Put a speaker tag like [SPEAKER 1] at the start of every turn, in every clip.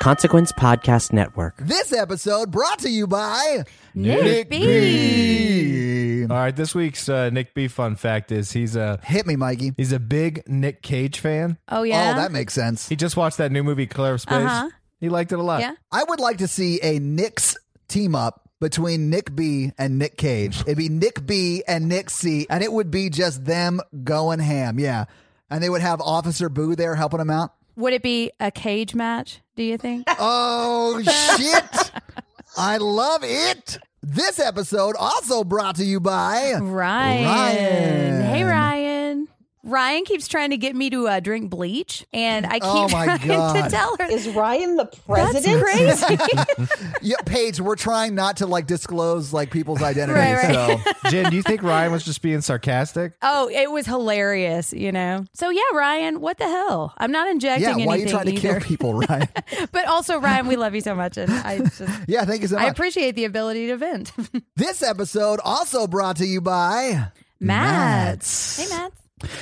[SPEAKER 1] Consequence Podcast Network.
[SPEAKER 2] This episode brought to you by
[SPEAKER 3] Nick
[SPEAKER 2] B.
[SPEAKER 3] All right, this week's uh, Nick B fun fact is he's a
[SPEAKER 2] Hit me, Mikey.
[SPEAKER 3] he's a big Nick Cage fan.
[SPEAKER 4] Oh yeah.
[SPEAKER 2] Oh, that makes sense.
[SPEAKER 3] He just watched that new movie Clear of Space.
[SPEAKER 4] Uh-huh.
[SPEAKER 3] He liked it a lot.
[SPEAKER 4] Yeah.
[SPEAKER 2] I would like to see a Knicks team up between Nick B and Nick Cage. It'd be Nick B and Nick C, and it would be just them going ham. Yeah. And they would have Officer Boo there helping them out.
[SPEAKER 4] Would it be a cage match? Do you think?
[SPEAKER 2] Oh, shit. I love it. This episode also brought to you by.
[SPEAKER 4] Ryan.
[SPEAKER 2] Ryan.
[SPEAKER 4] Hey Ryan. Ryan keeps trying to get me to uh, drink bleach, and I keep
[SPEAKER 2] Oh, my
[SPEAKER 4] trying
[SPEAKER 2] God.
[SPEAKER 4] to tell her
[SPEAKER 5] Is Ryan the
[SPEAKER 4] that's
[SPEAKER 5] president?
[SPEAKER 4] crazy.
[SPEAKER 2] Yeah, Paige, we're trying not to like disclose like people's identity.
[SPEAKER 4] Right,
[SPEAKER 2] So
[SPEAKER 4] right.
[SPEAKER 3] Jen, do you think Ryan was just being sarcastic?
[SPEAKER 4] oh, it was hilarious, you know. So yeah, Ryan, what the hell? I'm not injecting
[SPEAKER 2] yeah,
[SPEAKER 4] anything
[SPEAKER 2] why are you trying to kill
[SPEAKER 4] either.
[SPEAKER 2] people, right?
[SPEAKER 4] But also, Ryan, we love you so much, and I just
[SPEAKER 2] yeah, thank you so much.
[SPEAKER 4] I appreciate the ability to vent.
[SPEAKER 2] This episode also brought to you by
[SPEAKER 4] Matt. Hey, Matt.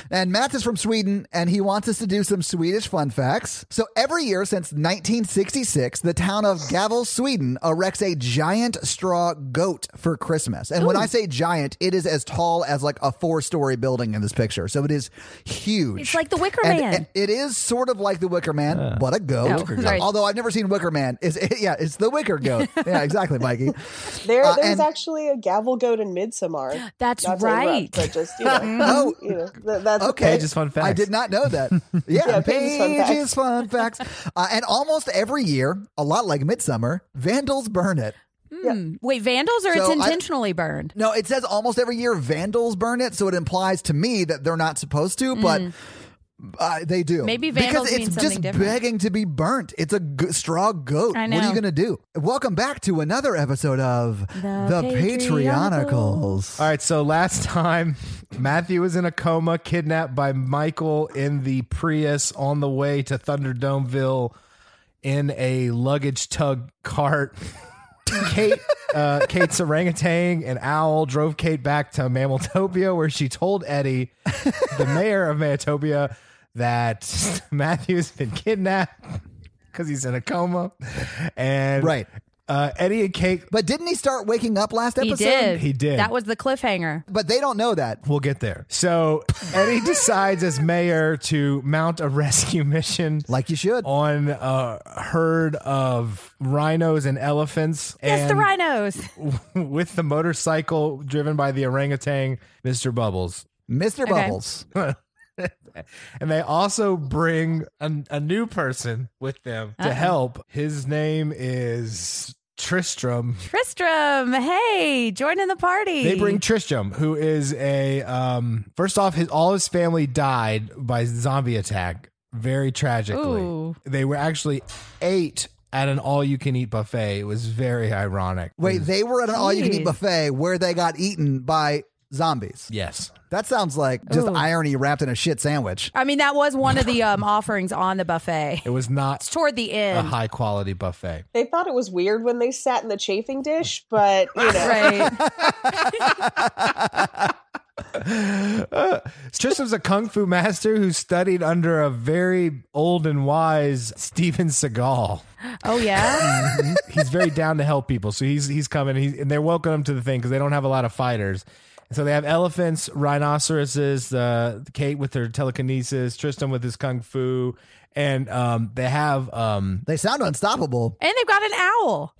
[SPEAKER 2] And Matt is from Sweden, and he wants us to do some Swedish fun facts. So every year since 1966, the town of Gavel, Sweden, erects a giant straw goat for Christmas. And when I say giant, it is as tall as like a four-story building in this picture. So it is huge.
[SPEAKER 4] It's like the Wicker
[SPEAKER 2] And-
[SPEAKER 4] Man. Oh,
[SPEAKER 2] and it is sort of like the Wicker Man, but a goat.
[SPEAKER 4] No, Wicker goat. sorry.
[SPEAKER 2] Although I've never seen Wicker Man. Is yeah, it's the Wicker Goat. yeah, exactly, Mikey.
[SPEAKER 5] There,
[SPEAKER 2] Uh,
[SPEAKER 5] there's
[SPEAKER 2] and-
[SPEAKER 5] actually a gavel goat in Midsommar.
[SPEAKER 4] That's
[SPEAKER 5] Not to
[SPEAKER 4] right. Mm-hmm.
[SPEAKER 5] interrupt, but just you know,
[SPEAKER 2] Oh.
[SPEAKER 5] you know th- that's a
[SPEAKER 2] Okay.
[SPEAKER 5] thing.
[SPEAKER 3] Page's fun facts.
[SPEAKER 2] I did not know that. Yeah,
[SPEAKER 5] Yeah, Paige's fun
[SPEAKER 2] Page's fun facts. Uh, and almost every year, a lot like Midsummer, vandals burn it.
[SPEAKER 4] Hmm. Wait, vandals or
[SPEAKER 2] So I-
[SPEAKER 4] it's intentionally burned?
[SPEAKER 2] No, it says almost every year vandals burn it, so it implies to me that they're not supposed to, but uh, they do.
[SPEAKER 4] Mm. Maybe vandals
[SPEAKER 2] because it's
[SPEAKER 4] mean something
[SPEAKER 2] just
[SPEAKER 4] different.
[SPEAKER 2] begging to be burnt. It's a g- straw goat.
[SPEAKER 4] I
[SPEAKER 2] What are
[SPEAKER 4] know.
[SPEAKER 2] you going to do? Welcome back to another episode of The,
[SPEAKER 4] The
[SPEAKER 2] Patrionicals.
[SPEAKER 4] Patrionicals.
[SPEAKER 3] All right, so last time Matthew was in a coma, kidnapped by Michael in the Prius on the way to Thunderdomeville in a luggage tug cart. Kate, uh, Kate's orangutan and owl drove Kate back to Mammaltopia, where she told Eddie, the mayor of Mammaltopia, that Matthew's been kidnapped because he's in a coma, and
[SPEAKER 2] Right.
[SPEAKER 3] uh, Eddie and Kate.
[SPEAKER 2] But didn't he start waking up last
[SPEAKER 4] He
[SPEAKER 2] episode?
[SPEAKER 4] did.
[SPEAKER 3] He did.
[SPEAKER 4] That was the cliffhanger.
[SPEAKER 2] But they don't know that.
[SPEAKER 3] We'll get there. So Eddie decides as mayor to mount a rescue mission
[SPEAKER 2] Like you should.
[SPEAKER 3] on a herd of rhinos and elephants.
[SPEAKER 4] Yes, the
[SPEAKER 3] and
[SPEAKER 4] rhinos.
[SPEAKER 3] With the motorcycle driven by the orangutan, Mr. Bubbles.
[SPEAKER 2] Mr. Bubbles.
[SPEAKER 3] And they also bring a, a new person with them to help. His name is Tristram.
[SPEAKER 4] Tristram, hey, join in the party.
[SPEAKER 3] They bring Tristram, who is a um first off, his all his family died by zombie attack, very tragically.
[SPEAKER 4] Ooh.
[SPEAKER 3] They were actually ate at an all you can eat buffet. It was very ironic.
[SPEAKER 2] Wait, they were at an all you can eat
[SPEAKER 4] Mm. Jeez.
[SPEAKER 2] buffet where they got eaten by zombies.
[SPEAKER 3] Yes.
[SPEAKER 2] That sounds like just
[SPEAKER 4] Ooh.
[SPEAKER 2] irony wrapped in a shit sandwich.
[SPEAKER 4] I mean, that was one of the um, offerings on the buffet.
[SPEAKER 3] It was not
[SPEAKER 4] It's toward the
[SPEAKER 3] a
[SPEAKER 4] end,
[SPEAKER 3] high quality buffet.
[SPEAKER 5] They thought it was weird when they sat in the chafing dish, but you know,
[SPEAKER 4] right?
[SPEAKER 3] Tristram's a kung fu master who studied under a very old and wise Steven Seagal.
[SPEAKER 4] Oh yeah,
[SPEAKER 3] Mm-hmm. he's very down to help people. So he's he's coming. He's, and they're welcoming him to the thing because they don't have a lot of fighters. And so they have elephants, rhinoceroses, uh, Kate with her telekinesis, Tristan with his kung fu, and um, they have um,
[SPEAKER 2] They sound unstoppable.
[SPEAKER 4] and they've got an owl.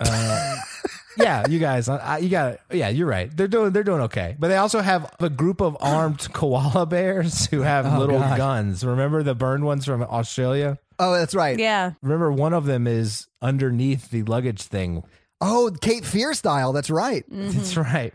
[SPEAKER 3] yeah, you guys, I, I- you got yeah, you're right. They're doing they're doing okay, but they also have a group of armed koala bears who have little guns. Remember the burned ones from Australia?
[SPEAKER 2] Oh, that's right.
[SPEAKER 4] yeah,
[SPEAKER 3] Remember one of them is underneath the luggage thing
[SPEAKER 2] Oh, Kate Fear style. That's right.
[SPEAKER 4] Mm.
[SPEAKER 3] That's
[SPEAKER 4] Mm-hmm.
[SPEAKER 3] right.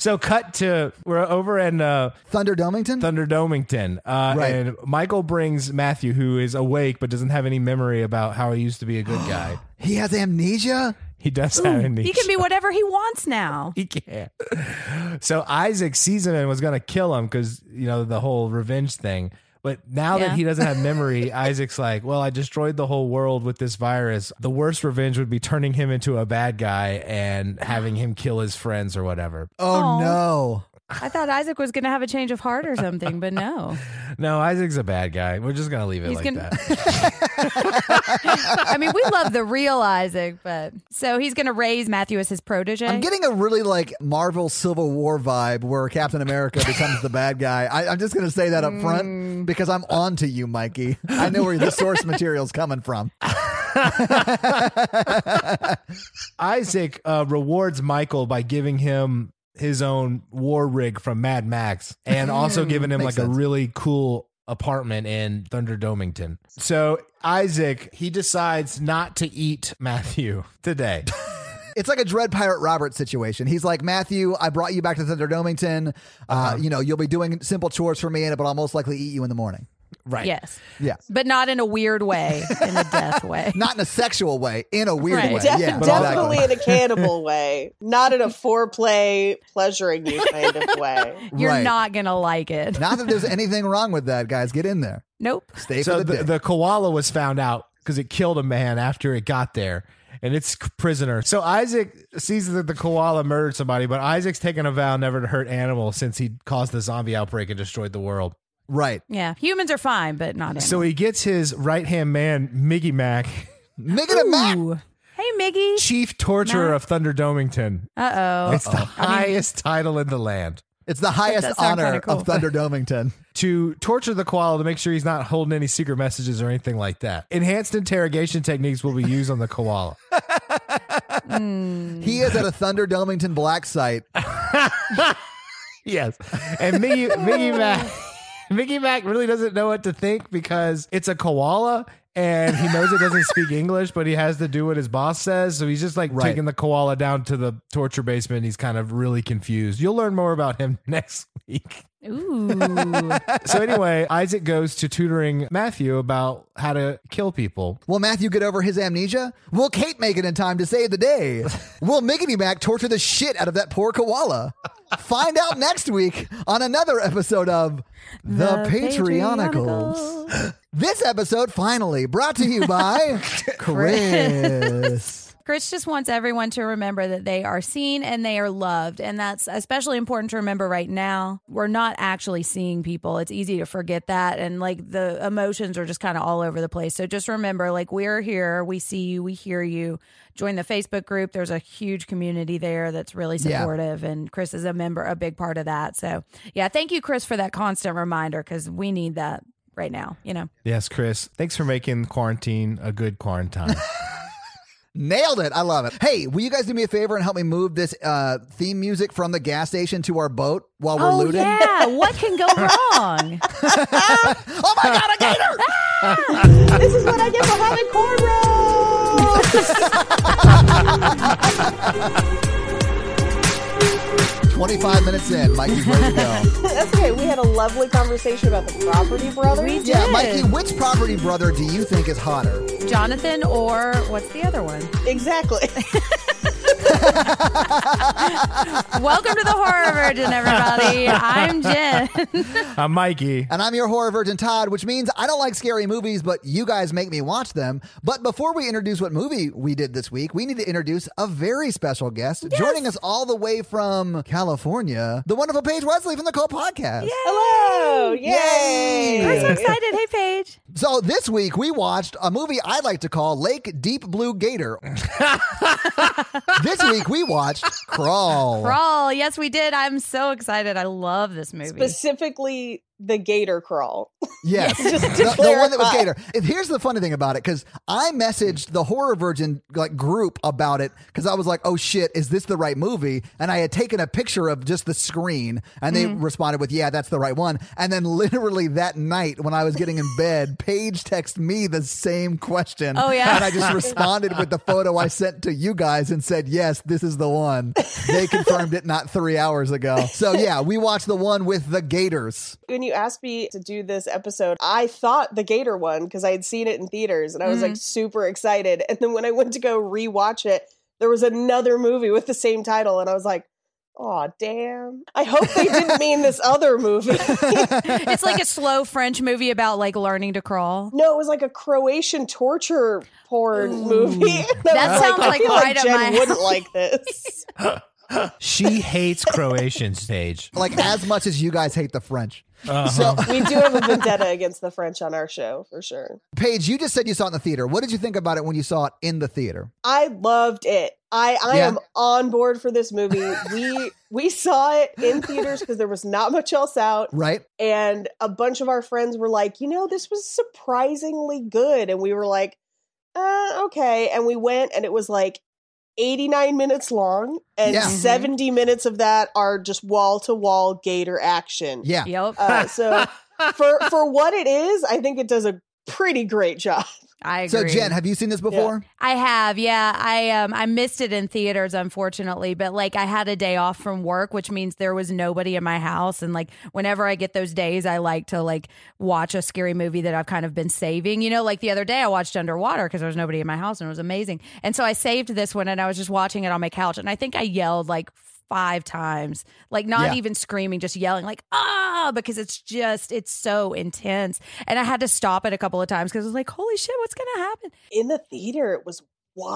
[SPEAKER 3] So cut to we're over in uh,
[SPEAKER 2] Thunder Domington.
[SPEAKER 3] Thunderdomington, uh,
[SPEAKER 2] Right.
[SPEAKER 3] and Michael brings Matthew, who is awake but doesn't have any memory about how he used to be a good guy.
[SPEAKER 2] he has amnesia.
[SPEAKER 3] He does have amnesia.
[SPEAKER 4] he can be whatever he wants now.
[SPEAKER 3] He can't. So Isaac sees him and was going to kill him because you know the whole revenge thing. But now
[SPEAKER 4] Yeah.
[SPEAKER 3] that he doesn't have memory, Isaac's like, "Well, I destroyed the whole world with this virus. The worst revenge would be turning him into a bad guy and having him kill his friends or whatever."
[SPEAKER 2] Oh,
[SPEAKER 4] Aw.
[SPEAKER 2] no.
[SPEAKER 4] I thought Isaac was going to have a change of heart or something, but no.
[SPEAKER 3] No, Isaac's a bad guy. We're just gonna leave it
[SPEAKER 4] He's
[SPEAKER 3] like
[SPEAKER 4] gonna-
[SPEAKER 3] that.
[SPEAKER 4] I mean, we love the real Isaac, but so he's going to raise Matthew as his protege.
[SPEAKER 2] I'm getting a really like Marvel Civil War vibe where Captain America becomes the bad guy. I, I'm just going to say that up
[SPEAKER 4] Mm.
[SPEAKER 2] front because I'm on to you, Mikey. I know where the source material's coming from.
[SPEAKER 3] Isaac uh, rewards Michael by giving him his own war rig from Mad Max, and also giving him like
[SPEAKER 2] makes
[SPEAKER 3] a
[SPEAKER 2] sense.
[SPEAKER 3] really cool apartment in Thunderdomington. So Isaac he decides not to eat Matthew today.
[SPEAKER 2] It's like a Dread Pirate Robert situation. He's like, Matthew, I brought you back to Thunderdomington. Uh,
[SPEAKER 3] Uh-huh.
[SPEAKER 2] You know, you'll be doing simple chores for me, and but I'll most likely eat you in the morning.
[SPEAKER 3] right.
[SPEAKER 4] yes,
[SPEAKER 2] Yeah.
[SPEAKER 4] but not in a weird way, in a death way.
[SPEAKER 2] Not in a sexual way, in a weird
[SPEAKER 4] Right.
[SPEAKER 2] way.
[SPEAKER 5] Def-
[SPEAKER 2] yeah,
[SPEAKER 5] definitely
[SPEAKER 2] exactly.
[SPEAKER 5] in a cannibal way, not in a foreplay, pleasuring you kind of way.
[SPEAKER 4] You're
[SPEAKER 2] Right.
[SPEAKER 4] not going to like it.
[SPEAKER 2] Not that there's anything wrong with that, guys. Get in there.
[SPEAKER 4] nope.
[SPEAKER 2] Stay for
[SPEAKER 3] So
[SPEAKER 2] the,
[SPEAKER 3] the,
[SPEAKER 2] dick.
[SPEAKER 3] the koala was found out because it killed a man after it got there. And it's c- prisoner. So Isaac sees that the koala murdered somebody, but Isaac's taken a vow never to hurt animals since he caused the zombie outbreak and destroyed the world.
[SPEAKER 2] right.
[SPEAKER 4] Yeah, humans are fine, but not animals.
[SPEAKER 3] So he gets his right hand man, Miggy Mac,
[SPEAKER 2] Make it a map.
[SPEAKER 4] Ooh. Hey, Miggy.
[SPEAKER 3] chief torturer of Thunder Domington.
[SPEAKER 4] Uh oh.
[SPEAKER 3] It's the highest title in the land.
[SPEAKER 2] It's the highest
[SPEAKER 4] does sound
[SPEAKER 2] honor
[SPEAKER 4] kinda cool,
[SPEAKER 2] of Thunderdomington.
[SPEAKER 3] To torture the koala to make sure he's not holding any secret messages or anything like that. Enhanced interrogation techniques will be used on the koala.
[SPEAKER 2] He is at a Thunderdomington black site.
[SPEAKER 3] Yes. And Mickey, Mickey Mac Mickey Mac really doesn't know what to think because it's a koala and he knows it doesn't speak English, but he has to do what his boss says. So he's just like
[SPEAKER 2] Right.
[SPEAKER 3] taking the koala down to the torture basement. He's kind of really confused. You'll learn more about him next week.
[SPEAKER 4] Ooh.
[SPEAKER 3] So anyway, Isaac goes to tutoring Matthew about how to kill people.
[SPEAKER 2] Will Matthew get over his amnesia? Will Kate make it in time to save the day? Will Miggity Mac torture the shit out of that poor koala? Find out next week on another episode of The, Patreonicals. This episode finally brought to you by Chris.
[SPEAKER 4] Chris just wants everyone to remember that they are seen and they are loved. And that's especially important to remember right now. We're not actually seeing people. It's easy to forget that. And like the emotions are just kind of all over the place. So just remember, like, we're here. We see you. We hear you. Join the Facebook group. There's a huge community there that's really
[SPEAKER 2] Yeah.
[SPEAKER 4] supportive. And Chris is a member, a big part of that. So yeah, thank you, Chris, for that constant reminder because we need that right now, you know?
[SPEAKER 3] Yes, Chris. Thanks for making quarantine a good quarantine.
[SPEAKER 2] Nailed it. I love it. Hey, will you guys do me a favor and help me move this uh, theme music from the gas station to our boat while we're
[SPEAKER 4] oh,
[SPEAKER 2] looting?
[SPEAKER 4] yeah. What can go wrong?
[SPEAKER 2] Oh my God, a gator!
[SPEAKER 5] This is what I get for having cornrows.
[SPEAKER 2] Twenty-five minutes in, Mikey's ready to go.
[SPEAKER 5] That's okay. We had a lovely conversation about the property brothers.
[SPEAKER 4] We
[SPEAKER 2] Yeah,
[SPEAKER 4] did.
[SPEAKER 2] Mikey, which property brother do you think is hotter?
[SPEAKER 4] Jonathan or what's the other one?
[SPEAKER 5] Exactly.
[SPEAKER 4] Welcome to the Horror Virgin, everybody. I'm Jen.
[SPEAKER 3] I'm Uh, Mikey.
[SPEAKER 2] And I'm your horror virgin Todd, which means I don't like scary movies, but you guys make me watch them. But before we introduce what movie we did this week, we need to introduce a very special guest joining us all the way from California, the wonderful Paige Wesley from the Cult Podcast.
[SPEAKER 5] Hello. Yay.
[SPEAKER 4] We're so excited. Hey, Paige.
[SPEAKER 2] So this week we watched a movie I like to call Lake Deep Blue Gator. this week we watched Crawl.
[SPEAKER 4] Brawl. Yes, we did. I'm so excited. I love this movie.
[SPEAKER 5] Specifically, the gator crawl.
[SPEAKER 2] Yes.
[SPEAKER 5] Just to
[SPEAKER 2] the, the one that was Gator.
[SPEAKER 5] clarify.
[SPEAKER 2] And here's the funny thing about it, because I messaged the horror virgin like group about it because I was like, "Oh shit, is this the right movie?" And I had taken a picture of just the screen, and they
[SPEAKER 5] Mm-hmm.
[SPEAKER 2] responded with, "Yeah, that's the right one." And then literally that night, when I was getting in bed, Paige texted me the same question.
[SPEAKER 4] Oh, yeah?
[SPEAKER 2] and I just responded with the photo I sent to you guys and said, "Yes, this is the one." They confirmed it not three hours ago. So yeah, we watched the one with the Gators.
[SPEAKER 5] When you asked me to do this episode, I thought the gator one because I had seen it in theaters and I was
[SPEAKER 4] Mm-hmm.
[SPEAKER 5] like super excited. And then when I went to go rewatch it, there was another movie with the same title, and I was like, "Oh damn!" I hope they didn't mean this other movie.
[SPEAKER 4] it's like a slow French movie about like learning to crawl.
[SPEAKER 5] No, it was like a Croatian torture porn movie. And I
[SPEAKER 4] That
[SPEAKER 5] was
[SPEAKER 4] sounds
[SPEAKER 5] I
[SPEAKER 4] like
[SPEAKER 5] feel
[SPEAKER 4] right
[SPEAKER 5] like
[SPEAKER 4] up
[SPEAKER 5] Jen
[SPEAKER 4] my
[SPEAKER 5] wouldn't like this.
[SPEAKER 3] She hates Croatian stage.
[SPEAKER 2] Like as much as you guys hate the French.
[SPEAKER 3] Uh-huh.
[SPEAKER 5] we do have a vendetta against the French on our show for sure.
[SPEAKER 2] Paige, you just said you saw it in the theater. What did you think about it when you saw it in the theater?
[SPEAKER 5] I loved it. I, I
[SPEAKER 2] Yeah.
[SPEAKER 5] am on board for this movie. we we saw it in theaters because there was not much else out,
[SPEAKER 2] Right?
[SPEAKER 5] and a bunch of our friends were like, you know, this was surprisingly good, and we were like, uh, okay, and we went, and it was like. 89 minutes long and
[SPEAKER 2] Yeah. Mhm.
[SPEAKER 5] 70 minutes of that are just wall to wall gator action.
[SPEAKER 2] Yeah.
[SPEAKER 4] Yep.
[SPEAKER 5] Uh, so for for what it is, I think it does a pretty great job.
[SPEAKER 4] I agree.
[SPEAKER 2] So Jen, have you seen this before?
[SPEAKER 4] I have, yeah. I um I missed it in theaters unfortunately, but like I had a day off from work, which means there was nobody in my house and like whenever I get those days I like to like watch a scary movie that I've kind of been saving. You know, like the other day I watched Underwater because there was nobody in my house and it was amazing. And so I saved this one and I was just watching it on my couch and I think I yelled like five times like not
[SPEAKER 2] Yeah.
[SPEAKER 4] even screaming just yelling like ah because it's just it's so intense and i had to stop it a couple of times because i was like holy shit what's gonna happen
[SPEAKER 5] In the theater, it was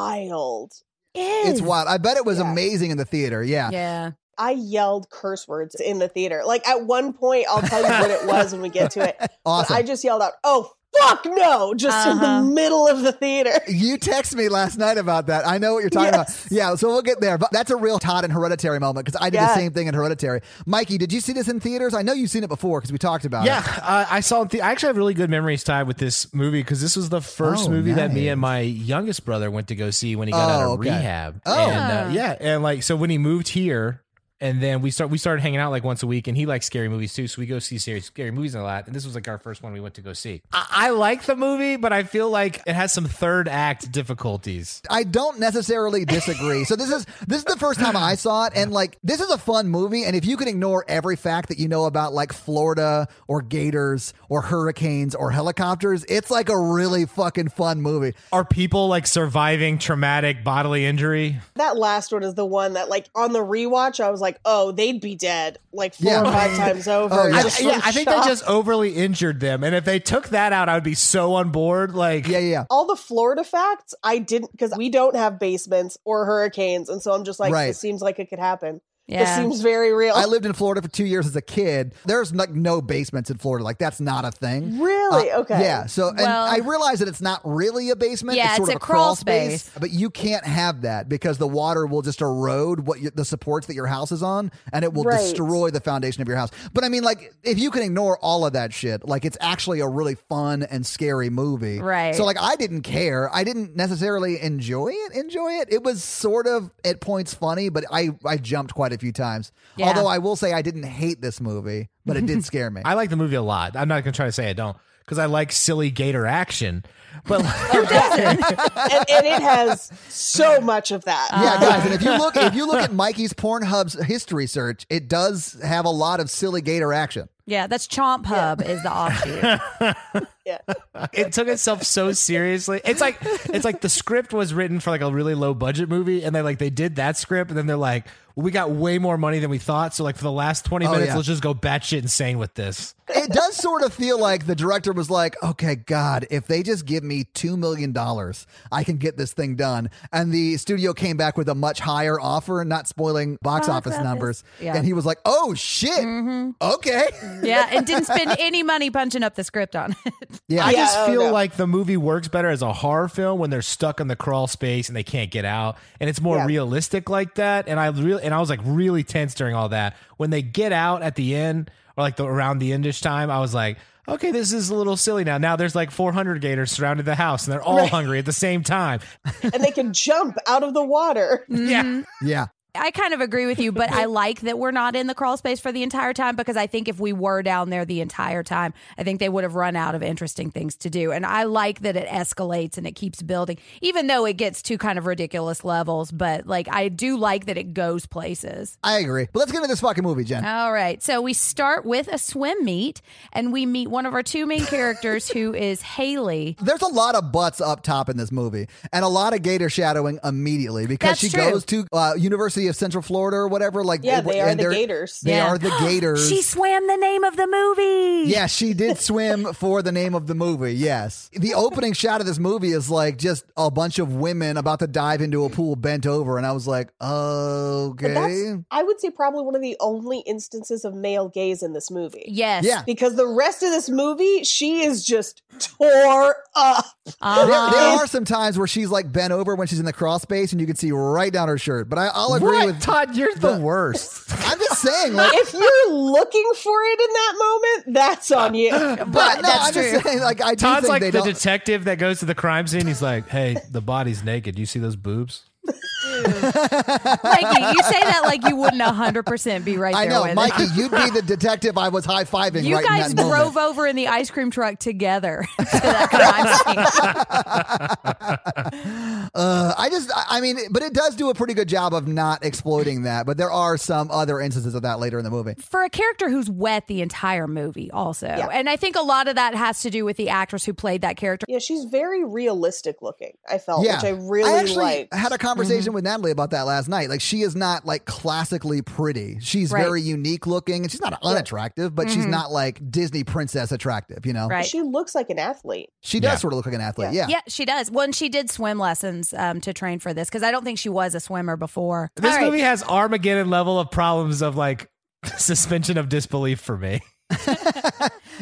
[SPEAKER 5] wild.
[SPEAKER 4] It
[SPEAKER 2] It's
[SPEAKER 4] is.
[SPEAKER 2] wild. I bet it was
[SPEAKER 5] Yeah.
[SPEAKER 2] amazing in the theater. Yeah.
[SPEAKER 4] Yeah.
[SPEAKER 5] I yelled curse words in the theater. Like at one point, I'll tell you what it was when we get to it. But
[SPEAKER 2] Awesome.
[SPEAKER 5] I just yelled out, "Oh fuck no!" Just
[SPEAKER 4] Uh-huh.
[SPEAKER 5] in the middle of the theater.
[SPEAKER 2] you texted me last night about that. I know what you're talking
[SPEAKER 5] Yes.
[SPEAKER 2] about. Yeah, so we'll get there. But that's a real Todd and Hereditary moment because I did the
[SPEAKER 5] Yeah.
[SPEAKER 2] same thing in Hereditary. Mikey, did you see this in theaters? I know you've seen it before because we talked about
[SPEAKER 3] Yeah,
[SPEAKER 2] it.
[SPEAKER 3] uh, I saw. The, I actually have really good memories tied with this movie because this was the first
[SPEAKER 2] Oh,
[SPEAKER 3] movie that me
[SPEAKER 2] nice.
[SPEAKER 3] and my youngest brother went to go see when he got out
[SPEAKER 2] Oh,
[SPEAKER 3] of
[SPEAKER 2] okay.
[SPEAKER 3] rehab.
[SPEAKER 2] Oh.
[SPEAKER 3] and, uh, yeah, and like so when he moved here, and then we start we started hanging out like once a week, and he likes scary movies too, so we go see scary scary movies a lot. And this was like our first one we went to go see. I, I like the movie, but I feel like it has some third act difficulties.
[SPEAKER 2] I don't necessarily disagree. so this is this is the first time I saw it, and like this is a fun movie. And if you can ignore every fact that you know about like Florida or gators or hurricanes or helicopters, it's like a really fucking fun movie.
[SPEAKER 3] Are people like surviving traumatic bodily injury?
[SPEAKER 5] That last one is the one that, like, on the rewatch, I was like, "Oh, they'd be dead like four
[SPEAKER 2] Yeah.
[SPEAKER 5] or five times over."
[SPEAKER 2] Oh, yeah.
[SPEAKER 5] just
[SPEAKER 3] I, yeah,
[SPEAKER 5] from
[SPEAKER 3] I think
[SPEAKER 5] shock.
[SPEAKER 3] they just overly injured them, and if they took that out, I would be so on board. Like,
[SPEAKER 2] Yeah, yeah, yeah.
[SPEAKER 5] all the Florida facts I didn't because we don't have basements or hurricanes, and so I'm just like,
[SPEAKER 2] Right.
[SPEAKER 5] this seems like it could happen. This
[SPEAKER 4] Yeah.
[SPEAKER 5] seems very real.
[SPEAKER 2] I lived in Florida for two years as a kid. There's like no basements in Florida. Like that's not a thing.
[SPEAKER 5] really
[SPEAKER 2] Uh,
[SPEAKER 5] okay.
[SPEAKER 2] Yeah. So, and
[SPEAKER 4] Well-
[SPEAKER 2] I realize that it's not really a basement.
[SPEAKER 4] Yeah,
[SPEAKER 2] it's sort
[SPEAKER 4] it's
[SPEAKER 2] of
[SPEAKER 4] a
[SPEAKER 2] a crawl
[SPEAKER 4] crawl
[SPEAKER 2] space,
[SPEAKER 4] space.
[SPEAKER 2] But you can't have that because the water will just erode what you, the supports that your house is on, and it will
[SPEAKER 5] Right.
[SPEAKER 2] destroy the foundation of your house. But I mean, like, if you can ignore all of that shit, like, it's actually a really fun and scary movie.
[SPEAKER 4] Right.
[SPEAKER 2] So, like, I didn't care. I didn't necessarily enjoy it. Enjoy it. It was sort of at points funny, but I I jumped quite a few times.
[SPEAKER 4] Yeah.
[SPEAKER 2] Although I will say I didn't hate this movie, but it did scare me.
[SPEAKER 3] I like the movie a lot. I'm not gonna try to say I don't because I like silly gator action. But
[SPEAKER 5] and, and it has so much of that.
[SPEAKER 2] Yeah, guys, and if you look if you look at Mikey's Pornhub's history search, it does have a lot of silly gator action.
[SPEAKER 4] Yeah, that's Chomp Hub is the offshoot.
[SPEAKER 3] it took itself so seriously. It's like it's like the script was written for like a really low budget movie, and they like they did that script, and then they're like, well, we got way more money than we thought. So like for the last 20
[SPEAKER 2] Oh,
[SPEAKER 3] minutes,
[SPEAKER 2] yeah.
[SPEAKER 3] let's just go batshit insane with this.
[SPEAKER 2] It does sort of feel like the director was like, "Okay, God, if they just give me two million dollars, I can get this thing done." And the studio came back with a much higher offer, not spoiling box,
[SPEAKER 4] Box
[SPEAKER 2] office,
[SPEAKER 4] office.
[SPEAKER 2] numbers.
[SPEAKER 4] Yeah. Mm-hmm.
[SPEAKER 2] And he was like, "Oh shit, okay."
[SPEAKER 4] yeah, and didn't spend any money punching up the script on it.
[SPEAKER 2] Yeah,
[SPEAKER 3] I just
[SPEAKER 5] oh,
[SPEAKER 3] feel
[SPEAKER 5] no.
[SPEAKER 3] like the movie works better as a horror film when they're stuck in the crawl space and they can't get out, and it's more
[SPEAKER 5] Yeah.
[SPEAKER 3] realistic like that. And I really and I was like really tense during all that. When they get out at the end or like the, around the endish time, I was like, okay, this is a little silly now. Now there's like 400 gators surrounded the house and they're all hungry at the same time.
[SPEAKER 5] And they can jump out of the water.
[SPEAKER 3] Yeah,
[SPEAKER 2] yeah.
[SPEAKER 4] I kind of agree with you, but I like that we're not in the crawl space for the entire time because I think if we were down there the entire time, I think they would have run out of interesting things to do. And I like that it escalates and it keeps building, even though it gets to kind of ridiculous levels. But like, I do like that it goes places.
[SPEAKER 2] I agree. But let's get into this fucking movie, Jen.
[SPEAKER 4] All right. So we start with a swim meet and we meet one of our two main characters who is Haley.
[SPEAKER 2] There's a lot of butts up top in this movie, and a lot of gator shadowing immediately because
[SPEAKER 4] That's
[SPEAKER 2] she
[SPEAKER 4] true.
[SPEAKER 2] goes to uh, University University of Central Florida or whatever. Like
[SPEAKER 5] Yeah, they are
[SPEAKER 2] and
[SPEAKER 5] the
[SPEAKER 2] they're-
[SPEAKER 5] Gators.
[SPEAKER 2] They
[SPEAKER 4] Yeah.
[SPEAKER 2] are the Gators.
[SPEAKER 4] She swam the name of the movie.
[SPEAKER 2] Yeah, she did swim for the name of the movie. Yes. The opening shot of this movie is like just a bunch of women about to dive into a pool bent over. And I was like,
[SPEAKER 5] But
[SPEAKER 2] okay.
[SPEAKER 5] that's, I would say, probably one of the only instances of male gaze in this movie.
[SPEAKER 4] Yes.
[SPEAKER 2] Yeah.
[SPEAKER 5] Because the rest of this movie, she is just tore up.
[SPEAKER 4] Uh-huh.
[SPEAKER 2] There, there are some times where she's like bent over when she's in the cross space and you can see right down her shirt. But I, I'll agree
[SPEAKER 3] What?
[SPEAKER 2] with.
[SPEAKER 3] Todd, you're the, worst.
[SPEAKER 2] I'm just saying, like,
[SPEAKER 5] If you're looking for it in that moment, that's on you.
[SPEAKER 2] but no,
[SPEAKER 4] that's
[SPEAKER 2] I'm
[SPEAKER 4] true.
[SPEAKER 2] just saying, like, I do
[SPEAKER 3] Todd's
[SPEAKER 2] think
[SPEAKER 3] like
[SPEAKER 2] they
[SPEAKER 3] the
[SPEAKER 2] don't.
[SPEAKER 3] detective that goes to the crime scene. He's like, "Hey, the body's naked. You see those boobs?"
[SPEAKER 4] Mikey, you say that like you wouldn't 100% be right
[SPEAKER 2] I
[SPEAKER 4] there
[SPEAKER 2] know,
[SPEAKER 4] with
[SPEAKER 2] Mikey,
[SPEAKER 4] it.
[SPEAKER 2] you'd be the detective I was high fiving.
[SPEAKER 4] You
[SPEAKER 2] right
[SPEAKER 4] guys
[SPEAKER 2] in that
[SPEAKER 4] drove
[SPEAKER 2] moment.
[SPEAKER 4] over in the ice cream truck together to that crime scene.
[SPEAKER 2] Uh, I just, I I mean, but it does do a pretty good job of not exploiting that. But there are some other instances of that later in the movie.
[SPEAKER 4] for a character who's wet the entire movie also and i think a lot of that has to do with the actress who played that character
[SPEAKER 5] Yeah, she's very realistic looking, I felt, Oh, which I
[SPEAKER 2] I
[SPEAKER 5] really
[SPEAKER 2] actually
[SPEAKER 5] like.
[SPEAKER 2] had a conversation with Natalie about that last night. Like, she is not like classically pretty. She's
[SPEAKER 4] Right.
[SPEAKER 2] very unique looking, and she's not unattractive, but she's not like Disney princess attractive. You know,
[SPEAKER 4] Right.
[SPEAKER 5] She looks like an athlete.
[SPEAKER 2] she does
[SPEAKER 3] Yeah.
[SPEAKER 2] sort of look like an athlete. Yeah.
[SPEAKER 4] yeah. she does well and she did swim lessons um, to train for this because i don't think she was a swimmer before
[SPEAKER 3] This
[SPEAKER 4] All right.
[SPEAKER 3] movie has Armageddon level of problems of like suspension of disbelief for me.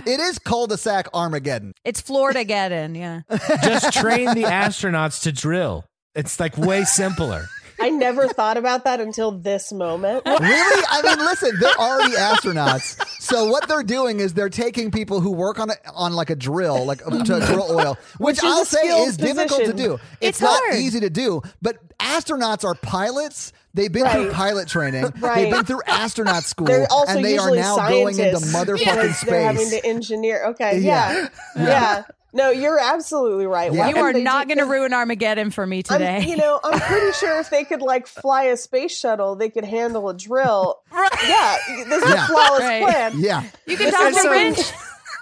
[SPEAKER 2] it is cul-de-sac Armageddon.
[SPEAKER 4] it's florida geddon yeah
[SPEAKER 3] Just train the astronauts to drill. It's like way simpler.
[SPEAKER 5] I never thought about that until this moment.
[SPEAKER 2] Really? I mean, listen, they're already astronauts. So what they're doing is they're taking people who work on a, on like a drill, like to drill oil, which,
[SPEAKER 5] Mm-hmm. is
[SPEAKER 2] I'll
[SPEAKER 5] a
[SPEAKER 2] say
[SPEAKER 5] skilled
[SPEAKER 2] is difficult to
[SPEAKER 5] position.
[SPEAKER 2] do. It's,
[SPEAKER 4] It's
[SPEAKER 2] not
[SPEAKER 4] hard.
[SPEAKER 2] easy to do, but astronauts are pilots. They've been through
[SPEAKER 5] Right.
[SPEAKER 2] pilot training. They've
[SPEAKER 5] Right.
[SPEAKER 2] been through astronaut school,
[SPEAKER 5] They're also
[SPEAKER 2] and they are
[SPEAKER 5] usually
[SPEAKER 2] now going into
[SPEAKER 5] scientists
[SPEAKER 2] motherfucking
[SPEAKER 5] because they're having
[SPEAKER 2] space.
[SPEAKER 5] to engineer. Okay,
[SPEAKER 2] Yeah.
[SPEAKER 5] yeah. yeah, No, you're absolutely right.
[SPEAKER 2] Yeah.
[SPEAKER 5] Why
[SPEAKER 4] you
[SPEAKER 5] would
[SPEAKER 4] are
[SPEAKER 5] they
[SPEAKER 4] not
[SPEAKER 5] do-
[SPEAKER 4] going to ruin armageddon for me today
[SPEAKER 5] I'm, you know, I'm pretty sure if they could like fly a space shuttle, they could handle a drill. Yeah, this is
[SPEAKER 2] Yeah.
[SPEAKER 5] a flawless
[SPEAKER 4] Right.
[SPEAKER 5] plan.
[SPEAKER 2] yeah.
[SPEAKER 4] you can talk
[SPEAKER 3] It's
[SPEAKER 4] to
[SPEAKER 3] so-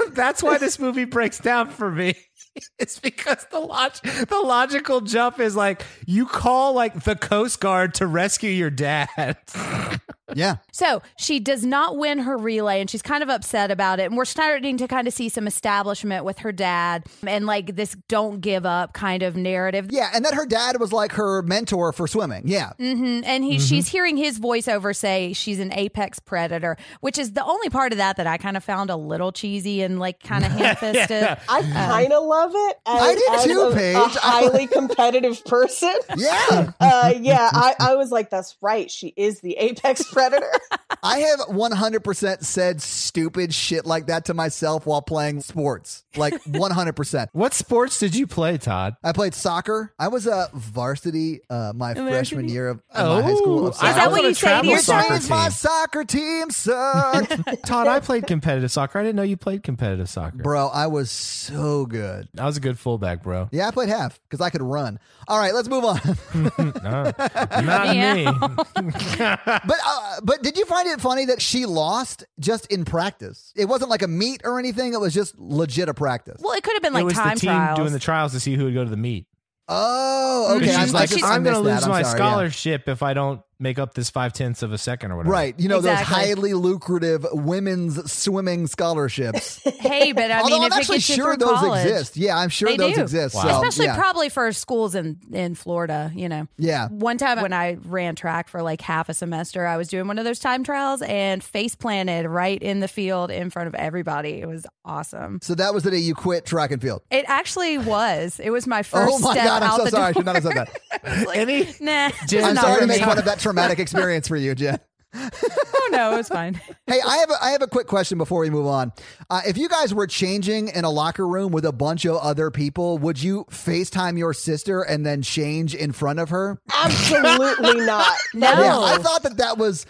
[SPEAKER 4] rich
[SPEAKER 3] That's why this movie breaks down for me. It's because the log- the logical jump is like you call like the Coast Guard to rescue your dad.
[SPEAKER 2] Yeah.
[SPEAKER 4] So she does not win her relay and she's kind of upset about it. And we're starting to kind of see some establishment with her dad and like this don't give up kind of narrative.
[SPEAKER 2] Yeah. And that her dad was like her mentor for swimming. Yeah.
[SPEAKER 5] Mm-hmm.
[SPEAKER 4] Mm, And he,
[SPEAKER 2] Mm-hmm.
[SPEAKER 4] she's hearing his voiceover say she's an apex predator, which is the only part of that that I kind of found a little cheesy and like kind of ham fisted.
[SPEAKER 5] I kind of love it. As,
[SPEAKER 2] I did
[SPEAKER 5] as
[SPEAKER 2] too,
[SPEAKER 5] a-
[SPEAKER 2] Paige.
[SPEAKER 5] A highly competitive person.
[SPEAKER 2] Yeah.
[SPEAKER 5] Uh, yeah, I, I was like, that's right. She is the apex predator.
[SPEAKER 2] I have 100% said stupid shit like that to myself while playing sports. Like 100%.
[SPEAKER 3] What sports did you play, Todd?
[SPEAKER 2] I played soccer. I was a varsity uh, my freshman year of of
[SPEAKER 3] Oh,
[SPEAKER 2] my high school. Of
[SPEAKER 3] I
[SPEAKER 2] soccer.
[SPEAKER 4] Oh, Is that
[SPEAKER 3] was
[SPEAKER 4] what
[SPEAKER 3] on a
[SPEAKER 4] you say to
[SPEAKER 3] travel
[SPEAKER 4] your
[SPEAKER 3] soccer
[SPEAKER 2] Since my
[SPEAKER 3] team.
[SPEAKER 2] soccer team sucked.
[SPEAKER 3] Todd, I played competitive soccer. I didn't know you played competitive soccer.
[SPEAKER 2] Bro, I was so good.
[SPEAKER 3] I was a good fullback, bro.
[SPEAKER 2] Yeah, I played half because I could run. All right, let's move on.
[SPEAKER 3] Not me.
[SPEAKER 2] but uh, but did you find it funny that she lost just in practice? It wasn't like a meet or anything. It was just legit a practice.
[SPEAKER 4] Well, it could have been
[SPEAKER 3] it
[SPEAKER 4] like
[SPEAKER 3] was
[SPEAKER 4] time
[SPEAKER 3] the team
[SPEAKER 4] trials.
[SPEAKER 3] doing the trials to see who would go to the meet.
[SPEAKER 2] Oh, okay.
[SPEAKER 4] Mhm.
[SPEAKER 2] I- I
[SPEAKER 3] She's like,
[SPEAKER 2] just- I
[SPEAKER 3] I'm going to
[SPEAKER 2] missed that.
[SPEAKER 3] lose
[SPEAKER 2] I'm
[SPEAKER 3] my
[SPEAKER 2] sorry, yeah.
[SPEAKER 3] scholarship if I don't make up this five tenths of a second or whatever.
[SPEAKER 2] Right. You know,
[SPEAKER 4] Exactly.
[SPEAKER 2] those highly lucrative women's swimming scholarships.
[SPEAKER 4] hey, but I
[SPEAKER 2] Although
[SPEAKER 4] mean,
[SPEAKER 2] I'm
[SPEAKER 4] if it
[SPEAKER 2] actually
[SPEAKER 4] gets you
[SPEAKER 2] sure
[SPEAKER 4] through
[SPEAKER 2] those
[SPEAKER 4] college,
[SPEAKER 2] exist. Yeah, I'm sure
[SPEAKER 4] They
[SPEAKER 2] those
[SPEAKER 4] do.
[SPEAKER 2] exist.
[SPEAKER 3] Wow.
[SPEAKER 2] So,
[SPEAKER 4] especially
[SPEAKER 2] yeah.
[SPEAKER 4] probably for schools in in Florida, you know.
[SPEAKER 2] Yeah.
[SPEAKER 4] One time when I ran track for like half a semester, I was doing one of those time trials and face planted right in the field in front of everybody. It was awesome.
[SPEAKER 2] So that was the day you quit track and field.
[SPEAKER 4] It actually was. It was my first
[SPEAKER 2] oh my
[SPEAKER 4] step
[SPEAKER 2] God, I'm
[SPEAKER 4] out
[SPEAKER 2] so
[SPEAKER 4] the
[SPEAKER 2] sorry. I
[SPEAKER 4] door.
[SPEAKER 2] should not have said that.
[SPEAKER 4] It's like,
[SPEAKER 3] Any-
[SPEAKER 4] Nah, this
[SPEAKER 3] Jen,
[SPEAKER 4] is
[SPEAKER 2] I'm
[SPEAKER 4] not
[SPEAKER 2] sorry
[SPEAKER 4] for
[SPEAKER 2] to
[SPEAKER 4] me.
[SPEAKER 2] make fun of that traumatic experience for you, Jen.
[SPEAKER 4] Oh no, it was fine.
[SPEAKER 2] Hey, I have a, I have a quick question before we move on. Uh, if you guys were changing in a locker room with a bunch of other people, would you FaceTime your sister and then change in front of her?
[SPEAKER 5] Absolutely not.
[SPEAKER 4] No.
[SPEAKER 2] Yeah, I thought that that was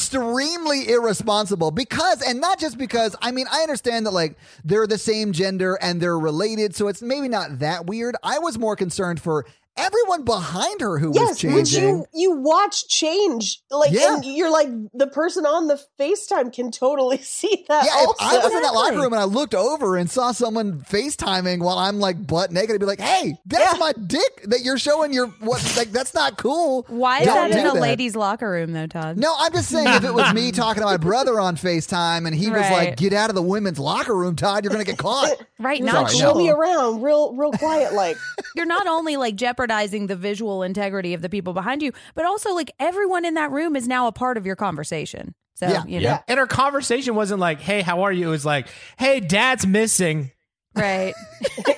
[SPEAKER 2] extremely irresponsible because, and not just because, I mean, I understand that like they're the same gender and they're related, so it's maybe not that weird. I was more concerned for everyone behind her who was
[SPEAKER 5] Yes, which
[SPEAKER 2] changing.
[SPEAKER 5] you Uh, you watch change like
[SPEAKER 2] Yeah.
[SPEAKER 5] and you're like the person on the FaceTime can totally see that.
[SPEAKER 2] yeah, if
[SPEAKER 5] also.
[SPEAKER 2] I was in that
[SPEAKER 4] Exactly.
[SPEAKER 2] locker room and I looked over and saw someone FaceTiming while I'm like butt naked, I'd be like, "Hey, that's
[SPEAKER 5] Yeah.
[SPEAKER 2] my dick that you're showing your what? Like that's not cool."
[SPEAKER 4] Why is
[SPEAKER 2] Don't
[SPEAKER 4] that in
[SPEAKER 2] do
[SPEAKER 4] a ladies' locker room though, Todd?
[SPEAKER 2] No, I'm just saying if it was me talking to my brother on FaceTime and he was
[SPEAKER 4] Right.
[SPEAKER 2] like, "Get out of the women's locker room, Todd. You're gonna get caught."
[SPEAKER 4] Right,
[SPEAKER 5] Like,
[SPEAKER 4] not
[SPEAKER 2] Sorry,
[SPEAKER 5] show
[SPEAKER 4] cool.
[SPEAKER 5] me around, real real quiet, like
[SPEAKER 4] You're not only like jeopardizing the visual integrity of the people behind you, but also like everyone in that room is now a part of your conversation. So
[SPEAKER 2] Yeah.
[SPEAKER 4] you know,
[SPEAKER 5] Yeah.
[SPEAKER 3] And her conversation wasn't like, "Hey, how are you?" It was like, "Hey, Dad's missing."
[SPEAKER 4] right.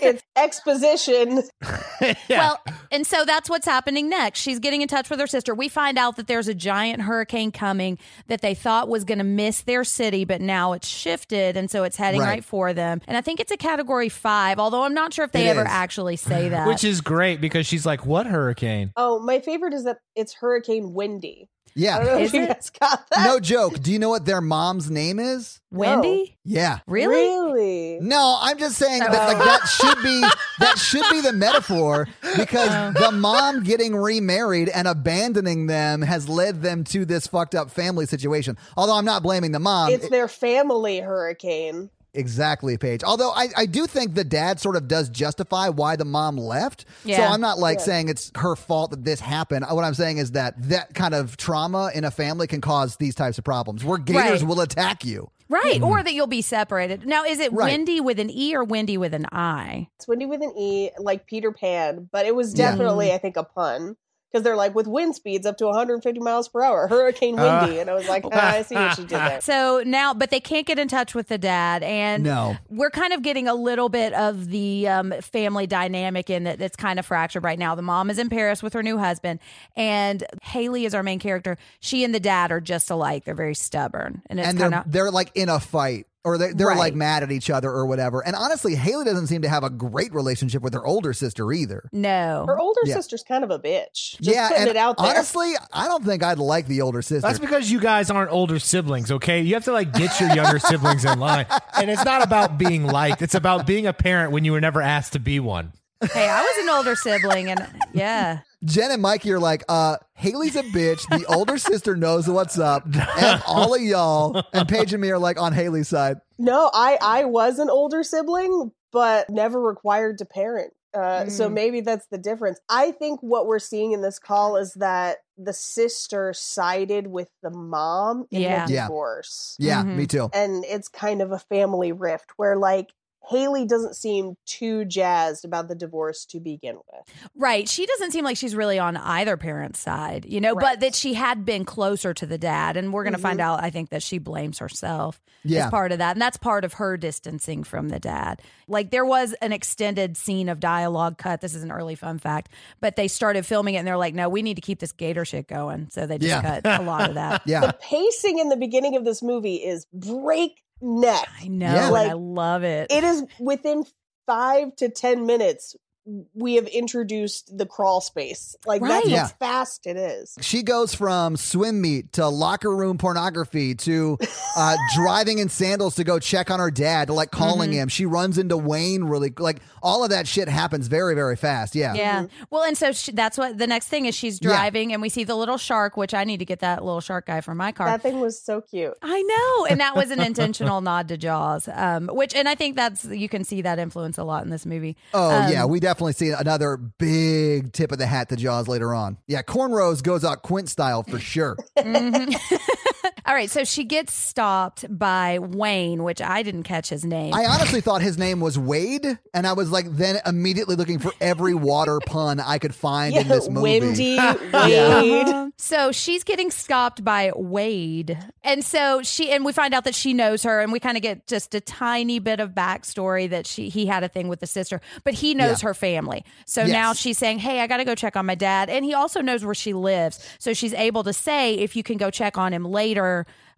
[SPEAKER 5] it's exposition.
[SPEAKER 3] yeah.
[SPEAKER 4] Well, and so that's what's happening next. She's getting in touch with her sister. We find out that there's a giant hurricane coming that they thought was going to miss their city, but now it's shifted. And so it's heading
[SPEAKER 2] Right.
[SPEAKER 4] right, for them. And I think it's a category five, although I'm not sure if they
[SPEAKER 2] It
[SPEAKER 4] ever
[SPEAKER 2] is.
[SPEAKER 4] actually say that.
[SPEAKER 3] which is great because she's like, "What hurricane?"
[SPEAKER 5] Oh, my favorite is that it's Hurricane Windy. I don't
[SPEAKER 2] Yeah,
[SPEAKER 5] know
[SPEAKER 4] Is
[SPEAKER 5] if you
[SPEAKER 4] it?
[SPEAKER 5] guys got that.
[SPEAKER 2] no joke. Do you know what their mom's name is?
[SPEAKER 4] Wendy?
[SPEAKER 2] Yeah.
[SPEAKER 4] Really?
[SPEAKER 5] Really?
[SPEAKER 2] No, I'm just saying that like, that should be that should be the metaphor because the mom getting remarried and abandoning them has led them to this fucked up family situation. Although I'm not blaming the mom
[SPEAKER 5] It's their family hurricane.
[SPEAKER 2] exactly, Paige. Although I, I do think the dad sort of does justify why the mom left. So
[SPEAKER 4] Yeah.
[SPEAKER 2] I'm not like
[SPEAKER 5] Yeah.
[SPEAKER 2] saying it's her fault that this happened. What I'm saying is that that kind of trauma in a family can cause these types of problems where gators
[SPEAKER 4] Right.
[SPEAKER 2] will attack you.
[SPEAKER 4] Right. Or that you'll be separated. Now, is it
[SPEAKER 2] Right.
[SPEAKER 4] Wendy with an E or Wendy with an I?
[SPEAKER 5] It's Wendy with an E, like Peter Pan, but it was
[SPEAKER 2] Yeah.
[SPEAKER 5] definitely, I think, a pun. Because they're like, with wind speeds up to 150 miles per hour, Hurricane
[SPEAKER 2] Uh.
[SPEAKER 5] Windy. and I was like, ah, I see what you did there.
[SPEAKER 4] So now, but they can't get in touch with the dad. And
[SPEAKER 2] No.
[SPEAKER 4] we're kind of getting a little bit of the um, family dynamic in that that's kind of fractured right now. The mom is in Paris with her new husband, and Haley is our main character. She and the dad are just alike. They're very stubborn, and it's
[SPEAKER 2] and
[SPEAKER 4] kind
[SPEAKER 2] they're
[SPEAKER 4] of
[SPEAKER 2] they're like in a fight or they're, they're like
[SPEAKER 4] Right.
[SPEAKER 2] mad at each other or whatever. And honestly, Haley doesn't seem to have a great relationship with her older sister either.
[SPEAKER 5] Her
[SPEAKER 4] no.
[SPEAKER 5] older
[SPEAKER 2] Yeah.
[SPEAKER 5] sister's kind of a bitch. Just
[SPEAKER 2] yeah,
[SPEAKER 5] putting
[SPEAKER 2] and
[SPEAKER 5] it out there.
[SPEAKER 2] honestly, I don't think I'd like the older sister.
[SPEAKER 3] That's because you guys aren't older siblings, okay? You have to like get your younger siblings in line. And it's not about being liked, it's about being a parent when you were never asked to be one.
[SPEAKER 4] Hey, I was an older sibling, and yeah,
[SPEAKER 2] Jen and Mikey are like, uh, Haley's a bitch. The older sister knows what's up. And all of y'all and Paige and me are like on Haley's side.
[SPEAKER 5] no, I, I was an older sibling, but never required to parent. Uh, So maybe that's the difference. I think what we're seeing in this call is that the sister sided with the mom in
[SPEAKER 4] Yeah.
[SPEAKER 5] the
[SPEAKER 2] Yeah.
[SPEAKER 5] divorce.
[SPEAKER 2] Yeah,
[SPEAKER 4] Mhm.
[SPEAKER 2] me too.
[SPEAKER 5] and it's kind of a family rift where like Haley doesn't seem too jazzed about the divorce to begin with.
[SPEAKER 4] right. She doesn't seem like she's really on either parent's side, you know.
[SPEAKER 5] Right.
[SPEAKER 4] But that she had been closer to the dad, and we're going to
[SPEAKER 5] Mhm.
[SPEAKER 4] find out. I think that she blames herself.
[SPEAKER 2] Yeah.
[SPEAKER 4] is part of that. And that's part of her distancing from the dad. Like there was an extended scene of dialogue cut. This is an early fun fact, but they started filming it and they're like, no, we need to keep this gator shit going. So they just
[SPEAKER 2] Yeah.
[SPEAKER 4] cut a lot of that.
[SPEAKER 2] Yeah.
[SPEAKER 5] Pacing in the beginning of this movie is breakneck.
[SPEAKER 4] I know.
[SPEAKER 2] Yeah.
[SPEAKER 4] And
[SPEAKER 5] Like,
[SPEAKER 4] I love it.
[SPEAKER 5] It is within five to ten minutes we have introduced the crawl space. Like that's
[SPEAKER 4] Right.
[SPEAKER 5] how
[SPEAKER 2] Yeah.
[SPEAKER 5] fast it is.
[SPEAKER 2] She goes from swim meet to locker room pornography to uh, driving in sandals to go check on her dad, to like calling him. She runs into Wayne really like all of that shit happens very very fast. Yeah.
[SPEAKER 4] yeah. Well, and so she, that's what the next thing is. She's
[SPEAKER 2] Yeah.
[SPEAKER 4] driving, and we see the little shark, which I need to get that little shark guy from my car.
[SPEAKER 5] That thing was so cute.
[SPEAKER 4] I know. And that was an intentional nod to Jaws, um, which, and I think that's, you can see that influence a lot in this movie.
[SPEAKER 2] Oh
[SPEAKER 4] Um,
[SPEAKER 2] yeah, we definitely see another big tip of the hat to Jaws later on. Yeah, cornrows goes out Quint style for sure.
[SPEAKER 4] All right, so she gets stopped by Wayne, which I didn't catch his name.
[SPEAKER 2] I honestly thought his name was Wade, and I was like then immediately looking for every water pun I could find in this movie.
[SPEAKER 5] Windy, Wade.
[SPEAKER 4] so she's getting stopped by Wade. And so she and we find out that she knows her and we kind of get just a tiny bit of backstory that she he had a thing with the sister, but he knows
[SPEAKER 2] Yeah.
[SPEAKER 4] her family. So
[SPEAKER 2] Yes.
[SPEAKER 4] now she's saying, "Hey, I got to go check on my dad." And he also knows where she lives. So she's able to say, "If you can go check on him later,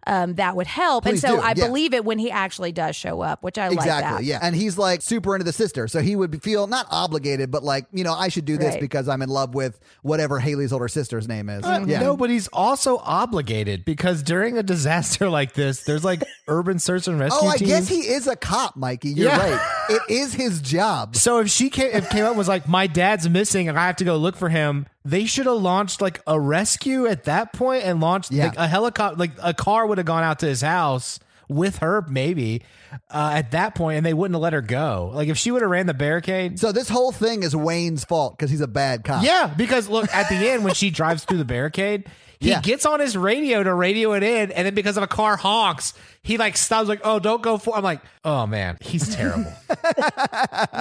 [SPEAKER 4] um, that would help.
[SPEAKER 2] Please
[SPEAKER 4] and so
[SPEAKER 2] do,
[SPEAKER 4] I
[SPEAKER 2] yeah.
[SPEAKER 4] believe it when he actually does show up, which I
[SPEAKER 2] Exactly.
[SPEAKER 4] like that.
[SPEAKER 2] Yeah. And he's like super into the sister. So he would feel not obligated, but like, you know, I should do this
[SPEAKER 4] Right.
[SPEAKER 2] because I'm in love with whatever Haley's older sister's name is.
[SPEAKER 3] Uh,
[SPEAKER 2] yeah.
[SPEAKER 3] No, but he's also obligated because during a disaster like this, there's like urban search and rescue
[SPEAKER 2] Oh, I
[SPEAKER 3] teams.
[SPEAKER 2] guess he is a cop, Mikey. You're
[SPEAKER 3] Yeah.
[SPEAKER 2] right. It is his job.
[SPEAKER 3] so if she came, if came up and was like, my dad's missing and I have to go look for him, they should have launched like a rescue at that point and launched
[SPEAKER 2] Yeah.
[SPEAKER 3] like a helicopter, like a car would have gone out to his house with her maybe uh, at that point, and they wouldn't have let her go. Like if she would have ran the barricade,
[SPEAKER 2] So this whole thing is Wayne's fault because he's a bad cop.
[SPEAKER 3] Yeah, because look, at the end when she drives through the barricade, he
[SPEAKER 2] Yeah.
[SPEAKER 3] gets on his radio to radio it in, and then because of a car honks, he like stops like, "Oh, don't go for." I'm like, "Oh man, he's terrible."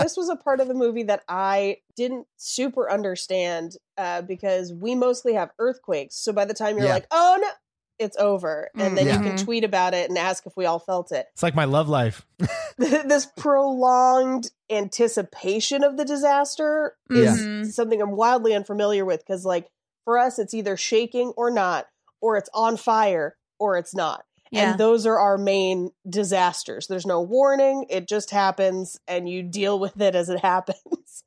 [SPEAKER 5] this was a part of the movie that I didn't super understand uh, because we mostly have earthquakes. So by the time you're
[SPEAKER 2] Yeah. Mm.
[SPEAKER 5] like, oh no, it's over, and then
[SPEAKER 2] Yeah.
[SPEAKER 5] you can tweet about it and ask if we all felt it.
[SPEAKER 3] It's like my love life.
[SPEAKER 5] this prolonged anticipation of the disaster is
[SPEAKER 4] Mhm.
[SPEAKER 5] something I'm wildly unfamiliar with because, like, for us, it's either shaking or not, or it's on fire or it's not.
[SPEAKER 4] Yeah.
[SPEAKER 5] And those are our main disasters. There's no warning, it just happens, and you deal with it as it happens.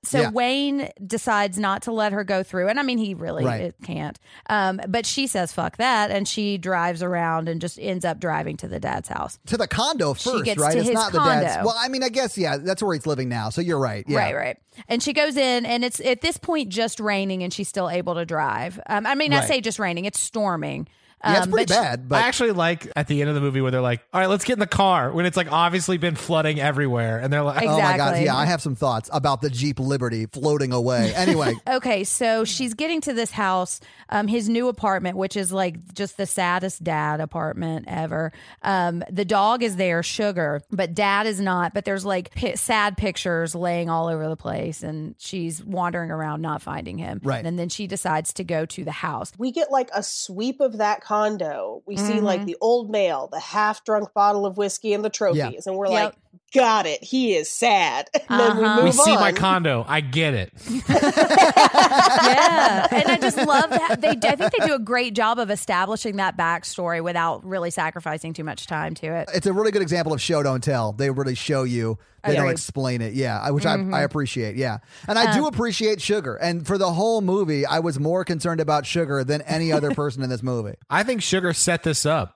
[SPEAKER 4] So
[SPEAKER 2] Yeah.
[SPEAKER 4] Wayne decides not to let her go through, and I mean he really
[SPEAKER 2] Right.
[SPEAKER 4] it can't. Um, but she says "fuck that," and she drives around and just ends up driving to the dad's house.
[SPEAKER 2] To the condo
[SPEAKER 4] She
[SPEAKER 2] first,
[SPEAKER 4] gets
[SPEAKER 2] right?
[SPEAKER 4] to
[SPEAKER 2] it's
[SPEAKER 4] his
[SPEAKER 2] not the dad's.
[SPEAKER 4] condo.
[SPEAKER 2] Well, I mean, I guess, yeah, that's where he's living now. So you're right. Yeah.
[SPEAKER 4] Right, right. And she goes in, and it's at this point just raining, and she's still able to drive. Um, I mean, I
[SPEAKER 3] Right.
[SPEAKER 4] say just raining; it's storming. Um,
[SPEAKER 2] Yeah, it's pretty
[SPEAKER 4] but she-
[SPEAKER 2] bad, but
[SPEAKER 3] I actually like at the end of the movie where they're like, "All right, let's get in the car," when it's like obviously been flooding everywhere, and they're like,
[SPEAKER 4] Ex-
[SPEAKER 2] oh my God.
[SPEAKER 4] Exactly.
[SPEAKER 2] Yeah, I have some thoughts about the Jeep Liberty floating away. Anyway,
[SPEAKER 4] Okay, so she's getting to this house, um, his new apartment, which is like just the saddest dad apartment ever. Um, the dog is there, Sugar, but dad is not. But there's like pi sad pictures laying all over the place, and she's wandering around not finding him.
[SPEAKER 2] Right.
[SPEAKER 4] and then she decides to go to the house.
[SPEAKER 5] we get like a sweep of that condo. We see like
[SPEAKER 4] Mm-hmm.
[SPEAKER 5] the old male, the half drunk bottle of whiskey, and the trophies,
[SPEAKER 2] Yeah.
[SPEAKER 5] and we're
[SPEAKER 4] Yep.
[SPEAKER 5] like, got it. He is sad. And then we
[SPEAKER 4] Uh-huh.
[SPEAKER 5] move
[SPEAKER 4] We
[SPEAKER 3] "We see
[SPEAKER 5] on.
[SPEAKER 3] my condo. I get it."
[SPEAKER 4] yeah, and I just love that they. I think they do a great job of establishing that backstory without really sacrificing too much time to it.
[SPEAKER 2] it's a really good example of show don't tell. They really show you. They don't
[SPEAKER 4] Agreed.
[SPEAKER 2] explain it. Yeah, I- which
[SPEAKER 4] Mm-hmm.
[SPEAKER 2] I, I appreciate. Yeah, and I
[SPEAKER 4] Um,
[SPEAKER 2] do appreciate Sugar. And for the whole movie, I was more concerned about Sugar than any other person in this movie.
[SPEAKER 3] I think Sugar set this up.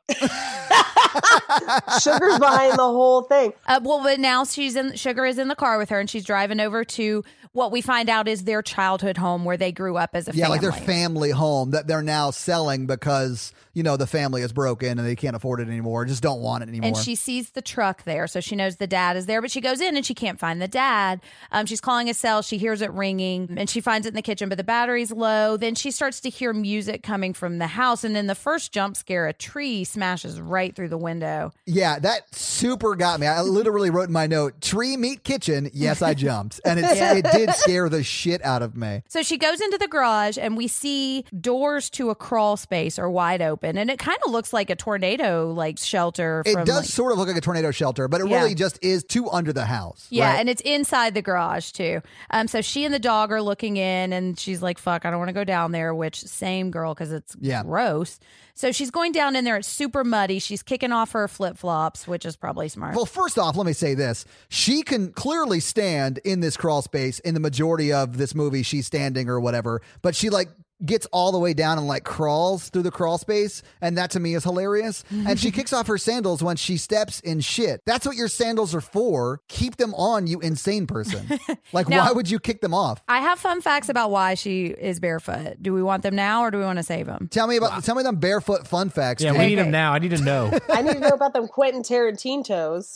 [SPEAKER 5] Sugar's behind the whole thing.
[SPEAKER 4] Uh, well, but now she's in. Sugar is in the car with her, and she's driving over to what we find out is their childhood home where they grew up as a
[SPEAKER 2] Yeah,
[SPEAKER 4] family.
[SPEAKER 2] like their family home that they're now selling because you know the family is broken and they can't afford it anymore. Just don't want it anymore.
[SPEAKER 4] and she sees the truck there, so she knows the dad is there. But she goes in and she can't find the dad. Um, she's calling a cell. She hears it ringing, and she finds it in the kitchen, but the battery's low. Then she starts to hear music coming from the house, and then the first jump scare, a tree smashes right through the window.
[SPEAKER 2] yeah, that super got me. I literally wrote in my note, "Tree meat kitchen." Yes, I jumped, and it it did scare the shit out of me.
[SPEAKER 4] So she goes into the garage and we see doors to a crawl space are wide open and it kind of looks like a tornado like shelter
[SPEAKER 2] It
[SPEAKER 4] from
[SPEAKER 2] does
[SPEAKER 4] like-
[SPEAKER 2] sort of look like a tornado shelter, but it
[SPEAKER 4] Yeah.
[SPEAKER 2] really just is two under the house.
[SPEAKER 4] yeah,
[SPEAKER 2] right?
[SPEAKER 4] and it's inside the garage too. Um, so she and the dog are looking in, and she's like, "Fuck, I don't want to go down there." Which same girl because it's
[SPEAKER 2] Yeah.
[SPEAKER 4] gross. So she's going down in there. It's super muddy. She's kicking off her flip flops, which is probably smart.
[SPEAKER 2] Well, first off, let me say this. She can clearly stand in this crawl space in the majority of this movie. She's standing or whatever, but she like gets all the way down and like crawls through the crawl space. And that to me is hilarious. and she kicks off her sandals when she steps in shit. That's what your sandals are for. Keep them on, you insane person. like,
[SPEAKER 4] Now-
[SPEAKER 2] why would you kick them off?
[SPEAKER 4] I have fun facts about why she is barefoot. Do we want them now, or do we want to save them?
[SPEAKER 2] Tell me about tell me them barefoot fun facts.
[SPEAKER 3] Yeah,
[SPEAKER 2] dude.
[SPEAKER 3] we need
[SPEAKER 4] Okay.
[SPEAKER 3] him now. I need to know.
[SPEAKER 5] I need to know about them Quentin Tarantino's.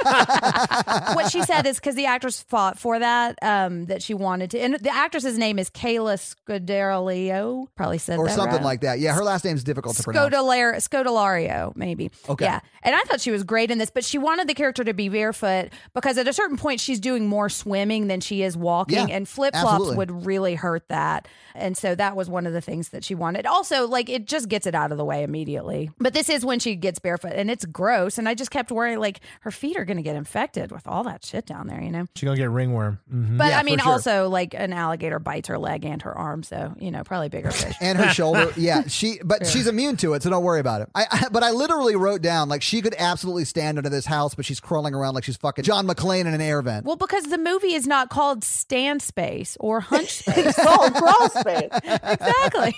[SPEAKER 4] what she said is because the actress fought for that, um, that she wanted to. And the actress's name is Kayla Scuderilio. Probably said
[SPEAKER 2] or
[SPEAKER 4] that
[SPEAKER 2] something
[SPEAKER 4] wrong.
[SPEAKER 2] like that. Yeah, her last name's difficult to pronounce.
[SPEAKER 4] Scodelar- Scodelario, maybe.
[SPEAKER 2] Okay.
[SPEAKER 4] Yeah. And I thought she was great in this, but she wanted the character to be barefoot because at a certain point she's doing more swimming than she is walking,
[SPEAKER 2] Yeah,
[SPEAKER 4] and flip flops
[SPEAKER 2] absolutely.
[SPEAKER 4] would really hurt that. And so that was one of the things that she wanted. Also, like it just gets it out of the way immediately. But this is when she gets barefoot, and it's gross. And I just kept worrying, like her feet are going to get infected with all that shit down there, you know.
[SPEAKER 3] She's gonna get ringworm. Mhm.
[SPEAKER 4] But
[SPEAKER 2] Yeah,
[SPEAKER 4] I mean,
[SPEAKER 2] for sure.
[SPEAKER 4] also like an alligator bites her leg and her arm, mom, so you know, probably bigger fish.
[SPEAKER 2] and her shoulder. Yeah, she, but she's immune to it, so don't worry about it. I, I, but I literally wrote down like she could absolutely stand under this house, but she's crawling around like she's fucking John McClane in an air vent.
[SPEAKER 4] Well, because the movie is not called Stand Space or Hunch Space.
[SPEAKER 5] Oh, crawl space.
[SPEAKER 4] exactly.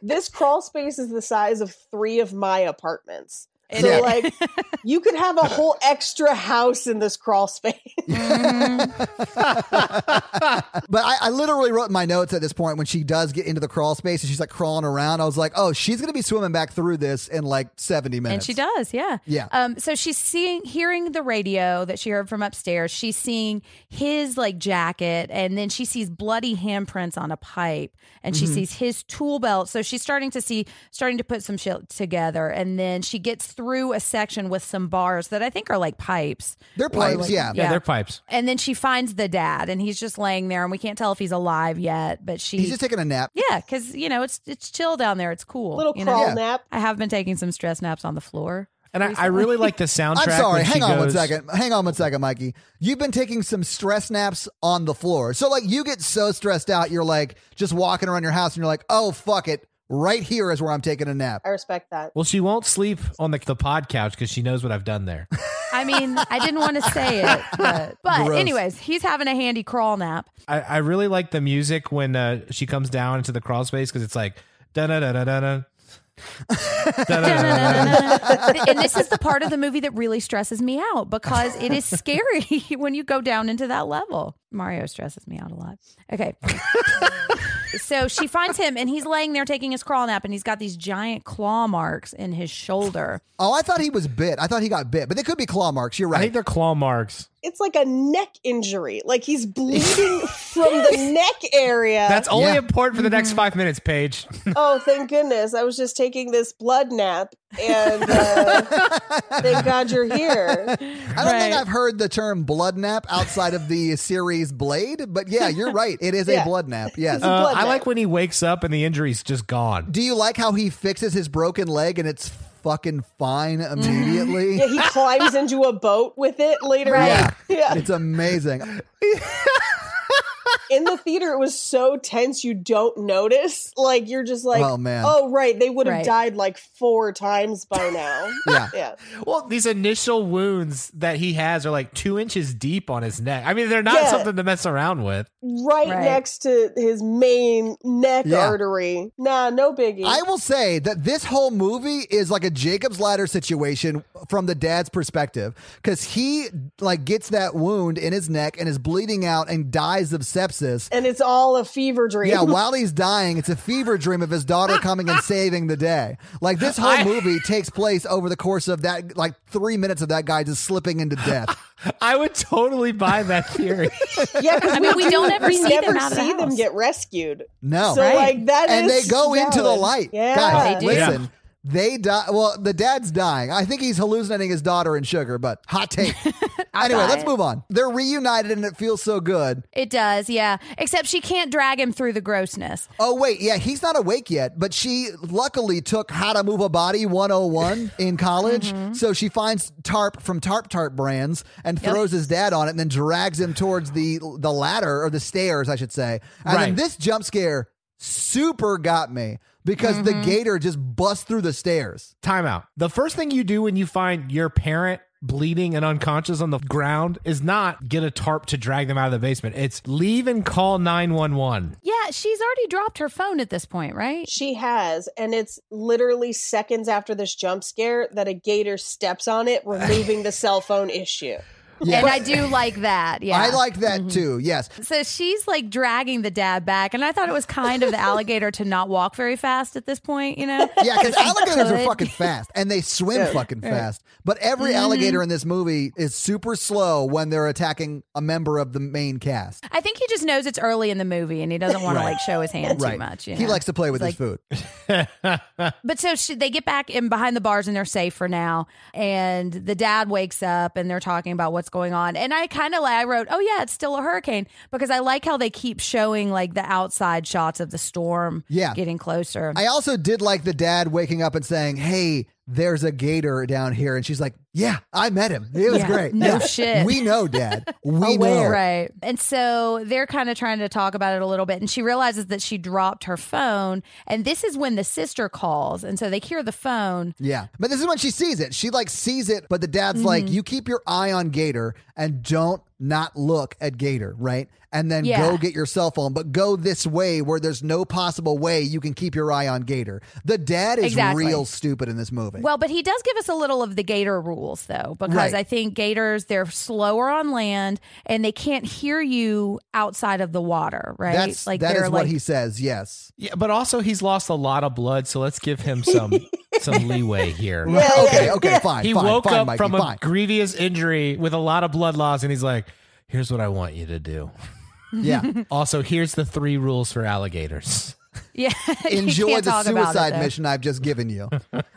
[SPEAKER 5] This crawl space is the size of three of my apartments. So
[SPEAKER 2] is.
[SPEAKER 5] like you could have a whole extra house in this crawl space.
[SPEAKER 2] But I, I literally wrote in my notes at this point when she does get into the crawl space and she's like crawling around. I was like, oh, she's gonna be swimming back through this in like seventy minutes.
[SPEAKER 4] And she does, yeah.
[SPEAKER 2] Yeah.
[SPEAKER 4] Um, so she's seeing hearing the radio that she heard from upstairs. She's seeing his like jacket, and then she sees bloody handprints on a pipe, and she sees his tool belt. So she's starting to see starting to put some shit together, and then she gets through a section with some bars that I think are like pipes.
[SPEAKER 2] They're pipes, yeah.
[SPEAKER 3] Yeah, they're pipes.
[SPEAKER 4] And then she finds the dad, and he's just laying there, and we can't tell if he's alive yet. But she,
[SPEAKER 2] He's just taking a nap.
[SPEAKER 4] yeah, because you know it's it's chill down there. It's cool.
[SPEAKER 5] Little
[SPEAKER 4] you know?
[SPEAKER 5] crawl
[SPEAKER 2] Yeah.
[SPEAKER 5] nap.
[SPEAKER 4] I have been taking some stress naps on the floor.
[SPEAKER 3] And I, I really like the soundtrack.
[SPEAKER 2] I'm sorry.
[SPEAKER 3] when she
[SPEAKER 2] Hang on one
[SPEAKER 3] goes-
[SPEAKER 2] second. Hang on one second, Mikey. You've been taking some stress naps on the floor. So, like, you get so stressed out, you're like just walking around your house and you're like, oh, fuck it. Right here is where I'm taking a nap.
[SPEAKER 5] I respect that.
[SPEAKER 3] Well, she won't sleep on the, the pod couch because she knows what I've done there.
[SPEAKER 4] I mean, I didn't want to say it, but, but
[SPEAKER 2] Gross.
[SPEAKER 4] anyways, he's having a handy crawl nap.
[SPEAKER 3] I, I really like the music when uh, she comes down into the crawl space because it's like da da da da da da.
[SPEAKER 4] and this is the part of the movie that really stresses me out because it is scary when you go down into that level. Mario stresses me out a lot. Okay. so she finds him and he's laying there taking his crawl nap and he's got these giant claw marks in his shoulder.
[SPEAKER 2] Oh, I thought he was bit. I thought he got bit, but they could be claw marks. You're
[SPEAKER 3] I
[SPEAKER 2] right.
[SPEAKER 3] think they're claw marks.
[SPEAKER 5] It's like a neck injury. Like he's bleeding from the neck area.
[SPEAKER 3] That's only
[SPEAKER 2] Uh, Yeah. Mm-hmm.
[SPEAKER 3] important for the next five minutes, Paige.
[SPEAKER 5] oh, thank goodness. I was just taking this blood nap and uh, thank God you're here.
[SPEAKER 2] I don't think
[SPEAKER 4] Right.
[SPEAKER 2] I've heard the term blood nap outside of the series Blade, but yeah, you're right. It is a
[SPEAKER 5] Yeah.
[SPEAKER 2] blood nap. Yes.
[SPEAKER 5] a
[SPEAKER 3] Uh,
[SPEAKER 5] blood
[SPEAKER 3] I
[SPEAKER 5] nap.
[SPEAKER 3] like when he wakes up and the injury's just gone.
[SPEAKER 2] Do you like how he fixes his broken leg and it's fucking fine immediately?
[SPEAKER 3] Mm-hmm.
[SPEAKER 5] Yeah, he climbs into a boat with it later. on.
[SPEAKER 4] Right.
[SPEAKER 5] Yeah.
[SPEAKER 2] It's amazing.
[SPEAKER 5] In the theater, it was so tense you don't notice. Like you're just like,
[SPEAKER 2] Oh, man.
[SPEAKER 5] oh right, they would have
[SPEAKER 4] Right.
[SPEAKER 5] died like four times by now.
[SPEAKER 2] Yeah.
[SPEAKER 5] yeah.
[SPEAKER 3] Well, these initial wounds that he has are like two inches deep on his neck. I mean, they're not
[SPEAKER 5] Yeah.
[SPEAKER 3] something to mess around with.
[SPEAKER 5] Right,
[SPEAKER 4] Right.
[SPEAKER 5] next to his main neck
[SPEAKER 2] Yeah.
[SPEAKER 5] artery. Nah, no biggie.
[SPEAKER 2] I will say that this whole movie is like a Jacob's ladder situation from the dad's perspective cuz he like gets that wound in his neck and is bleeding out and dies of sepsis.
[SPEAKER 5] and it's all a fever dream.
[SPEAKER 2] Yeah, while he's dying, it's a fever dream of his daughter coming and saving the day. Like this whole
[SPEAKER 3] I-
[SPEAKER 2] movie takes place over the course of that like 3 minutes of that guy just slipping into death.
[SPEAKER 3] I would totally buy that theory.
[SPEAKER 5] Yeah, 'cause
[SPEAKER 4] I mean, we don't ever
[SPEAKER 5] we
[SPEAKER 4] see
[SPEAKER 5] never
[SPEAKER 4] them out of the
[SPEAKER 5] see them
[SPEAKER 4] house.
[SPEAKER 5] get rescued.
[SPEAKER 2] No.
[SPEAKER 5] So like that
[SPEAKER 2] and
[SPEAKER 5] is
[SPEAKER 2] they go into the
[SPEAKER 5] valid.
[SPEAKER 2] light.
[SPEAKER 5] Yeah.
[SPEAKER 2] Guys,
[SPEAKER 4] They do.
[SPEAKER 2] listen. They die. Well, the dad's dying. I think he's hallucinating his daughter and sugar, but hot take. anyway,
[SPEAKER 4] buy
[SPEAKER 2] let's
[SPEAKER 4] it.
[SPEAKER 2] move on. They're reunited and it feels so good.
[SPEAKER 4] It does, yeah. Except she can't drag him through the grossness.
[SPEAKER 2] Oh, wait. Yeah, he's not awake yet, but she luckily took How to Move a Body 101 in college.
[SPEAKER 4] Mm-hmm.
[SPEAKER 2] So she finds tarp from Tarp Tarp Brands and throws his dad on it and then drags him towards the, the ladder or the stairs, I should say. And then
[SPEAKER 3] Right.
[SPEAKER 2] this jump scare super got me because
[SPEAKER 4] Mm-hmm.
[SPEAKER 2] the gator just busts through the stairs.
[SPEAKER 3] Timeout. The first thing you do when you find your parent bleeding and unconscious on the ground is not get a tarp to drag them out of the basement. It's leave and call 911.
[SPEAKER 4] Yeah, she's already dropped her phone at this point, right?
[SPEAKER 5] She has, and it's literally seconds after this jump scare that a gator steps on it, removing the cell phone issue.
[SPEAKER 4] And I do like that. Yeah. Mm-hmm.
[SPEAKER 2] I like that too. Yes.
[SPEAKER 4] So she's like dragging the dad back, and I thought it was kind of the alligator to not walk very fast at this point, you know?
[SPEAKER 2] Yeah, because alligators are
[SPEAKER 4] could. Mm-hmm.
[SPEAKER 2] fucking fast and they swim fucking fast. But every alligator in this movie is super slow when they're attacking a member of the main cast.
[SPEAKER 4] I think he just knows it's early in the movie, and he doesn't want to like show his hand too much. You
[SPEAKER 2] He
[SPEAKER 4] know?
[SPEAKER 2] likes to play with his food.
[SPEAKER 4] but so she, they get back in behind the bars, and they're safe for now. And the dad wakes up, and they're talking about what's going on. And I kind of like I wrote, oh yeah, it's still a hurricane because I like how they keep showing like the outside shots of the storm,
[SPEAKER 2] Yeah.
[SPEAKER 4] getting closer.
[SPEAKER 2] I also did like the dad waking up and saying, Hey, there's a gator down here. And she's like, Yeah, I met him. It was
[SPEAKER 4] Yeah,
[SPEAKER 2] great.
[SPEAKER 4] no
[SPEAKER 2] Yeah.
[SPEAKER 4] shit.
[SPEAKER 2] We know, Dad. We know.
[SPEAKER 4] Right. And so they're kind of trying to talk about it a little bit. And she realizes that she dropped her phone. And this is when the sister calls. And so they hear the phone.
[SPEAKER 2] Yeah. But this is when she sees it. She like sees it, but the dad's like,
[SPEAKER 4] Mm-hmm.
[SPEAKER 2] you keep your eye on Gator and don't not look at Gator, right? And then
[SPEAKER 4] Yeah.
[SPEAKER 2] go get your cell phone, but go this way where there's no possible way you can keep your eye on Gator. The dad is
[SPEAKER 4] Exactly.
[SPEAKER 2] real stupid in this movie.
[SPEAKER 4] Well, but he does give us a little of the gator rules, though, because
[SPEAKER 2] Right.
[SPEAKER 4] I think gators, they're slower on land and they can't hear you outside of the water, right?
[SPEAKER 2] That's that
[SPEAKER 4] they're
[SPEAKER 2] is what he says. Yes.
[SPEAKER 3] Yeah, but also he's lost a lot of blood, so let's give him some some leeway here.
[SPEAKER 5] Yeah,
[SPEAKER 2] okay,
[SPEAKER 5] yeah,
[SPEAKER 2] okay,
[SPEAKER 5] yeah.
[SPEAKER 2] fine.
[SPEAKER 3] he
[SPEAKER 2] fine,
[SPEAKER 3] woke
[SPEAKER 2] fine,
[SPEAKER 3] up
[SPEAKER 2] Mikey,
[SPEAKER 3] from a
[SPEAKER 2] fine.
[SPEAKER 3] grievous injury with a lot of blood loss, and he's like, "Here's what I want you to do."
[SPEAKER 2] yeah.
[SPEAKER 3] Also, here's the three rules for alligators.
[SPEAKER 4] Yeah. You
[SPEAKER 2] Enjoy
[SPEAKER 4] can't
[SPEAKER 2] the
[SPEAKER 4] talk about it,
[SPEAKER 2] suicide
[SPEAKER 4] though.
[SPEAKER 2] mission I've just given you.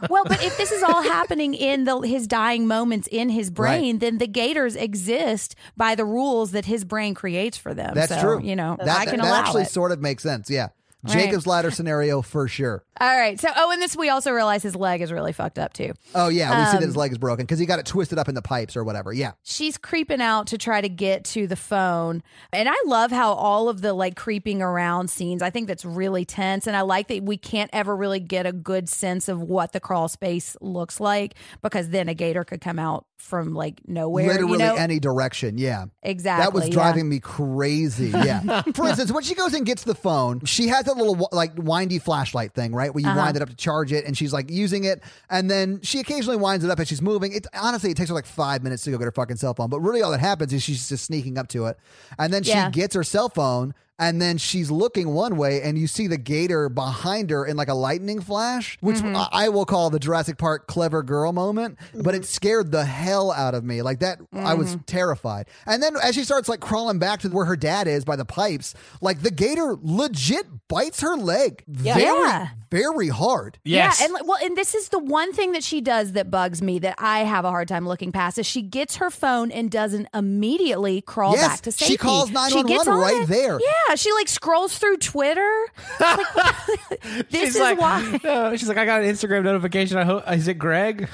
[SPEAKER 4] Well, but if this is all happening in the his dying moments in his brain, then the gators exist by the rules that his brain creates for them.
[SPEAKER 2] That's
[SPEAKER 4] so,
[SPEAKER 2] true.
[SPEAKER 4] You know,
[SPEAKER 2] that,
[SPEAKER 4] I can
[SPEAKER 2] that
[SPEAKER 4] allow
[SPEAKER 2] actually
[SPEAKER 4] it.
[SPEAKER 2] sort of makes sense. Yeah. Jacob's ladder scenario for sure.
[SPEAKER 4] all right. So, oh, and this we also realize his leg is really fucked up too.
[SPEAKER 2] Oh yeah, we see
[SPEAKER 4] Um,
[SPEAKER 2] that his leg is broken because he got it twisted up in the pipes or whatever. Yeah,
[SPEAKER 4] she's creeping out to try to get to the phone. And I love how all of the like creeping around scenes, I think that's really tense. And I like that we can't ever really get a good sense of what the crawl space looks like because then a gator could come out from like nowhere.
[SPEAKER 2] literally
[SPEAKER 4] you know?
[SPEAKER 2] any direction. Yeah.
[SPEAKER 4] exactly.
[SPEAKER 2] That was
[SPEAKER 4] yeah.
[SPEAKER 2] driving me crazy. Yeah. For instance, when she goes and gets the phone, she has that little like windy flashlight thing, right? Where you
[SPEAKER 4] Uh-huh.
[SPEAKER 2] wind it up to charge it, and she's like using it, and then she occasionally winds it up and she's moving. It honestly, it takes her like five minutes to go get her fucking cell phone. But really, all that happens is she's just sneaking up to it, and then
[SPEAKER 4] Yeah.
[SPEAKER 2] she gets her cell phone, and then she's looking one way, and you see the gator behind her in like a lightning flash, which
[SPEAKER 4] Mm-hmm.
[SPEAKER 2] I I will call the Jurassic Park clever girl moment. But
[SPEAKER 4] Mm-hmm.
[SPEAKER 2] it scared the hell out of me. Like that, I was terrified. And then as she starts like crawling back to where her dad is by the pipes, like the gator legit bites her leg very,
[SPEAKER 4] Yeah.
[SPEAKER 2] very hard.
[SPEAKER 3] Yes.
[SPEAKER 4] Yeah, and like, well, and this is the one thing that she does that bugs me that I have a hard time looking past is she gets her phone and doesn't immediately crawl
[SPEAKER 2] Yes,
[SPEAKER 4] back to
[SPEAKER 2] she
[SPEAKER 4] safety.
[SPEAKER 2] calls
[SPEAKER 4] gets
[SPEAKER 2] 911
[SPEAKER 4] on
[SPEAKER 2] right
[SPEAKER 4] it.
[SPEAKER 2] there.
[SPEAKER 4] Yeah, she like scrolls through Twitter. Like, this
[SPEAKER 3] she's
[SPEAKER 4] is
[SPEAKER 3] like,
[SPEAKER 4] why.
[SPEAKER 3] "Oh," she's like, "I got an Instagram notification. I hope is it Greg?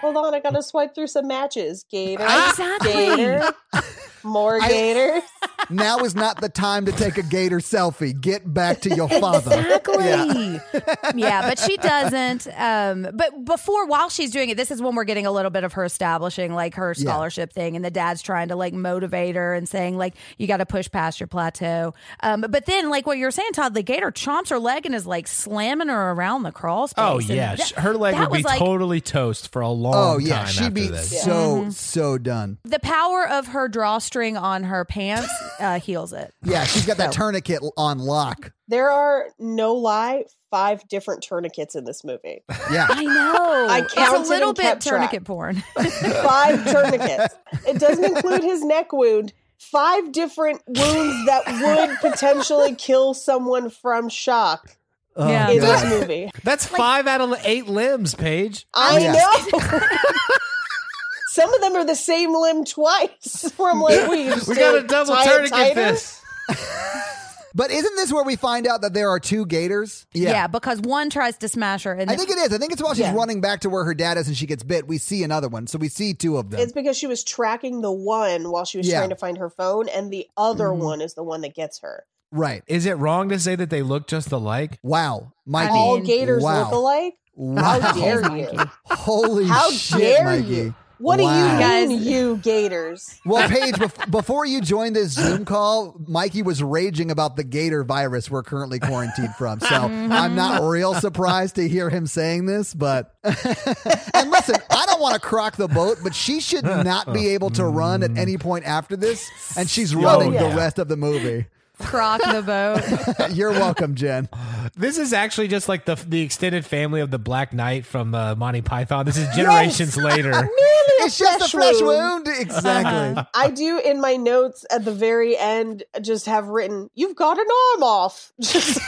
[SPEAKER 5] Hold on, I gotta swipe through some matches. Gator,
[SPEAKER 3] Ah!
[SPEAKER 4] Exactly.
[SPEAKER 5] gator, more gator.
[SPEAKER 2] now is not the time to take a gator selfie. Get back to your father.
[SPEAKER 4] Exactly. Yeah. but she doesn't. Um, but before, while she's doing it, this is when we're getting a little bit of her establishing like her scholarship thing, and the dad's trying to like motivate her and saying like you got to push past your plateau. Um, but then, like what you're saying, Todd, the gator chomps her leg and is like slamming her around the crawl space.
[SPEAKER 3] Oh
[SPEAKER 4] And
[SPEAKER 3] yeah,
[SPEAKER 4] that-
[SPEAKER 3] Sh her leg
[SPEAKER 4] that
[SPEAKER 3] would be
[SPEAKER 4] was, like,
[SPEAKER 3] totally toast for a long
[SPEAKER 2] Oh yeah,
[SPEAKER 3] time
[SPEAKER 2] she'd
[SPEAKER 3] after
[SPEAKER 2] be
[SPEAKER 3] this.
[SPEAKER 2] so so done.
[SPEAKER 4] The power of her drawstring on her pants uh, heals it.
[SPEAKER 2] Yeah, she's got that tourniquet on lock.
[SPEAKER 5] There are no lie five different tourniquets in this movie.
[SPEAKER 2] Yeah.
[SPEAKER 4] I know.
[SPEAKER 5] I
[SPEAKER 4] it's
[SPEAKER 5] counted
[SPEAKER 4] a little
[SPEAKER 5] and
[SPEAKER 4] bit
[SPEAKER 5] kept track.
[SPEAKER 4] tourniquet porn.
[SPEAKER 5] Five tourniquets. It doesn't include his neck wound. Five different wounds that would potentially kill someone from shock
[SPEAKER 4] Yeah.
[SPEAKER 5] in
[SPEAKER 2] God.
[SPEAKER 5] this movie.
[SPEAKER 3] That's five out of eight limbs, Paige.
[SPEAKER 5] I
[SPEAKER 2] Yeah.
[SPEAKER 5] know. Some of them are the same limb twice. Where I'm like, we,
[SPEAKER 3] We got a double tourniquet this.
[SPEAKER 2] But isn't this where we find out that there are two gators?
[SPEAKER 4] Yeah. because one tries to smash her, and
[SPEAKER 2] I
[SPEAKER 4] the-
[SPEAKER 2] think it is. I think it's while she's
[SPEAKER 4] Yeah.
[SPEAKER 2] running back to where her dad is and she gets bit. We see another one. So we see two of them.
[SPEAKER 5] It's because she was tracking the one while she was
[SPEAKER 2] Yeah. Mm-hmm.
[SPEAKER 5] trying to find her phone, and the other one is the one that gets her.
[SPEAKER 2] right.
[SPEAKER 3] Is it wrong to say that they look just alike?
[SPEAKER 2] Wow. Mikey.
[SPEAKER 5] All
[SPEAKER 4] mean,
[SPEAKER 5] gators
[SPEAKER 2] wow.
[SPEAKER 5] look alike.
[SPEAKER 2] Wow.
[SPEAKER 5] How dare you?
[SPEAKER 4] Mikey.
[SPEAKER 2] Holy
[SPEAKER 5] How
[SPEAKER 2] shit,
[SPEAKER 5] dare
[SPEAKER 2] Mikey.
[SPEAKER 5] you? What
[SPEAKER 2] Wow.
[SPEAKER 5] do you
[SPEAKER 4] Guys-
[SPEAKER 5] mean, you gators?
[SPEAKER 2] Well, Paige, bef- before you joined this Zoom call, Mikey was raging about the gator virus we're currently quarantined from. So I'm not real surprised to hear him saying this, but. and listen, I don't want to crock the boat, but she should not be able to run at any point after this. And she's running
[SPEAKER 3] yeah.
[SPEAKER 2] the rest of the movie.
[SPEAKER 4] croc the boat.
[SPEAKER 2] You're welcome, Jen.
[SPEAKER 3] This is actually just like the the extended family of the Black Knight from uh, Monty Python. This is generations later.
[SPEAKER 2] It's just a flesh wound. Uh-huh.
[SPEAKER 4] Uh-huh.
[SPEAKER 2] Exactly.
[SPEAKER 5] I do in my notes at the very end just have written, "You've got an arm off." Just-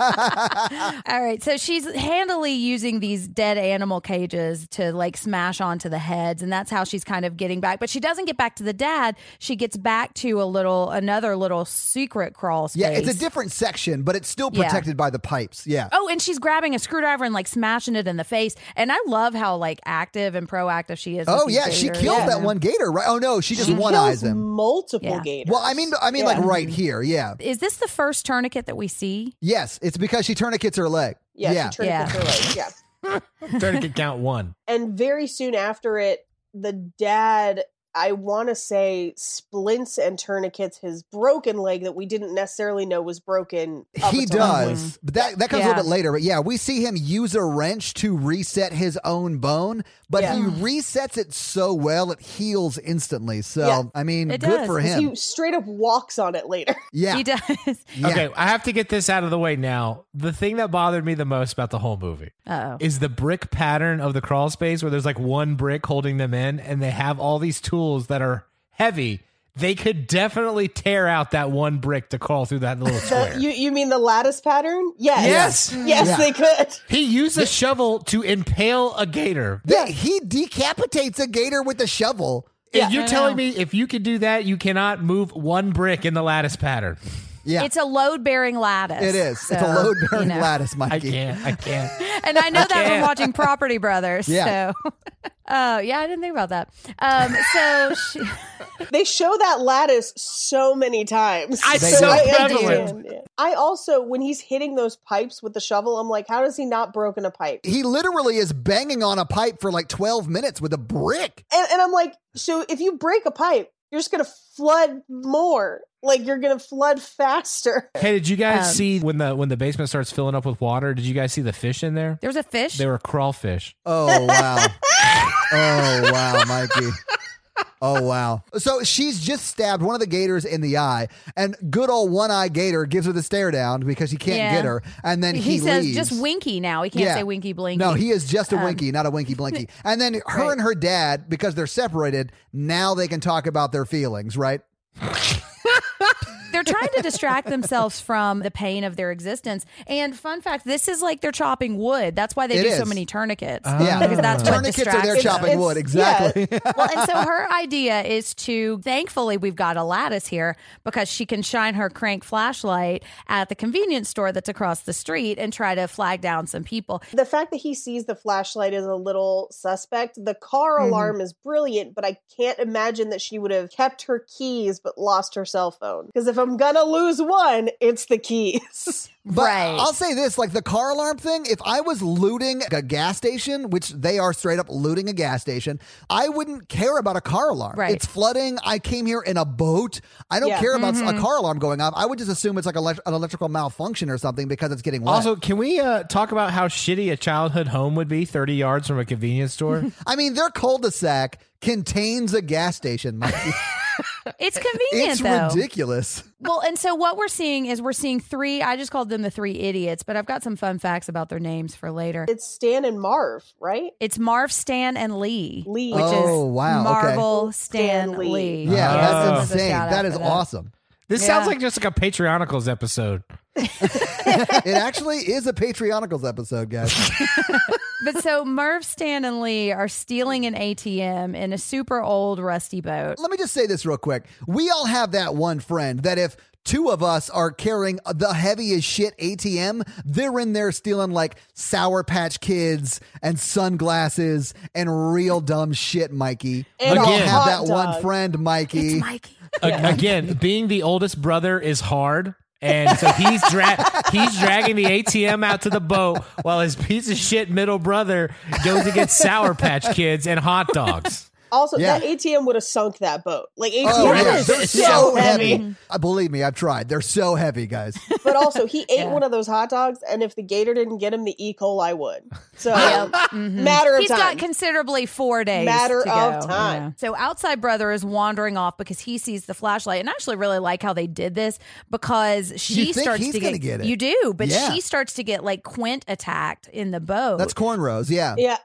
[SPEAKER 4] All right, so she's handily using these dead animal cages to like smash onto the heads, and that's how she's kind of getting back. But she doesn't get back to the dad. She gets back to a little, another little secret crawl space.
[SPEAKER 2] Yeah, it's a different section, but it's still pretty
[SPEAKER 4] Yeah.
[SPEAKER 2] protected by the pipes. Yeah.
[SPEAKER 4] Oh, and she's grabbing a screwdriver and like smashing it in the face. And I love how like active and proactive she is. with
[SPEAKER 2] Oh
[SPEAKER 4] these
[SPEAKER 2] yeah, she
[SPEAKER 4] gators.
[SPEAKER 2] killed
[SPEAKER 4] Yeah.
[SPEAKER 2] that one gator, right? Oh no, she just
[SPEAKER 5] She
[SPEAKER 2] one eyes
[SPEAKER 5] kills
[SPEAKER 2] him.
[SPEAKER 5] multiple
[SPEAKER 4] Yeah.
[SPEAKER 5] gators.
[SPEAKER 2] Well, I mean, I mean,
[SPEAKER 5] Yeah.
[SPEAKER 2] like right here, yeah.
[SPEAKER 4] Is this the first tourniquet that we see?
[SPEAKER 2] Yes, it's because she tourniquets her leg.
[SPEAKER 5] yeah,
[SPEAKER 2] yeah.
[SPEAKER 5] She turned
[SPEAKER 4] Yeah.
[SPEAKER 5] yeah. Her leg. yeah.
[SPEAKER 3] Tourniquet count one.
[SPEAKER 5] And very soon after it, the dad, I want to say, splints and tourniquets his broken leg that we didn't necessarily know was broken.
[SPEAKER 4] Oh,
[SPEAKER 5] up
[SPEAKER 2] he
[SPEAKER 5] until that point.
[SPEAKER 2] does, but that that comes a
[SPEAKER 4] Yeah.
[SPEAKER 2] little bit later. But yeah, we see him use a wrench to reset his own bone, but
[SPEAKER 5] Yeah.
[SPEAKER 2] he resets it so well it heals instantly. So
[SPEAKER 5] Yeah.
[SPEAKER 2] I mean,
[SPEAKER 4] It
[SPEAKER 2] good
[SPEAKER 4] does.
[SPEAKER 2] for
[SPEAKER 5] 'Cause
[SPEAKER 2] him.
[SPEAKER 5] He straight up walks on it later.
[SPEAKER 2] yeah,
[SPEAKER 4] He does.
[SPEAKER 2] yeah.
[SPEAKER 3] Okay, I have to get this out of the way now. The thing that bothered me the most about the whole movie
[SPEAKER 4] Oh,
[SPEAKER 3] is the brick pattern of the crawl space where there's like one brick holding them in and they have all these tools that are heavy. They could definitely tear out that one brick to crawl through that little
[SPEAKER 5] The-
[SPEAKER 3] square.
[SPEAKER 5] you you mean the lattice pattern? Yes.
[SPEAKER 3] yes.
[SPEAKER 5] Yes,
[SPEAKER 2] Yeah.
[SPEAKER 5] they could.
[SPEAKER 3] He used a shovel to impale a gator.
[SPEAKER 2] Yeah, he decapitates a gator with a shovel.
[SPEAKER 3] If
[SPEAKER 5] Yeah.
[SPEAKER 3] you're
[SPEAKER 4] I
[SPEAKER 3] telling
[SPEAKER 4] know.
[SPEAKER 3] me if you can do that, you cannot move one brick in the lattice pattern.
[SPEAKER 2] Yeah,
[SPEAKER 4] it's a load-bearing lattice.
[SPEAKER 2] it is.
[SPEAKER 4] So,
[SPEAKER 2] it's a load bearing
[SPEAKER 4] you know.
[SPEAKER 2] lattice,
[SPEAKER 3] I
[SPEAKER 2] Mikey.
[SPEAKER 3] can't. I can't.
[SPEAKER 4] And I know that
[SPEAKER 3] can't.
[SPEAKER 4] from watching Property Brothers.
[SPEAKER 2] Yeah.
[SPEAKER 4] So, oh yeah, I didn't think about that. Um, so she,
[SPEAKER 5] They show that lattice so many times.
[SPEAKER 3] I-
[SPEAKER 5] so
[SPEAKER 2] so
[SPEAKER 5] I
[SPEAKER 3] prevalent.
[SPEAKER 5] understand. Yeah. I also, when he's hitting those pipes with the shovel, I'm like, how does he not broken a pipe?
[SPEAKER 2] He literally is banging on a pipe for like twelve minutes with a brick.
[SPEAKER 5] And, and I'm like, so if you break a pipe, you're just gonna flood more. Like you're gonna flood faster.
[SPEAKER 3] Hey, did you guys
[SPEAKER 4] Um,
[SPEAKER 3] see when the when the basement starts filling up with water? Did you guys see the fish in there?
[SPEAKER 4] there was a fish.
[SPEAKER 3] They were crawfish.
[SPEAKER 2] Oh wow. oh wow, Mikey. Oh wow. So she's just stabbed one of the gators in the eye, and good old one eye gator gives her the stare down because he can't
[SPEAKER 4] Yeah.
[SPEAKER 2] get her. And then
[SPEAKER 4] he,
[SPEAKER 2] he,
[SPEAKER 4] says
[SPEAKER 2] leaves.
[SPEAKER 4] just winky now. He can't
[SPEAKER 2] Yeah.
[SPEAKER 4] say winky blinky.
[SPEAKER 2] No, he is just a winky, not a winky blinky. And then her
[SPEAKER 4] Um, Right.
[SPEAKER 2] and her dad, because they're separated, now they can talk about their feelings, right?
[SPEAKER 4] they're trying to distract themselves from the pain of their existence. And fun fact, this is like they're chopping wood. That's why they
[SPEAKER 2] It
[SPEAKER 4] do so
[SPEAKER 2] is.
[SPEAKER 4] many tourniquets.
[SPEAKER 2] Yeah.
[SPEAKER 4] Because that's what
[SPEAKER 2] Tourniquets are there
[SPEAKER 4] distracts
[SPEAKER 2] chopping
[SPEAKER 4] them.
[SPEAKER 5] It's-
[SPEAKER 2] wood,
[SPEAKER 5] yeah.
[SPEAKER 2] exactly.
[SPEAKER 4] well, and so her idea is to thankfully we've got a lattice here because she can shine her crank flashlight at the convenience store that's across the street and try to flag down some people.
[SPEAKER 5] The fact that he sees the flashlight is a little suspect. The car
[SPEAKER 2] Mm-hmm.
[SPEAKER 5] alarm is brilliant, but I can't imagine that she would have kept her keys but lost her cell phone. Because if I'm gonna lose one, it's the keys.
[SPEAKER 2] But
[SPEAKER 4] right.
[SPEAKER 2] I'll say this like the car alarm thing, if I was looting a gas station, which they are straight up looting a gas station, I wouldn't care about a car alarm.
[SPEAKER 4] Right.
[SPEAKER 2] It's flooding. I came here in a boat. I don't
[SPEAKER 5] Yeah.
[SPEAKER 2] care about
[SPEAKER 4] Mm-hmm.
[SPEAKER 2] a car alarm going off. I would just assume it's like elec- an electrical malfunction or something because it's getting wet.
[SPEAKER 3] Also, can we uh, talk about how shitty a childhood home would be 30 yards from a convenience store?
[SPEAKER 2] I mean, their cul de sac contains a gas station. Mikey.
[SPEAKER 4] it's convenient
[SPEAKER 2] it's
[SPEAKER 4] though.
[SPEAKER 2] ridiculous.
[SPEAKER 4] Well, and so what we're seeing is we're seeing three, I just called them the three idiots, but I've got some fun facts about their names for later.
[SPEAKER 5] it's Stan and Marv, right?
[SPEAKER 4] It's Marv, Stan, and Lee.
[SPEAKER 5] Lee.
[SPEAKER 4] Which
[SPEAKER 2] Oh,
[SPEAKER 4] is
[SPEAKER 2] wow, okay.
[SPEAKER 4] Marvel,
[SPEAKER 5] Stan,
[SPEAKER 4] Stan,
[SPEAKER 5] Lee.
[SPEAKER 4] Lee.
[SPEAKER 2] Yeah,
[SPEAKER 3] Oh.
[SPEAKER 2] that's
[SPEAKER 4] this a
[SPEAKER 2] insane.
[SPEAKER 4] shout-out
[SPEAKER 2] That is
[SPEAKER 4] for
[SPEAKER 2] awesome.
[SPEAKER 3] This
[SPEAKER 4] Yeah.
[SPEAKER 3] sounds like just like a Patreonicals episode.
[SPEAKER 2] it actually is a Patreonicals episode, guys.
[SPEAKER 4] But so Merv, Stan, and Lee are stealing an ATM in a super old rusty boat.
[SPEAKER 2] Let me just say this real quick. We all have that one friend that if two of us are carrying the heaviest shit ATM, they're in there stealing like Sour Patch Kids and sunglasses and real dumb shit, Mikey.
[SPEAKER 5] And
[SPEAKER 2] we all
[SPEAKER 3] Again.
[SPEAKER 2] have that
[SPEAKER 5] hot
[SPEAKER 2] one
[SPEAKER 5] dog.
[SPEAKER 2] friend,
[SPEAKER 4] It's
[SPEAKER 2] Mikey.
[SPEAKER 4] Mikey.
[SPEAKER 3] A- Again, being the oldest brother is hard. And so he's dra- he's dragging the ATM out to the boat while his piece of shit middle brother goes to get Sour Patch Kids and hot dogs.
[SPEAKER 5] Also,
[SPEAKER 2] Yeah.
[SPEAKER 5] that ATM would have sunk that boat. Like ATM
[SPEAKER 2] Oh, yeah.
[SPEAKER 5] is
[SPEAKER 2] They're
[SPEAKER 5] so,
[SPEAKER 2] so
[SPEAKER 5] heavy.
[SPEAKER 2] heavy. Uh, believe me, I've tried. They're so heavy, guys.
[SPEAKER 5] But also, he ate
[SPEAKER 4] Yeah.
[SPEAKER 5] one of those hot dogs, and if the gator didn't get him, the E. coli would. So,
[SPEAKER 4] Mhm.
[SPEAKER 5] matter of
[SPEAKER 4] He's
[SPEAKER 5] time.
[SPEAKER 4] got considerably four days.
[SPEAKER 5] Matter
[SPEAKER 4] to go,
[SPEAKER 5] of
[SPEAKER 4] you
[SPEAKER 5] time.
[SPEAKER 4] know. So outside brother is wandering off because he sees the flashlight, and I actually really like how they did this because she
[SPEAKER 2] think
[SPEAKER 4] starts
[SPEAKER 2] he's
[SPEAKER 4] to
[SPEAKER 2] gonna get
[SPEAKER 4] get,
[SPEAKER 2] it.
[SPEAKER 4] you do, but
[SPEAKER 2] Yeah.
[SPEAKER 4] she starts to get like Quint attacked in the boat.
[SPEAKER 2] That's cornrows, yeah.
[SPEAKER 5] yeah,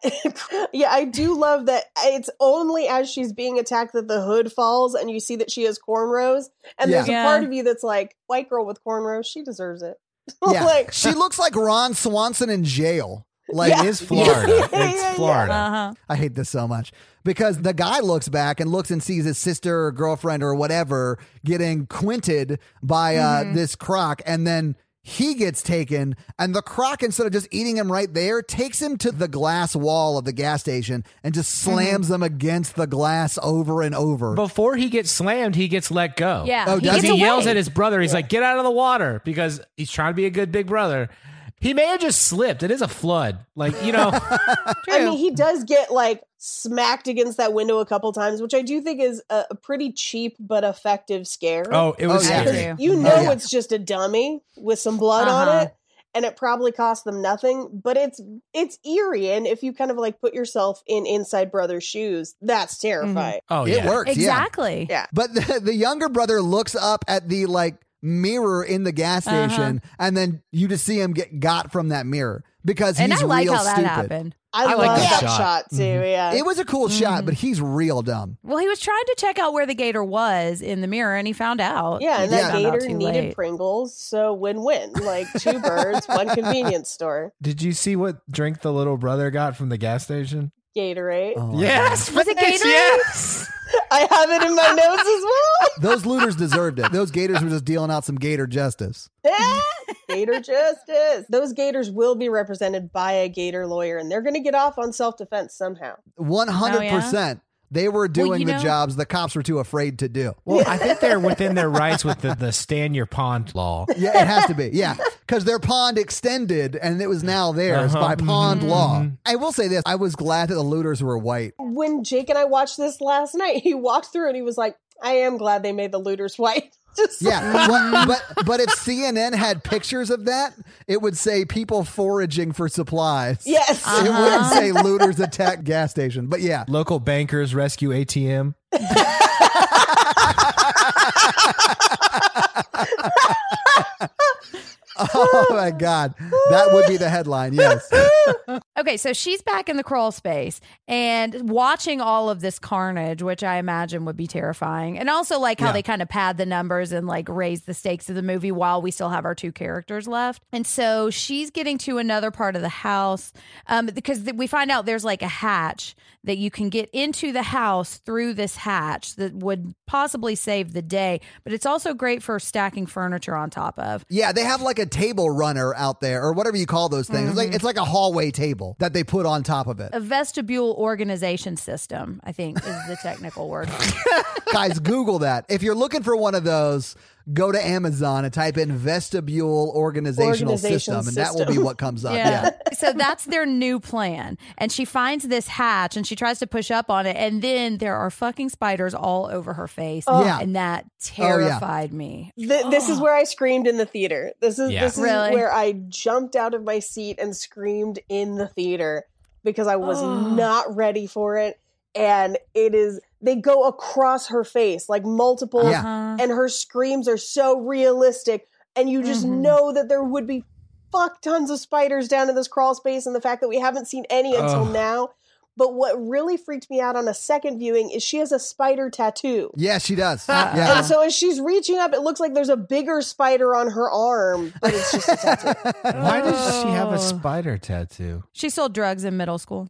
[SPEAKER 5] yeah, I do love that. It's only as she's being attacked that the hood falls, and you see that she has cornrows. And
[SPEAKER 2] Yeah.
[SPEAKER 5] there's a
[SPEAKER 4] Yeah.
[SPEAKER 5] part of you that's like, white girl with cornrows, she deserves it.
[SPEAKER 2] Yeah.
[SPEAKER 5] like,
[SPEAKER 2] she looks like Ron Swanson in jail. Like
[SPEAKER 5] Yeah.
[SPEAKER 3] It is Florida.
[SPEAKER 5] Yeah, yeah,
[SPEAKER 3] It's
[SPEAKER 5] yeah.
[SPEAKER 3] Florida.
[SPEAKER 4] uh-huh.
[SPEAKER 2] I hate this so much because the guy looks back and looks and sees his sister
[SPEAKER 4] Mm-hmm.
[SPEAKER 2] or girlfriend or whatever getting quinted by uh, this croc, and then He gets taken, and the croc, instead of just eating him right there, takes him to the glass wall of the gas station and just
[SPEAKER 4] Mm-hmm.
[SPEAKER 2] slams him against the glass over and over.
[SPEAKER 6] Before he gets slammed, he gets let go.
[SPEAKER 4] Yeah.
[SPEAKER 2] Oh, does
[SPEAKER 4] he
[SPEAKER 6] Because
[SPEAKER 4] gets
[SPEAKER 6] he
[SPEAKER 4] away.
[SPEAKER 6] yells at his brother. He's like, get out of the water because he's trying to be a good big brother. He may have just slipped. It is a flood. Like, you know,
[SPEAKER 5] I
[SPEAKER 4] True.
[SPEAKER 5] mean, he does get like smacked against that window a couple times, which I do think is a, a pretty cheap but effective scare.
[SPEAKER 3] Oh, it was
[SPEAKER 2] Oh, yeah.
[SPEAKER 3] scary.
[SPEAKER 4] Yeah.
[SPEAKER 5] You know
[SPEAKER 2] yeah.
[SPEAKER 5] it's just a dummy with some blood
[SPEAKER 4] Uh-huh.
[SPEAKER 5] on it and it probably cost them nothing, but it's it's eerie and if you kind of like put yourself in inside brother's shoes, that's
[SPEAKER 4] Mm-hmm.
[SPEAKER 5] terrifying.
[SPEAKER 6] Oh,
[SPEAKER 2] it
[SPEAKER 6] yeah.
[SPEAKER 2] works, yeah.
[SPEAKER 4] Exactly.
[SPEAKER 5] Yeah.
[SPEAKER 2] But the, the younger brother looks up at the like mirror in the gas
[SPEAKER 4] Uh-huh.
[SPEAKER 2] station, and then you just see him get got from that mirror because
[SPEAKER 4] And
[SPEAKER 2] he's
[SPEAKER 4] I like
[SPEAKER 2] real
[SPEAKER 4] how that
[SPEAKER 2] stupid.
[SPEAKER 4] happened.
[SPEAKER 5] I,
[SPEAKER 6] I
[SPEAKER 5] love
[SPEAKER 6] like
[SPEAKER 5] that
[SPEAKER 6] that
[SPEAKER 5] shot,
[SPEAKER 6] shot.
[SPEAKER 5] too. Yeah.
[SPEAKER 2] Mm-hmm. It was a cool shot, but he's real dumb.
[SPEAKER 4] Well, he was trying to check out where the gator was in the mirror, and he found out.
[SPEAKER 5] yeah, and
[SPEAKER 4] He
[SPEAKER 5] that
[SPEAKER 4] found out
[SPEAKER 5] gator
[SPEAKER 4] too
[SPEAKER 5] needed
[SPEAKER 4] late.
[SPEAKER 5] Pringles, so win-win. Like two birds, one convenience store.
[SPEAKER 3] Did you see what drink the little brother got from the gas station?
[SPEAKER 5] Gatorade.
[SPEAKER 2] Oh,
[SPEAKER 6] Yes.
[SPEAKER 4] Was it
[SPEAKER 6] Vince,
[SPEAKER 4] Gatorade?
[SPEAKER 6] Yes.
[SPEAKER 5] I have it in my nose as well.
[SPEAKER 2] Those looters deserved it. Those gators were just dealing out some gator justice.
[SPEAKER 5] Yeah, gator justice. Those gators will be represented by a gator lawyer, and they're going to get off on self defense somehow.
[SPEAKER 2] 100%. They were doing
[SPEAKER 4] you
[SPEAKER 2] the
[SPEAKER 4] know-
[SPEAKER 2] jobs the cops were too afraid to do.
[SPEAKER 6] Well, I think they're within their rights with the, the stand your pond law.
[SPEAKER 2] Yeah, it has to be. Yeah. Because their pond extended and it was now theirs
[SPEAKER 6] Uh-huh. Mm-hmm.
[SPEAKER 2] by pond law. I will say this I was glad that the looters were white.
[SPEAKER 5] When Jake and I watched this last night, he walked through and he was like, "I am glad they made the looters white." Just like-
[SPEAKER 2] Yeah. but, but, but if CNN had pictures of that, it would say people foraging for supplies.
[SPEAKER 5] yes.
[SPEAKER 2] It wouldn't say looters attack gas station. But yeah.
[SPEAKER 3] Local bankers rescue ATM.
[SPEAKER 2] Oh my God. That would be the headline. Yes.
[SPEAKER 4] Okay, so she's back in the crawl space and watching all of this carnage, which I imagine would be terrifying. And also, like, how they kind of pad the numbers and like raise the stakes of the movie while we still have our two characters left. And so she's getting to another part of the house um, because th- we find out there's like a hatch that you can get into the house through this hatch that would possibly save the day, but it's also great for stacking furniture on top of.
[SPEAKER 2] Yeah, they have like a table runner out there, or whatever you call those things. It's like it's like a hallway table that they put on top of it.
[SPEAKER 4] A vestibule organization system, I think, is the technical word.
[SPEAKER 2] Guys, Google that. If you're looking for one of those, go to Amazon and type in vestibule organizational
[SPEAKER 5] Organization
[SPEAKER 2] system, and that will be
[SPEAKER 5] system.
[SPEAKER 2] what comes up.
[SPEAKER 4] Yeah.
[SPEAKER 2] Yeah.
[SPEAKER 4] so that's their new plan. And she finds this hatch and she tries to push up on it. And then there are fucking spiders all over her face.
[SPEAKER 2] Yeah.
[SPEAKER 4] And that
[SPEAKER 2] yeah.
[SPEAKER 4] terrified me.
[SPEAKER 5] Th- this is where I screamed in the theater. This is
[SPEAKER 6] Yeah.
[SPEAKER 5] this is
[SPEAKER 4] Oh. Really?
[SPEAKER 5] where I jumped out of my seat and screamed in the theater because I was not ready for it. And it is they go across her face like multiple,
[SPEAKER 2] Yeah.
[SPEAKER 4] Uh-huh.
[SPEAKER 5] and her screams are so realistic, and you just
[SPEAKER 4] Mhm.
[SPEAKER 5] know that there would be fuck tons of spiders down in this crawl space, and the fact that we haven't seen any until
[SPEAKER 6] Ugh.
[SPEAKER 5] now. But what really freaked me out on a second viewing is she has a spider tattoo.
[SPEAKER 2] Yeah, she does.
[SPEAKER 4] Uh-uh.
[SPEAKER 2] Yeah.
[SPEAKER 5] And so as she's reaching up, it looks like there's a bigger spider on her arm, but it's just a tattoo.
[SPEAKER 3] Why does she have
[SPEAKER 4] Oh.
[SPEAKER 3] a spider tattoo?
[SPEAKER 4] She sold drugs in middle school.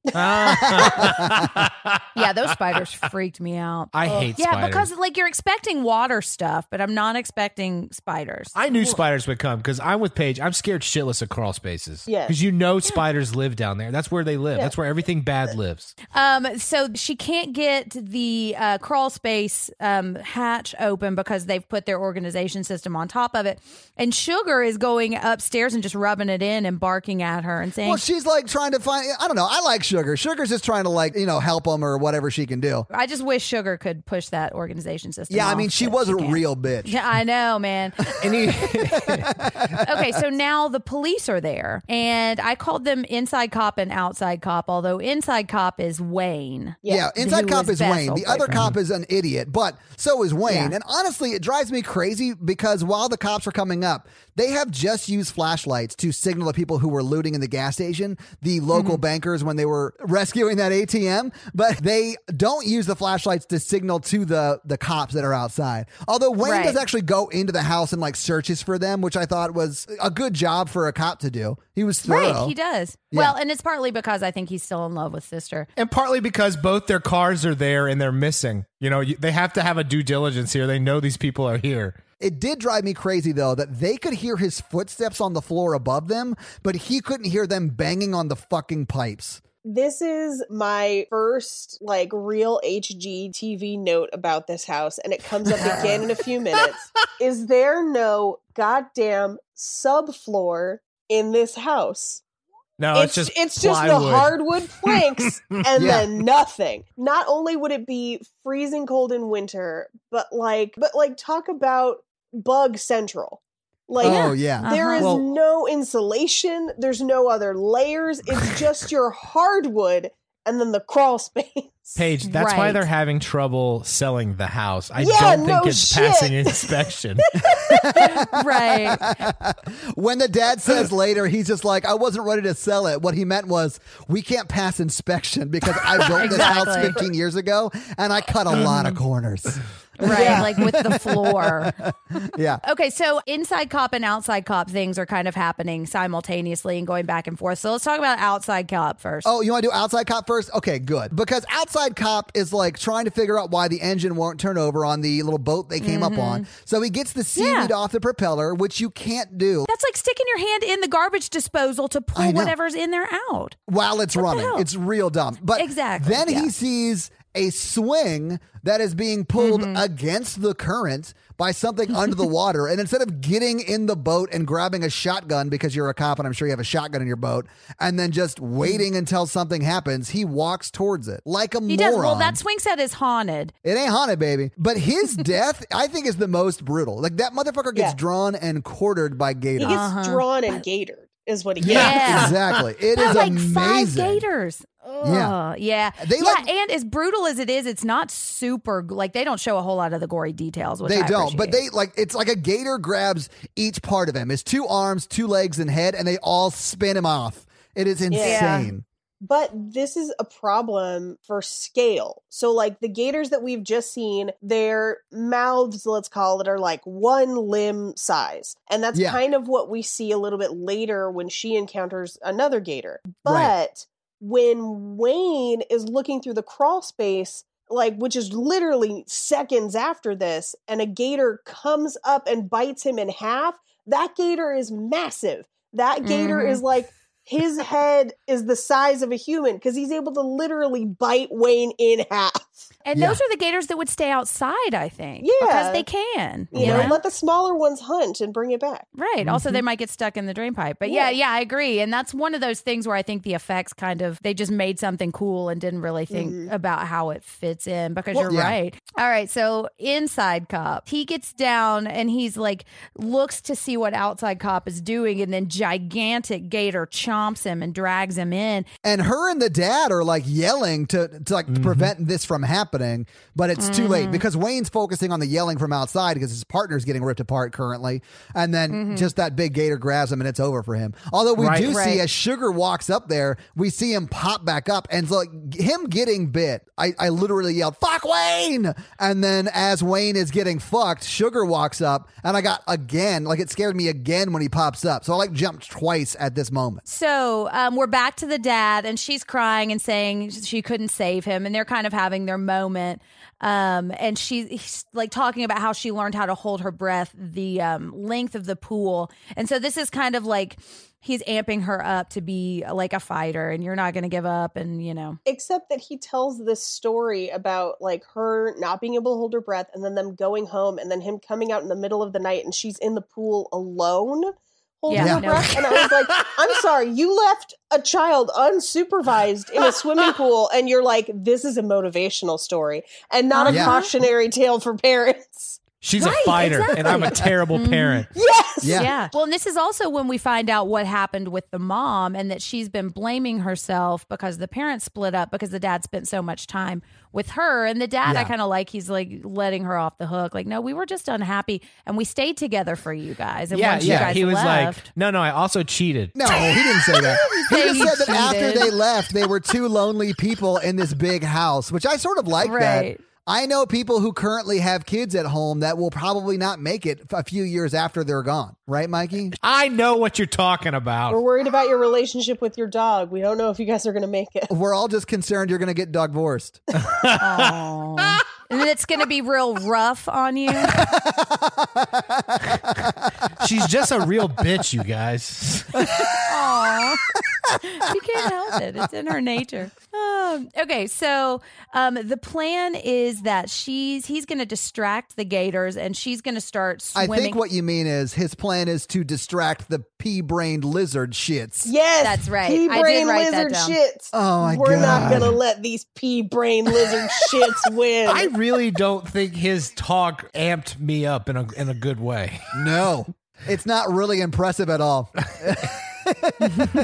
[SPEAKER 6] Ah.
[SPEAKER 4] Yeah, those spiders freaked me out.
[SPEAKER 6] I hate
[SPEAKER 4] yeah,
[SPEAKER 6] spiders.
[SPEAKER 4] because like you're expecting water stuff, but I'm not expecting spiders.
[SPEAKER 6] I knew spiders would come because I'm with Paige. I'm scared shitless of crawl spaces.
[SPEAKER 5] Yes.
[SPEAKER 6] Because you know spiders live down there. That's where they live. That's where everything bad lives.
[SPEAKER 4] Um, so she can't get the uh, crawl space um, hatch open because they've put their organization system on top of it. And Sugar is going upstairs and just rubbing it in and barking at her and saying,
[SPEAKER 2] Well, she's like trying to find. I don't know. I like Sugar. Sugar's just trying to like you know help him or whatever she can do.
[SPEAKER 4] I just wish Sugar could push that organization system.
[SPEAKER 2] Yeah, I
[SPEAKER 4] off,
[SPEAKER 2] mean she
[SPEAKER 4] but
[SPEAKER 2] was a
[SPEAKER 4] can't.
[SPEAKER 2] real bitch.
[SPEAKER 4] Yeah, I know, man.
[SPEAKER 6] Any
[SPEAKER 4] okay, so now the police are there, and I called them inside cop and outside cop. Although inside cop is Wayne.
[SPEAKER 2] Yeah, inside
[SPEAKER 4] Who
[SPEAKER 2] cop is
[SPEAKER 4] was
[SPEAKER 2] Wayne.
[SPEAKER 4] Bethel's
[SPEAKER 2] The other
[SPEAKER 4] boyfriend.
[SPEAKER 2] cop is an idiot, but so is Wayne.
[SPEAKER 4] Yeah.
[SPEAKER 2] And honestly, it drives me crazy because while the cops are coming up, they have just used flashlights to signal the people who were looting in the gas station, the local bankers when they were rescuing that ATM, but they don't use the flashlights to signal to the the cops that are outside. Although Wayne
[SPEAKER 4] Right.
[SPEAKER 2] does actually go into the house and like searches for them, which I thought was a good job for a cop to do. He was thorough.
[SPEAKER 4] Right, he does. Well, and it's partly because I think he's still in love with Sister. character.
[SPEAKER 3] And partly because both their cars are there and they're missing. You know, you- they have to have a due diligence here. They know these people are here.
[SPEAKER 2] It did drive me crazy though that they could hear his footsteps on the floor above them, but he couldn't hear them banging on the fucking pipes.
[SPEAKER 5] This is my first like real HGTV note about this house, and it comes up again in a few minutes. Is there no goddamn subfloor in this house?
[SPEAKER 3] No,
[SPEAKER 5] it's
[SPEAKER 3] it's, just
[SPEAKER 5] it's just the
[SPEAKER 3] plywood.
[SPEAKER 5] hardwood planks and
[SPEAKER 2] Yeah.
[SPEAKER 5] then nothing. Not only would it be freezing cold in winter, but like but like talk about bug central. Like
[SPEAKER 2] oh yeah.
[SPEAKER 5] there is
[SPEAKER 6] Well-
[SPEAKER 5] no insulation, there's no other layers. It's just your hardwood and then the crawl space.
[SPEAKER 6] Paige, that's why
[SPEAKER 4] Right.
[SPEAKER 6] they're having trouble selling the house. I
[SPEAKER 5] Yeah,
[SPEAKER 6] don't
[SPEAKER 5] no
[SPEAKER 6] think it's
[SPEAKER 5] shit.
[SPEAKER 6] passing inspection.
[SPEAKER 4] Right.
[SPEAKER 2] Oh, when the dad says later, he's just like, I wasn't ready to sell it. What he meant was, we can't pass inspection because I built this house
[SPEAKER 4] Exactly.
[SPEAKER 2] 15 years ago and I cut a lot of corners.
[SPEAKER 4] Right. Like with the floor.
[SPEAKER 2] Yeah.
[SPEAKER 4] Okay, so inside cop and outside cop things are kind of happening simultaneously and going back and forth. So let's talk about outside cop first.
[SPEAKER 2] Oh, you want to do outside cop first? Okay, good. Because outside cop is like trying to figure out why the engine won't turn over on the little boat they came up on. So he gets the seaweed
[SPEAKER 4] Mm-hmm. Yeah.
[SPEAKER 2] off the propeller, which you can't do
[SPEAKER 4] That's like sticking your hand in the garbage disposal to
[SPEAKER 2] I
[SPEAKER 4] pull
[SPEAKER 2] know.
[SPEAKER 4] whatever's in there out.
[SPEAKER 2] while it's running.
[SPEAKER 4] hell?
[SPEAKER 2] It's real dumb. But
[SPEAKER 4] Exactly,
[SPEAKER 2] Then he
[SPEAKER 4] yeah.
[SPEAKER 2] sees a swing that is being pulled
[SPEAKER 4] Mm-hmm.
[SPEAKER 2] against the current by something under the water. And instead of getting in the boat and grabbing a shotgun because you're a cop and I'm sure you have a shotgun in your boat, and then just
[SPEAKER 4] Mm-hmm.
[SPEAKER 2] waiting until something happens, he walks towards it like a moron.
[SPEAKER 4] He does. Well, that swing set is haunted.
[SPEAKER 2] It ain't haunted, baby. But his death, I think, is the most brutal. Like that motherfucker gets
[SPEAKER 5] Yeah.
[SPEAKER 2] drawn and quartered by
[SPEAKER 5] He
[SPEAKER 2] gators.
[SPEAKER 5] gets drawn and gaitered is what he gets.
[SPEAKER 4] Yeah.
[SPEAKER 2] exactly. It
[SPEAKER 4] By
[SPEAKER 2] is
[SPEAKER 4] like
[SPEAKER 2] amazing.
[SPEAKER 4] five gators. Ugh, yeah,
[SPEAKER 2] They
[SPEAKER 4] yeah,
[SPEAKER 2] like-
[SPEAKER 4] and as brutal as it is, it's not super like they don't show a whole lot of the gory details. Which
[SPEAKER 2] They
[SPEAKER 4] I
[SPEAKER 2] don't, but
[SPEAKER 4] appreciate.
[SPEAKER 2] they like it's like a gator grabs each part of him. His two arms, two legs, and head, and they all spin him off. It is
[SPEAKER 5] Yeah.
[SPEAKER 2] insane.
[SPEAKER 5] But this is a problem for scale. So, like the gators that we've just seen, their mouths, let's call it, are like one limb size. And that's
[SPEAKER 2] Yeah.
[SPEAKER 5] kind of what we see a little bit later when she encounters another gator. But
[SPEAKER 2] Right.
[SPEAKER 5] when Wayne is looking through the crawl space, like which is literally seconds after this, and a gator comes up and bites him in half, that gator is massive. That gator
[SPEAKER 4] Mhm.
[SPEAKER 5] is like his head is the size of a human because he's able to literally bite Wayne in half.
[SPEAKER 4] and
[SPEAKER 2] yeah.
[SPEAKER 4] those are the gators that would stay outside. I think,
[SPEAKER 5] Yeah.
[SPEAKER 4] because they can.
[SPEAKER 5] You know, let the smaller ones hunt and bring it back.
[SPEAKER 4] Right. Also, they might get stuck in the drain pipe. But yeah. yeah, I agree. And that's one of those things where I think the effects kind of they just made something cool and didn't really think about how it fits in because
[SPEAKER 2] Well,
[SPEAKER 4] you're
[SPEAKER 2] yeah.
[SPEAKER 4] right. All right. So inside cop, he gets down and he's like looks to see what outside cop is doing, and then gigantic gator chomps him and drags him in.
[SPEAKER 2] And her and the dad are like yelling to, to like to prevent this from happening, but it's too late because Wayne's focusing on the yelling from outside because his partner's getting ripped apart currently. And then just that big gator grabs him and it's over for him. Although we
[SPEAKER 6] Right.
[SPEAKER 2] do see
[SPEAKER 4] Right.
[SPEAKER 2] as Sugar walks up there, we see him pop back up and like him getting bit. I, I literally yelled, Fuck Wayne! And then as Wayne is getting fucked, Sugar walks up and I got again, like it scared me again when he pops up. So I like jumped twice at this moment.
[SPEAKER 4] So um, we're back to the dad, and she's crying and saying she couldn't save him, and they're kind of having their moment. Um, and she's he's, like talking about how she learned how to hold her breath the um, length of the pool, and so this is kind of like he's amping her up to be like a fighter, and you're not going to give up, and you know,
[SPEAKER 5] Except that he tells this story about like her not being able to hold her breath and then them going home and then him coming out in the middle of the night and she's in the pool alone holding
[SPEAKER 4] Yeah,
[SPEAKER 5] her
[SPEAKER 4] no.
[SPEAKER 5] breath. And I was like, I'm sorry, you left a child unsupervised in a swimming pool and you're like, this is a motivational story and not a
[SPEAKER 2] Yeah.
[SPEAKER 5] cautionary tale for parents.
[SPEAKER 6] She's
[SPEAKER 4] Right,
[SPEAKER 6] a fighter, and I'm a
[SPEAKER 4] exactly. Mm-hmm.
[SPEAKER 6] terrible parent.
[SPEAKER 5] Yes.
[SPEAKER 2] Yeah.
[SPEAKER 4] yeah. Well, and this is also when we find out what happened with the mom and that she's been blaming herself because the parents split up because the dad spent so much time with her. And the dad, I
[SPEAKER 2] Yeah.
[SPEAKER 4] kind of like, he's like letting her off the hook. Like, no, we were just unhappy and we stayed together for you guys. And
[SPEAKER 6] Yeah,
[SPEAKER 4] once you
[SPEAKER 6] yeah.
[SPEAKER 4] guys
[SPEAKER 6] He was
[SPEAKER 4] left,
[SPEAKER 6] like, no, no, I also cheated.
[SPEAKER 2] No, he didn't say that. he
[SPEAKER 4] Say
[SPEAKER 2] just
[SPEAKER 4] he
[SPEAKER 2] said that after
[SPEAKER 4] cheated.
[SPEAKER 2] they left, they were two lonely people in this big house, which I sort of like
[SPEAKER 4] Right.
[SPEAKER 2] that. I know people who currently have kids at home that will probably not make it a few years after they're gone. Right, Mikey?
[SPEAKER 6] I know what you're talking
[SPEAKER 5] We're
[SPEAKER 6] about.
[SPEAKER 5] worried about your relationship with your dog. We don't know if you guys are going to make it.
[SPEAKER 2] We're all just concerned you're going to get divorced.
[SPEAKER 4] Aw. and then it's going to be real rough on you.
[SPEAKER 6] She's just a real bitch, you guys.
[SPEAKER 4] Aw. she can't help it. It's in her nature. Um, okay, so um, the plan is that she's he's going to distract the gators and she's going to start
[SPEAKER 2] I
[SPEAKER 4] swimming.
[SPEAKER 2] think what you mean is his plan is to distract the pea brained lizard shits.
[SPEAKER 5] Yes,
[SPEAKER 4] That's right.
[SPEAKER 5] Pea
[SPEAKER 4] I did
[SPEAKER 5] brain
[SPEAKER 4] write that
[SPEAKER 5] lizard
[SPEAKER 4] down.
[SPEAKER 5] shits.
[SPEAKER 2] Oh my
[SPEAKER 5] We're not
[SPEAKER 2] God.
[SPEAKER 5] going to let these pea brain lizard shits win.
[SPEAKER 6] I really don't think his talk amped me up in a in a good way.
[SPEAKER 2] No, it's not really impressive at all.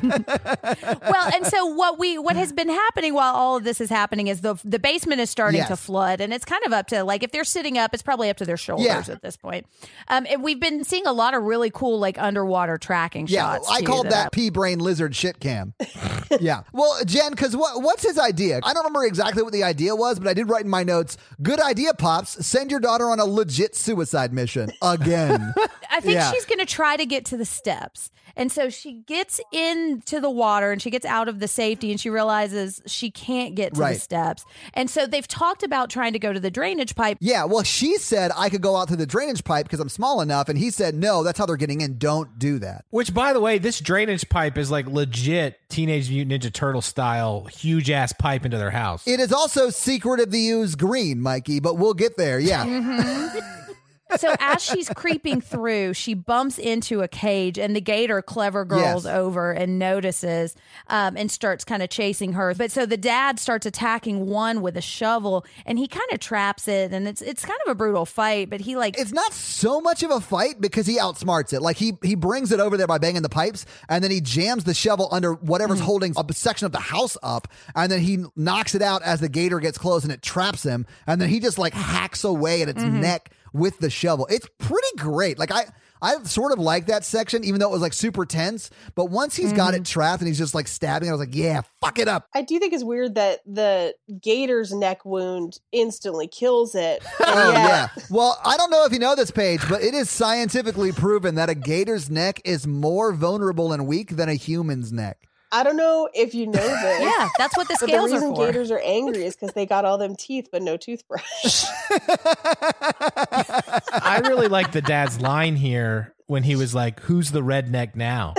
[SPEAKER 4] well, and so what we what has been happening while all of this is happening is the the basement is starting
[SPEAKER 2] Yes.
[SPEAKER 4] to flood, and it's kind of up to like if they're sitting up, it's probably up to their shoulders
[SPEAKER 2] Yeah.
[SPEAKER 4] at this point. Um, and we've been seeing a lot of really cool like underwater tracking
[SPEAKER 2] Yeah,
[SPEAKER 4] shots.
[SPEAKER 2] I
[SPEAKER 4] too,
[SPEAKER 2] called that pea brain lizard shit cam. yeah. Well, Jen, because what, what's his idea? I don't remember exactly what the idea was, but I did write in my notes good idea, Pops. Send your daughter on a legit suicide mission again.
[SPEAKER 4] I think
[SPEAKER 2] Yeah.
[SPEAKER 4] she's going to try to get to the steps. And so she gets into the water and she gets out of the safety and she realizes she can't get to
[SPEAKER 2] Right.
[SPEAKER 4] the steps. And so they've talked about trying to go to the drainage pipe.
[SPEAKER 2] yeah. Well, she said I could go out through the drainage pipe because I'm small enough. And he said, no, that's how they're getting in. Don't do that.
[SPEAKER 6] Which, by the way, this drainage pipe is like legit Teenage Mutant Ninja Turtle style, huge ass pipe into their house.
[SPEAKER 2] It is also secret of the use green, Mikey, but we'll get there. Yeah.
[SPEAKER 4] So as she's creeping through, she bumps into a cage and the gator clever girls
[SPEAKER 2] Yes.
[SPEAKER 4] over and notices um, and starts kind of chasing her. But so the dad starts attacking one with a shovel and he kind of traps it and it's it's kind of a brutal fight, but he like
[SPEAKER 2] it's not so much of a fight because he outsmarts it. Like he he brings it over there by banging the pipes, and then he jams the shovel under whatever's holding a section of the house up, and then he knocks it out as the gator gets close, and it traps him, and then he just like hacks away at its neck with the shovel. It's pretty great. Like I. I sort of like that section, even though it was like super tense. But once he's got it trapped and he's just like stabbing, it, I was like, "Yeah, fuck it up."
[SPEAKER 5] I do think it's weird that the gator's neck wound instantly kills it.
[SPEAKER 2] Oh
[SPEAKER 5] And yet-
[SPEAKER 2] yeah. Well, I don't know if you know this page, but it is scientifically proven that a gator's neck is more vulnerable and weak than a human's neck.
[SPEAKER 5] I don't know if you know this.
[SPEAKER 4] yeah, that's what the
[SPEAKER 5] But the
[SPEAKER 4] scales
[SPEAKER 5] reason
[SPEAKER 4] are for.
[SPEAKER 5] gators are angry is because they got all them teeth but no toothbrush.
[SPEAKER 6] I really like the dad's line here when he was like, "Who's the redneck now?"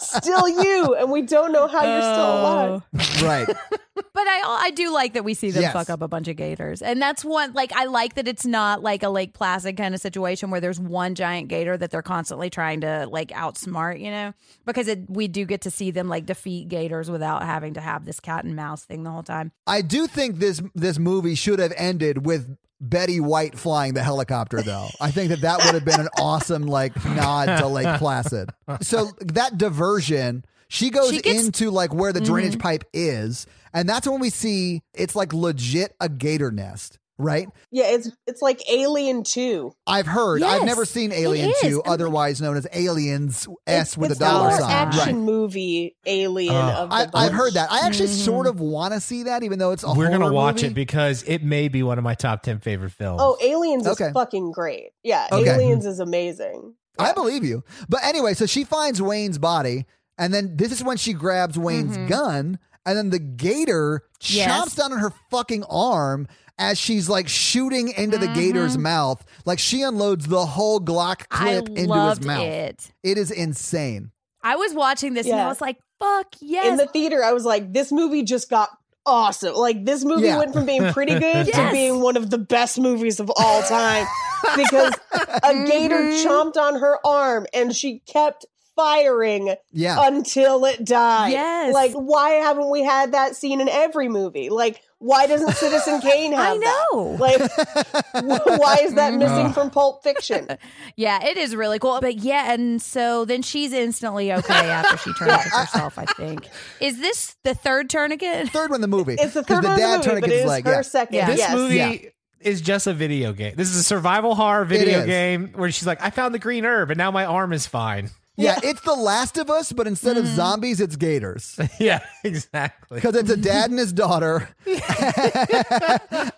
[SPEAKER 5] still you, and we don't know how you're still alive.
[SPEAKER 2] Right.
[SPEAKER 4] But I I do like that we see them
[SPEAKER 2] Yes.
[SPEAKER 4] fuck up a bunch of gators, and that's one like I like that it's not like a Lake Placid kind of situation where there's one giant gator that they're constantly trying to like outsmart, you know, because it, we do get to see them like defeat gators without having to have this cat and mouse thing the whole time.
[SPEAKER 2] I do think this this movie should have ended with Betty White flying the helicopter, though. I think that that would have been an awesome like nod to Lake Placid. So that diversion. She goes
[SPEAKER 4] She gets- Mm-hmm.
[SPEAKER 2] into like where the drainage pipe is, and that's when we see it's like legit a gator nest, right?
[SPEAKER 5] Yeah, it's it's like Alien Two.
[SPEAKER 2] I've heard. I've
[SPEAKER 4] Yes,
[SPEAKER 2] never seen
[SPEAKER 4] it
[SPEAKER 2] Alien
[SPEAKER 4] is.
[SPEAKER 2] 2,
[SPEAKER 4] I'm-
[SPEAKER 2] otherwise known as Aliens S
[SPEAKER 5] It's-
[SPEAKER 2] with
[SPEAKER 5] it's
[SPEAKER 2] a dollar
[SPEAKER 5] our
[SPEAKER 2] sign.
[SPEAKER 5] action
[SPEAKER 2] Right. Uh,
[SPEAKER 5] movie Alien of the
[SPEAKER 2] I, I've
[SPEAKER 5] bunch.
[SPEAKER 2] heard that. I actually
[SPEAKER 4] Mm-hmm.
[SPEAKER 2] sort of want to see that, even though it's a
[SPEAKER 6] We're gonna
[SPEAKER 2] horror
[SPEAKER 6] watch
[SPEAKER 2] movie.
[SPEAKER 6] it because it may be one of my top ten favorite films.
[SPEAKER 5] Oh, Aliens
[SPEAKER 2] Okay.
[SPEAKER 5] is fucking great. Yeah,
[SPEAKER 2] Okay. Mm-hmm.
[SPEAKER 5] Aliens is amazing.
[SPEAKER 2] I believe you. But anyway, so she finds Wayne's body, and then this is when she grabs Wayne's gun, and then the gator
[SPEAKER 4] Mm-hmm. Yes.
[SPEAKER 2] chomps down on her fucking arm as she's like shooting into
[SPEAKER 4] Mm-hmm.
[SPEAKER 2] the gator's mouth. Like she unloads the whole Glock
[SPEAKER 4] I
[SPEAKER 2] clip into his
[SPEAKER 4] loved
[SPEAKER 2] mouth.
[SPEAKER 4] it.
[SPEAKER 2] It is insane.
[SPEAKER 4] I was watching this and I
[SPEAKER 5] Yeah.
[SPEAKER 4] was like, fuck yes,
[SPEAKER 5] In the theater, I was like, this movie just got awesome. Like this movie
[SPEAKER 2] Yeah.
[SPEAKER 5] went from being pretty good to
[SPEAKER 4] Yes.
[SPEAKER 5] being one of the best movies of all time because a gator
[SPEAKER 4] Mm-hmm.
[SPEAKER 5] chomped on her arm and she kept firing
[SPEAKER 2] Yeah.
[SPEAKER 5] until it died.
[SPEAKER 4] Yes.
[SPEAKER 5] Like, why haven't we had that scene in every movie? Like, why doesn't Citizen Kane
[SPEAKER 4] I
[SPEAKER 5] have
[SPEAKER 4] know. Mm-hmm.
[SPEAKER 5] that? Like, why is that missing from Pulp Fiction?
[SPEAKER 4] yeah, it is really cool. But yeah, and so then she's instantly okay after she tourniquets herself. I think is this the third tourniquet?
[SPEAKER 2] Third one in the movie.
[SPEAKER 5] It's the
[SPEAKER 2] 'Cause
[SPEAKER 5] third one in the
[SPEAKER 2] dad
[SPEAKER 5] movie,
[SPEAKER 2] turned
[SPEAKER 5] but
[SPEAKER 2] his
[SPEAKER 5] it is
[SPEAKER 2] leg,
[SPEAKER 5] her
[SPEAKER 2] yeah.
[SPEAKER 5] second.
[SPEAKER 4] Yeah.
[SPEAKER 6] this
[SPEAKER 5] yes.
[SPEAKER 6] movie
[SPEAKER 2] Yeah.
[SPEAKER 6] is just a video game. This is a survival horror
[SPEAKER 2] is.
[SPEAKER 6] video game where she's like, "I found the green herb, and now my arm is fine."
[SPEAKER 2] Yeah, it's The Last of Us, but instead of zombies, it's gators.
[SPEAKER 6] yeah, exactly.
[SPEAKER 2] Because it's a dad and his daughter,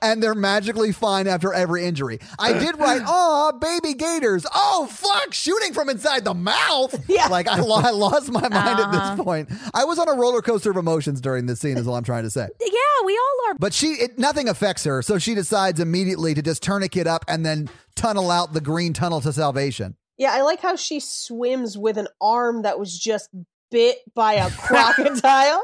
[SPEAKER 2] and they're magically fine after every injury. I did write, "Aw, baby gators! Oh, fuck, shooting from inside the mouth!"
[SPEAKER 5] Yeah.
[SPEAKER 2] like I, lo- I lost my mind at this point. I was on a roller coaster of emotions during this scene. Is all I'm trying to say.
[SPEAKER 4] Yeah, we all are.
[SPEAKER 2] But she, it, nothing affects her, so she decides immediately to just tourniquet up and then tunnel out the green tunnel to salvation.
[SPEAKER 5] Yeah, I like how she swims with an arm that was just bit by a crocodile.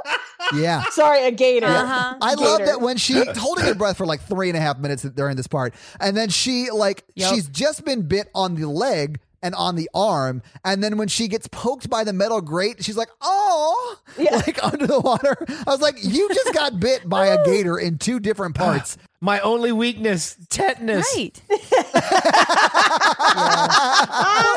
[SPEAKER 2] Yeah.
[SPEAKER 5] Sorry, a gator.
[SPEAKER 4] Uh-huh.
[SPEAKER 2] I love
[SPEAKER 5] Gator.
[SPEAKER 2] that when she holding her breath for like three and a half minutes during this part, and then she like
[SPEAKER 4] Yep.
[SPEAKER 2] she's just been bit on the leg and on the arm, and then when she gets poked by the metal grate, she's like, "Oh!" Like under the water. I was like, "You just got bit by a gator in two different parts."
[SPEAKER 6] My only weakness, tetanus.
[SPEAKER 4] Right.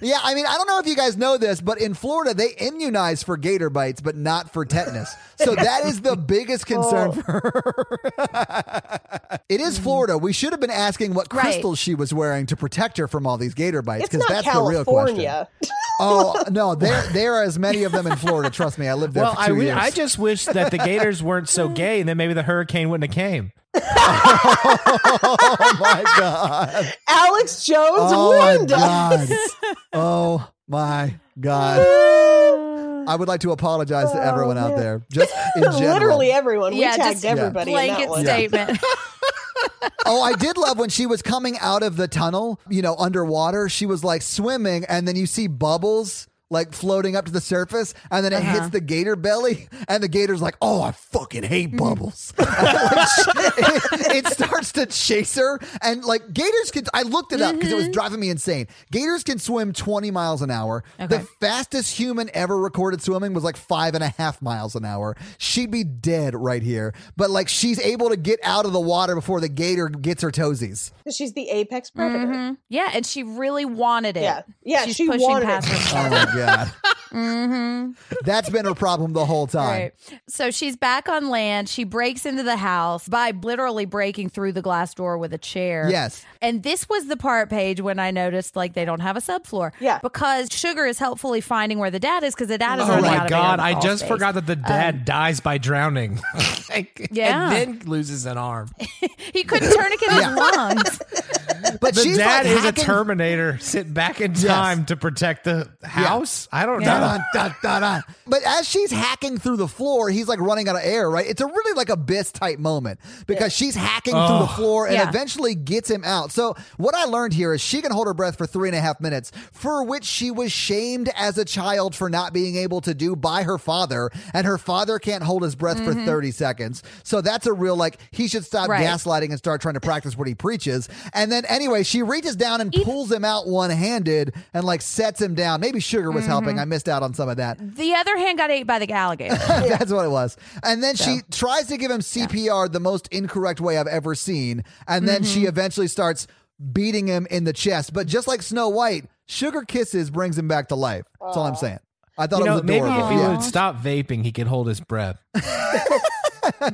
[SPEAKER 2] Yeah, I mean, I don't know if you guys know this, but in Florida they immunize for gator bites, but not for tetanus. So that is the biggest
[SPEAKER 5] Oh.
[SPEAKER 2] concern for her. it
[SPEAKER 5] Mm-hmm.
[SPEAKER 2] is Florida. We should have been asking what
[SPEAKER 4] Right.
[SPEAKER 2] crystals she was wearing to protect her from all these gator bites
[SPEAKER 5] It's
[SPEAKER 2] because
[SPEAKER 5] not
[SPEAKER 2] that's the real question.
[SPEAKER 5] California.
[SPEAKER 2] Oh no, there there are as many of them in Florida. Trust me, I lived there
[SPEAKER 6] Well,
[SPEAKER 2] for
[SPEAKER 6] I,
[SPEAKER 2] two
[SPEAKER 6] wi-
[SPEAKER 2] years.
[SPEAKER 6] I just wish that the Gators weren't so gay, and then maybe the hurricane wouldn't have came.
[SPEAKER 2] oh my god!
[SPEAKER 5] Alex Jones
[SPEAKER 2] Oh my
[SPEAKER 5] warned us.
[SPEAKER 2] god! Oh my god! I would like to apologize to everyone out there. Just in general.
[SPEAKER 5] Oh, Literally everyone. We
[SPEAKER 4] Yeah,
[SPEAKER 5] tagged
[SPEAKER 4] just
[SPEAKER 5] everybody. in that
[SPEAKER 4] Blanket
[SPEAKER 5] one.
[SPEAKER 4] statement.
[SPEAKER 2] Oh, I did love when she was coming out of the tunnel, you know, underwater. She was like swimming, and then you see bubbles like floating up to the surface, and then it hits the gator belly, and the gator's like, "Oh, I fucking hate bubbles." it, it starts to chase her, and like gators can. I looked it up because it was driving me insane. Gators can swim twenty miles an hour. The fastest human ever recorded swimming was like five and a half miles an hour. She'd be dead right here, but like she's able to get out of the water before the gator gets her toesies.
[SPEAKER 5] She's the apex predator.
[SPEAKER 4] yeah, and she really wanted it.
[SPEAKER 5] Yeah. Yeah,
[SPEAKER 4] She's
[SPEAKER 5] she
[SPEAKER 4] pushing
[SPEAKER 5] wanted
[SPEAKER 4] past
[SPEAKER 5] it.
[SPEAKER 4] herself.
[SPEAKER 2] Oh my god, that's been her problem the whole time.
[SPEAKER 4] Right. So she's back on land. She breaks into the house by literally breaking through the glass door with a chair.
[SPEAKER 2] Yes.
[SPEAKER 4] And this was the part page when I noticed like they don't have a subfloor.
[SPEAKER 5] Yeah.
[SPEAKER 4] Because Sugar is helpfully finding where the dad is because the dad is
[SPEAKER 6] Oh
[SPEAKER 4] already out
[SPEAKER 6] my
[SPEAKER 4] of
[SPEAKER 6] god!
[SPEAKER 4] air
[SPEAKER 6] I
[SPEAKER 4] in the
[SPEAKER 6] just
[SPEAKER 4] crawl
[SPEAKER 6] forgot that the dad
[SPEAKER 3] Um,
[SPEAKER 6] dies by drowning. Like,
[SPEAKER 4] Yeah.
[SPEAKER 6] and then loses an arm.
[SPEAKER 4] space. He couldn't tourniquet his lungs.
[SPEAKER 2] But
[SPEAKER 6] The
[SPEAKER 2] she's
[SPEAKER 6] dad
[SPEAKER 2] like
[SPEAKER 6] is a
[SPEAKER 2] hacking-
[SPEAKER 6] Terminator. Sit back in time to protect the house. I don't know.
[SPEAKER 2] Dun, dun, dun, dun. But as she's hacking through the floor, he's like running out of air, right? It's a really like abyss type moment because she's hacking through the floor and
[SPEAKER 4] Yeah.
[SPEAKER 2] eventually gets him out. So what I learned here is she can hold her breath for three and a half minutes, for which she was shamed as a child for not being able to do by her father, and her father can't hold his breath for 30 seconds. So that's a real like he should stop
[SPEAKER 4] Mm-hmm. Right.
[SPEAKER 2] gaslighting and start trying to practice what he preaches. And then anyway, she reaches down and pulls him out one handed and like sets him down. Maybe sugar was
[SPEAKER 4] Mm-hmm.
[SPEAKER 2] helping. I missed out on some of that.
[SPEAKER 4] The other hand got ate by the alligator.
[SPEAKER 2] That's what it was. And then she tries to give him CPR the most incorrect way I've ever seen. And then she
[SPEAKER 6] Mm-hmm.
[SPEAKER 2] eventually starts beating him in the chest. But just like Snow White, sugar kisses brings him back to life. That's all I'm saying. I thought
[SPEAKER 6] You
[SPEAKER 2] it
[SPEAKER 6] know,
[SPEAKER 2] was
[SPEAKER 6] maybe
[SPEAKER 2] adorable.
[SPEAKER 6] if he
[SPEAKER 2] Yeah.
[SPEAKER 6] would stop vaping, he could hold his breath.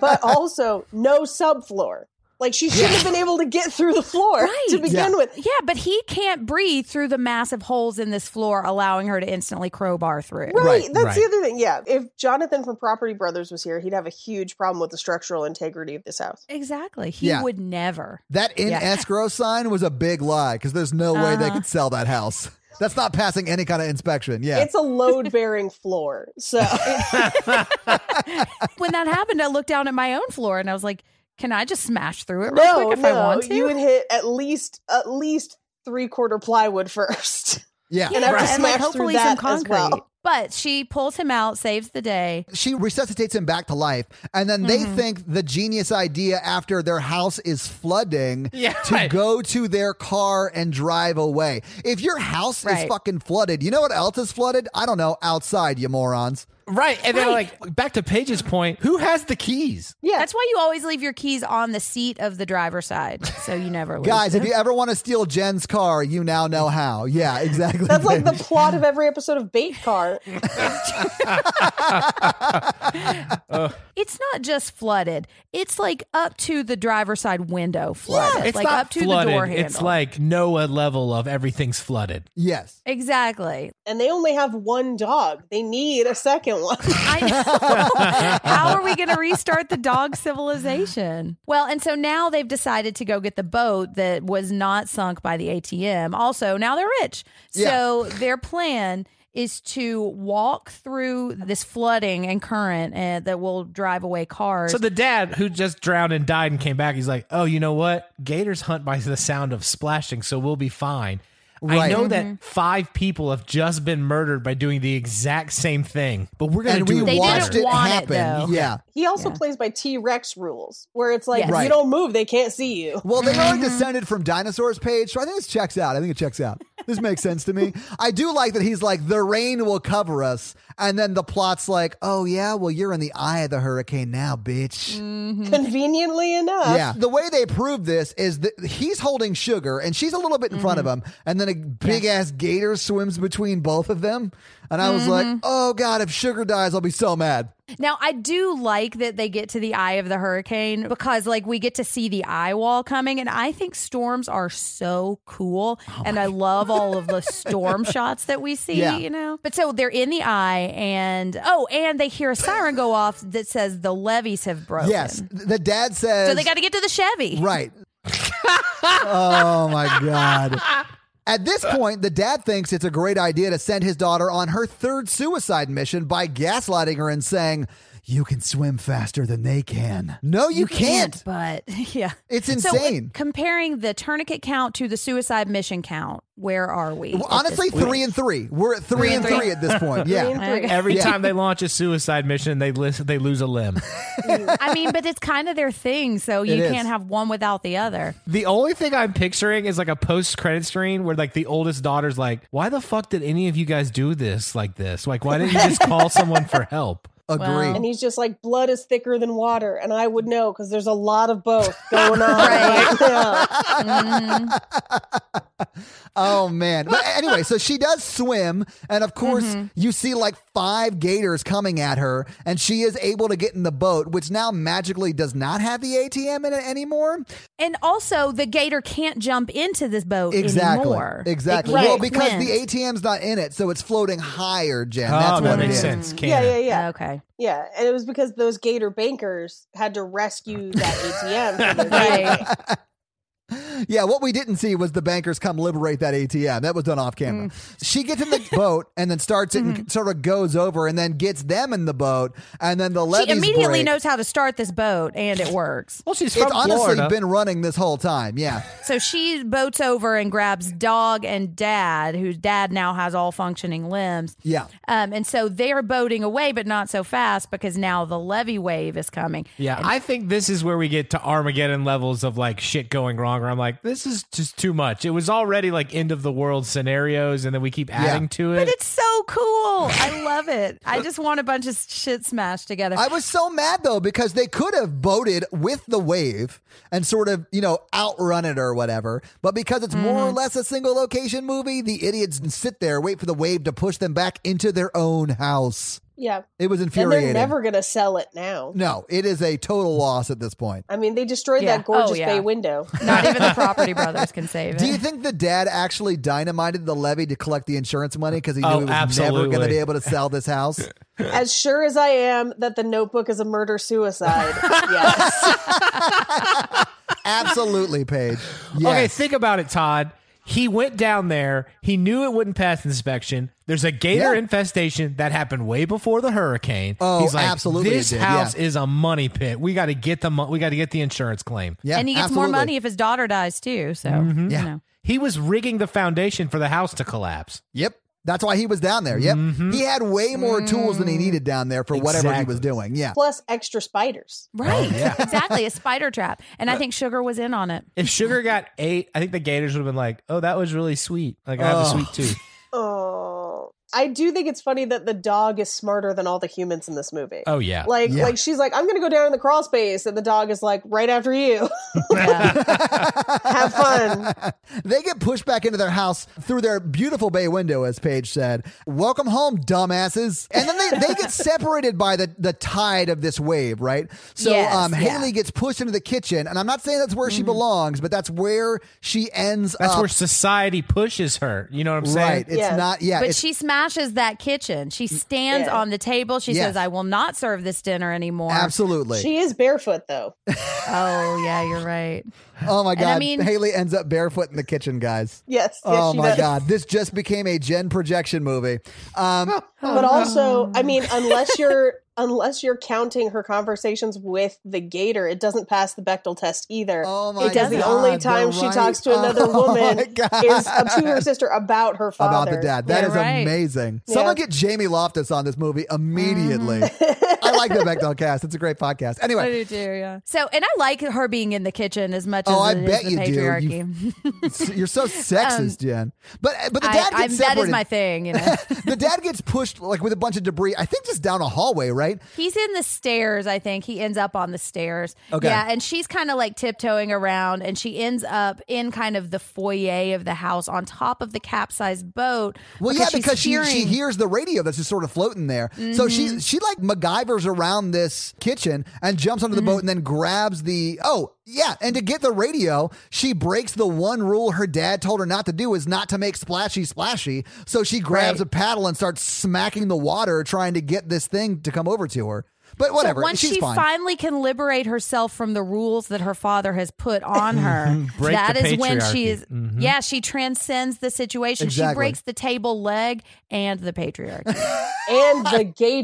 [SPEAKER 5] But also, no subfloor. Like, she shouldn't have been able to get through the floor
[SPEAKER 4] Right.
[SPEAKER 5] to begin
[SPEAKER 2] Yeah.
[SPEAKER 5] with.
[SPEAKER 4] Yeah, but he can't breathe through the massive holes in this floor, allowing her to instantly crowbar through.
[SPEAKER 5] Right.
[SPEAKER 2] Right,
[SPEAKER 5] That's the
[SPEAKER 6] right.
[SPEAKER 5] other thing. Yeah. If Jonathan from Property Brothers was here, he'd have a huge problem with the structural integrity of this house.
[SPEAKER 4] Exactly. He
[SPEAKER 2] Yeah.
[SPEAKER 4] would never.
[SPEAKER 2] That in
[SPEAKER 4] Yeah.
[SPEAKER 2] escrow sign was a big lie because there's no way
[SPEAKER 6] Uh-huh.
[SPEAKER 2] they could sell that house. That's not passing any kind of inspection. Yeah.
[SPEAKER 5] It's a load bearing floor. So,
[SPEAKER 4] when that happened, I looked down at my own floor and I was like, "Can I just smash through it real
[SPEAKER 5] no,
[SPEAKER 4] quick if
[SPEAKER 5] no,
[SPEAKER 4] I want to?"
[SPEAKER 5] you would hit at least, at least three quarter plywood first.
[SPEAKER 2] yeah.
[SPEAKER 5] and I have to
[SPEAKER 4] and like
[SPEAKER 5] smash through
[SPEAKER 4] hopefully some
[SPEAKER 5] that as
[SPEAKER 4] concrete.
[SPEAKER 5] well.
[SPEAKER 4] But she pulls him out, saves the day.
[SPEAKER 2] she resuscitates him back to life, and then they
[SPEAKER 6] Mm-hmm.
[SPEAKER 2] think the genius idea after their house is flooding
[SPEAKER 6] Yeah,
[SPEAKER 2] to
[SPEAKER 6] right.
[SPEAKER 2] go to their car and drive away. If your house is
[SPEAKER 4] Right.
[SPEAKER 2] fucking flooded, you know what else is flooded? I don't know. Outside, you morons.
[SPEAKER 3] Right. And then,
[SPEAKER 4] Right.
[SPEAKER 3] like, back to Paige's point, who has the keys?
[SPEAKER 5] Yeah.
[SPEAKER 4] That's why you always leave your keys on the seat of the driver's side, so you never lose.
[SPEAKER 2] Guys,
[SPEAKER 4] them.
[SPEAKER 2] if you ever want to steal Jen's car, you now know how. Yeah, exactly.
[SPEAKER 5] That's like the plot of every episode of Bait Car.
[SPEAKER 4] it's not just flooded; it's like up to the driver's side window flooded,
[SPEAKER 3] It's
[SPEAKER 4] like
[SPEAKER 3] not
[SPEAKER 4] up to
[SPEAKER 3] flooded.
[SPEAKER 4] the door handle.
[SPEAKER 3] It's like Noah level of everything's flooded.
[SPEAKER 2] yes.
[SPEAKER 4] exactly.
[SPEAKER 5] And they only have one dog. They need a second one.
[SPEAKER 4] I know. How are we going to restart the dog civilization? Well, and so now they've decided to go get the boat that was not sunk by the ATM. Also, now they're rich. So their plan is to walk through this flooding and current uh, that will drive away cars.
[SPEAKER 3] So the dad who just drowned and died and came back, he's like, "Oh, you know what? Gators hunt by the sound of splashing, so we'll be fine." I
[SPEAKER 2] Right.
[SPEAKER 3] know
[SPEAKER 5] Mm-hmm.
[SPEAKER 3] that five people have just been murdered by doing the exact same thing, but we're gonna
[SPEAKER 2] And
[SPEAKER 3] do
[SPEAKER 2] we
[SPEAKER 3] it
[SPEAKER 4] They
[SPEAKER 3] better.
[SPEAKER 2] watched
[SPEAKER 4] didn't
[SPEAKER 2] it
[SPEAKER 4] want it,
[SPEAKER 2] happen.
[SPEAKER 4] though.
[SPEAKER 2] yeah.
[SPEAKER 5] He also plays by T Rex rules, where it's like,
[SPEAKER 4] Yes.
[SPEAKER 2] Right.
[SPEAKER 5] you don't move, they can't see you.
[SPEAKER 2] Well, they are descended from dinosaurs, Paige. So I think this checks out. I think it checks out. This makes sense to me. I do like that he's like, the rain will cover us. And then the plot's like, oh, yeah, well, you're in the eye of the hurricane now, bitch.
[SPEAKER 5] Conveniently enough.
[SPEAKER 2] Yeah. The way they prove this is that he's holding sugar and she's a little bit in front of him. And then a big ass gator swims between both of them. And I was like, oh, God, if sugar dies, I'll be so mad.
[SPEAKER 4] Now, I do like that they get to the eye of the hurricane because, like, we get to see the eye wall coming. And I think storms are so cool. and I love all of the storm shots that we see,
[SPEAKER 2] Oh Yeah.
[SPEAKER 4] you know? But so they're in the eye, and oh, and they hear a siren go off that says the levees have broken.
[SPEAKER 2] Yes. The dad says.
[SPEAKER 4] So they got to get to the Chevy.
[SPEAKER 2] Right. oh my God. At this point, the dad thinks it's a great idea to send his daughter on her third suicide mission by gaslighting her and saying, You can swim faster than they can. No, you, can't.
[SPEAKER 4] But yeah.
[SPEAKER 2] It's
[SPEAKER 4] So, uh,
[SPEAKER 2] insane.
[SPEAKER 4] comparing the tourniquet count to the suicide mission count, where are we?
[SPEAKER 2] Well,
[SPEAKER 4] at this
[SPEAKER 2] honestly,
[SPEAKER 4] point?
[SPEAKER 2] three and three. We're at three and three at this point. Yeah.
[SPEAKER 5] Three.
[SPEAKER 3] Every
[SPEAKER 2] Yeah.
[SPEAKER 3] time they launch a suicide mission, they list, they lose a limb.
[SPEAKER 4] I mean, but it's kind of their thing, so you
[SPEAKER 2] is.
[SPEAKER 4] can't have one without the other.
[SPEAKER 3] The only thing I'm picturing is like a post credit screen where like the oldest daughter's like, "Why the fuck did any of you guys do this like this? Like, why didn't you just call someone for help?"
[SPEAKER 2] Agree.
[SPEAKER 5] And he's just like, blood is thicker than water. And I would know because there's a lot of both going on.
[SPEAKER 4] Right.
[SPEAKER 5] right now.
[SPEAKER 2] Oh man. But anyway, so she does swim and of course you see like five gators coming at her and she is able to get in the boat which now magically does not have the ATM in it anymore.
[SPEAKER 4] And also, the gator can't jump into this boat
[SPEAKER 2] Exactly.
[SPEAKER 4] anymore.
[SPEAKER 2] Exactly.
[SPEAKER 4] It
[SPEAKER 2] Well,
[SPEAKER 4] can't
[SPEAKER 2] because
[SPEAKER 4] swim.
[SPEAKER 2] the ATM's not in it, so it's floating higher, Jen. That's
[SPEAKER 3] oh,
[SPEAKER 2] what
[SPEAKER 3] that
[SPEAKER 2] it
[SPEAKER 3] makes
[SPEAKER 2] is.
[SPEAKER 3] sense. Canon.
[SPEAKER 5] Yeah, yeah, yeah.
[SPEAKER 4] Okay.
[SPEAKER 5] Yeah. And it was because those gator bankers had to rescue that ATM. From the
[SPEAKER 4] Right.
[SPEAKER 2] Yeah, what we didn't see was the bankers come liberate that ATM. That was done off camera.
[SPEAKER 4] Mm.
[SPEAKER 2] She gets in the boat and then starts it
[SPEAKER 4] Mm-hmm.
[SPEAKER 2] and sort of goes over and then gets them in the boat and then the levees
[SPEAKER 4] She immediately
[SPEAKER 2] break.
[SPEAKER 4] knows how to start this boat, and it works.
[SPEAKER 3] Well, she's from
[SPEAKER 2] It's honestly
[SPEAKER 3] Florida.
[SPEAKER 2] been running this whole time. Yeah.
[SPEAKER 4] So she boats over and grabs dog and dad, whose dad now has all functioning limbs.
[SPEAKER 2] Yeah.
[SPEAKER 4] Um, and so they're boating away, but not so fast because now the levee wave is coming.
[SPEAKER 3] yeah, I think this is where we get to Armageddon levels of like shit going wrong. Where I'm like, this is just too much. It was already like end of the world scenarios, and then we keep adding to it.
[SPEAKER 4] But it's so cool. I love it. I just want a bunch of shit smashed together.
[SPEAKER 2] I was so mad though because they could have boated with the wave and sort of, you know, outrun it or whatever. But because it's more or
[SPEAKER 4] Mm-hmm.
[SPEAKER 2] less a single location movie, the idiots sit there, wait for the wave to push them back into their own house.
[SPEAKER 5] yeah.
[SPEAKER 2] It was
[SPEAKER 5] And
[SPEAKER 2] infuriating.
[SPEAKER 5] they're never going to sell it now.
[SPEAKER 2] no, it is a total loss at this point.
[SPEAKER 5] I mean, they destroyed
[SPEAKER 4] Yeah.
[SPEAKER 5] that gorgeous
[SPEAKER 4] Oh, yeah.
[SPEAKER 5] bay window.
[SPEAKER 4] Not even the property brothers can save it.
[SPEAKER 2] Do you think the dad actually dynamited the levy to collect the insurance money because he knew
[SPEAKER 3] Oh,
[SPEAKER 2] he was never going
[SPEAKER 3] absolutely.
[SPEAKER 2] to be able to sell this house?
[SPEAKER 5] As sure as I am that the notebook is a murder suicide, yes.
[SPEAKER 2] Absolutely, Paige. Yes.
[SPEAKER 3] Okay, think about it, Todd. He went down there. He knew it wouldn't pass inspection. There's a gator
[SPEAKER 2] Yeah.
[SPEAKER 3] infestation that happened way before the hurricane.
[SPEAKER 2] Oh,
[SPEAKER 3] He's like,
[SPEAKER 2] absolutely it
[SPEAKER 3] This
[SPEAKER 2] did,
[SPEAKER 3] house
[SPEAKER 2] yeah.
[SPEAKER 3] is a money pit. We got to get the mo- we got to get the insurance claim.
[SPEAKER 2] Yeah,
[SPEAKER 4] and he gets
[SPEAKER 2] absolutely.
[SPEAKER 4] more money if his daughter dies too. So
[SPEAKER 2] Yeah.
[SPEAKER 4] you know.
[SPEAKER 3] He was rigging the foundation for the house to collapse.
[SPEAKER 2] Yep. That's why he was down there. Yep.
[SPEAKER 6] Mm-hmm.
[SPEAKER 2] He had way more tools
[SPEAKER 6] Mm.
[SPEAKER 2] than he needed down there for whatever he
[SPEAKER 3] Exactly.
[SPEAKER 2] was doing. Yeah.
[SPEAKER 5] Plus extra spiders.
[SPEAKER 2] Oh,
[SPEAKER 4] right, exactly, a spider trap. And I think Sugar was in on it.
[SPEAKER 3] If Sugar got
[SPEAKER 2] Oh.
[SPEAKER 3] eight, I think the Gators would have been like, "Oh, that was really sweet. Like I have a sweet tooth."
[SPEAKER 5] Oh. I do think it's funny that the dog is smarter than all the humans in this movie.
[SPEAKER 6] Oh yeah.
[SPEAKER 5] Like,
[SPEAKER 2] Yeah.
[SPEAKER 5] like she's like, I'm gonna go down in the crawl space, and the dog is like, right after you.
[SPEAKER 4] Yeah.
[SPEAKER 5] Have fun.
[SPEAKER 2] They get pushed back into their house through their beautiful bay window, as Paige said. Welcome home, dumbasses. And then they, they get separated by the, the tide of this wave, right? So
[SPEAKER 4] Yes,
[SPEAKER 2] um,
[SPEAKER 4] yeah.
[SPEAKER 2] Haley gets pushed into the kitchen, and I'm not saying that's where she belongs, but that's where she ends
[SPEAKER 6] Mm-hmm. That's
[SPEAKER 2] up.
[SPEAKER 6] where society pushes her. You know what I'm saying?
[SPEAKER 2] right. It's
[SPEAKER 5] Yes.
[SPEAKER 2] not, yeah.
[SPEAKER 4] But
[SPEAKER 2] it's- Mm,
[SPEAKER 4] she smashes that kitchen. She stands
[SPEAKER 5] Yeah.
[SPEAKER 4] on the table. She
[SPEAKER 2] Yes.
[SPEAKER 4] says, I will not serve this dinner anymore.
[SPEAKER 2] absolutely.
[SPEAKER 5] she is barefoot though.
[SPEAKER 4] Oh, yeah, you're right.
[SPEAKER 2] oh my
[SPEAKER 4] I
[SPEAKER 2] God.
[SPEAKER 4] mean-
[SPEAKER 2] Haley ends up barefoot in the kitchen, guys.
[SPEAKER 5] Yes. yes
[SPEAKER 2] oh
[SPEAKER 5] she
[SPEAKER 2] my
[SPEAKER 5] does.
[SPEAKER 2] God. This just became a gen projection movie. Um,
[SPEAKER 5] But also, I mean, unless you're unless you're counting her conversations with the gator, it doesn't pass the Bechtel test either.
[SPEAKER 2] Oh my
[SPEAKER 5] it does the
[SPEAKER 2] God,
[SPEAKER 5] only time
[SPEAKER 2] you're
[SPEAKER 5] she
[SPEAKER 2] right.
[SPEAKER 5] talks to another
[SPEAKER 2] Oh
[SPEAKER 5] woman
[SPEAKER 2] my God.
[SPEAKER 5] is up to her sister about her
[SPEAKER 2] about
[SPEAKER 5] father.
[SPEAKER 2] the dad. That
[SPEAKER 4] Yeah,
[SPEAKER 2] is
[SPEAKER 4] right.
[SPEAKER 2] amazing. Someone get Jamie Loftus on this movie immediately.
[SPEAKER 4] Mm-hmm.
[SPEAKER 2] I like the Bechdel cast. It's a great podcast. Anyway,
[SPEAKER 4] do too, yeah. So, and I like her being in the kitchen as much
[SPEAKER 2] Oh,
[SPEAKER 4] as
[SPEAKER 2] I
[SPEAKER 4] it is
[SPEAKER 2] bet
[SPEAKER 4] the
[SPEAKER 2] you do. You-
[SPEAKER 4] patriarchy.
[SPEAKER 2] s- you're so sexist, Jen. But but the
[SPEAKER 4] um, I,
[SPEAKER 2] dad
[SPEAKER 4] I,
[SPEAKER 2] gets
[SPEAKER 4] that
[SPEAKER 2] separated.
[SPEAKER 4] is my thing. You know,
[SPEAKER 2] the dad gets pushed like with a bunch of debris. I think just down a hallway, right?
[SPEAKER 4] he's in the stairs. I think he ends up on the stairs.
[SPEAKER 2] Okay.
[SPEAKER 4] Yeah, and she's kind of like tiptoeing around, and she ends up in kind of the foyer of the house on top of the capsized boat.
[SPEAKER 2] Well, yeah, because she,
[SPEAKER 4] she's
[SPEAKER 2] she
[SPEAKER 4] hearing- Mm-hmm.
[SPEAKER 2] hears the radio that's just sort of floating there. So she she like MacGyver's around this kitchen and jumps onto the
[SPEAKER 4] Mm-hmm.
[SPEAKER 2] boat and then grabs the oh yeah, and to get the radio, she breaks the one rule her dad told her not to do is not to make splashy splashy. So she grabs a
[SPEAKER 4] Right.
[SPEAKER 2] paddle and starts smacking the water, trying to get this thing to come over to her. But whatever,
[SPEAKER 4] So once
[SPEAKER 2] she's
[SPEAKER 4] she
[SPEAKER 2] fine.
[SPEAKER 4] finally can liberate herself from the rules that her father has put on her,
[SPEAKER 6] Break
[SPEAKER 4] that
[SPEAKER 6] the
[SPEAKER 4] is when
[SPEAKER 6] patriarchy.
[SPEAKER 4] she is. Yeah, she transcends the situation.
[SPEAKER 2] Mm-hmm. Exactly.
[SPEAKER 4] She breaks the table leg and the patriarchy.
[SPEAKER 5] and the gay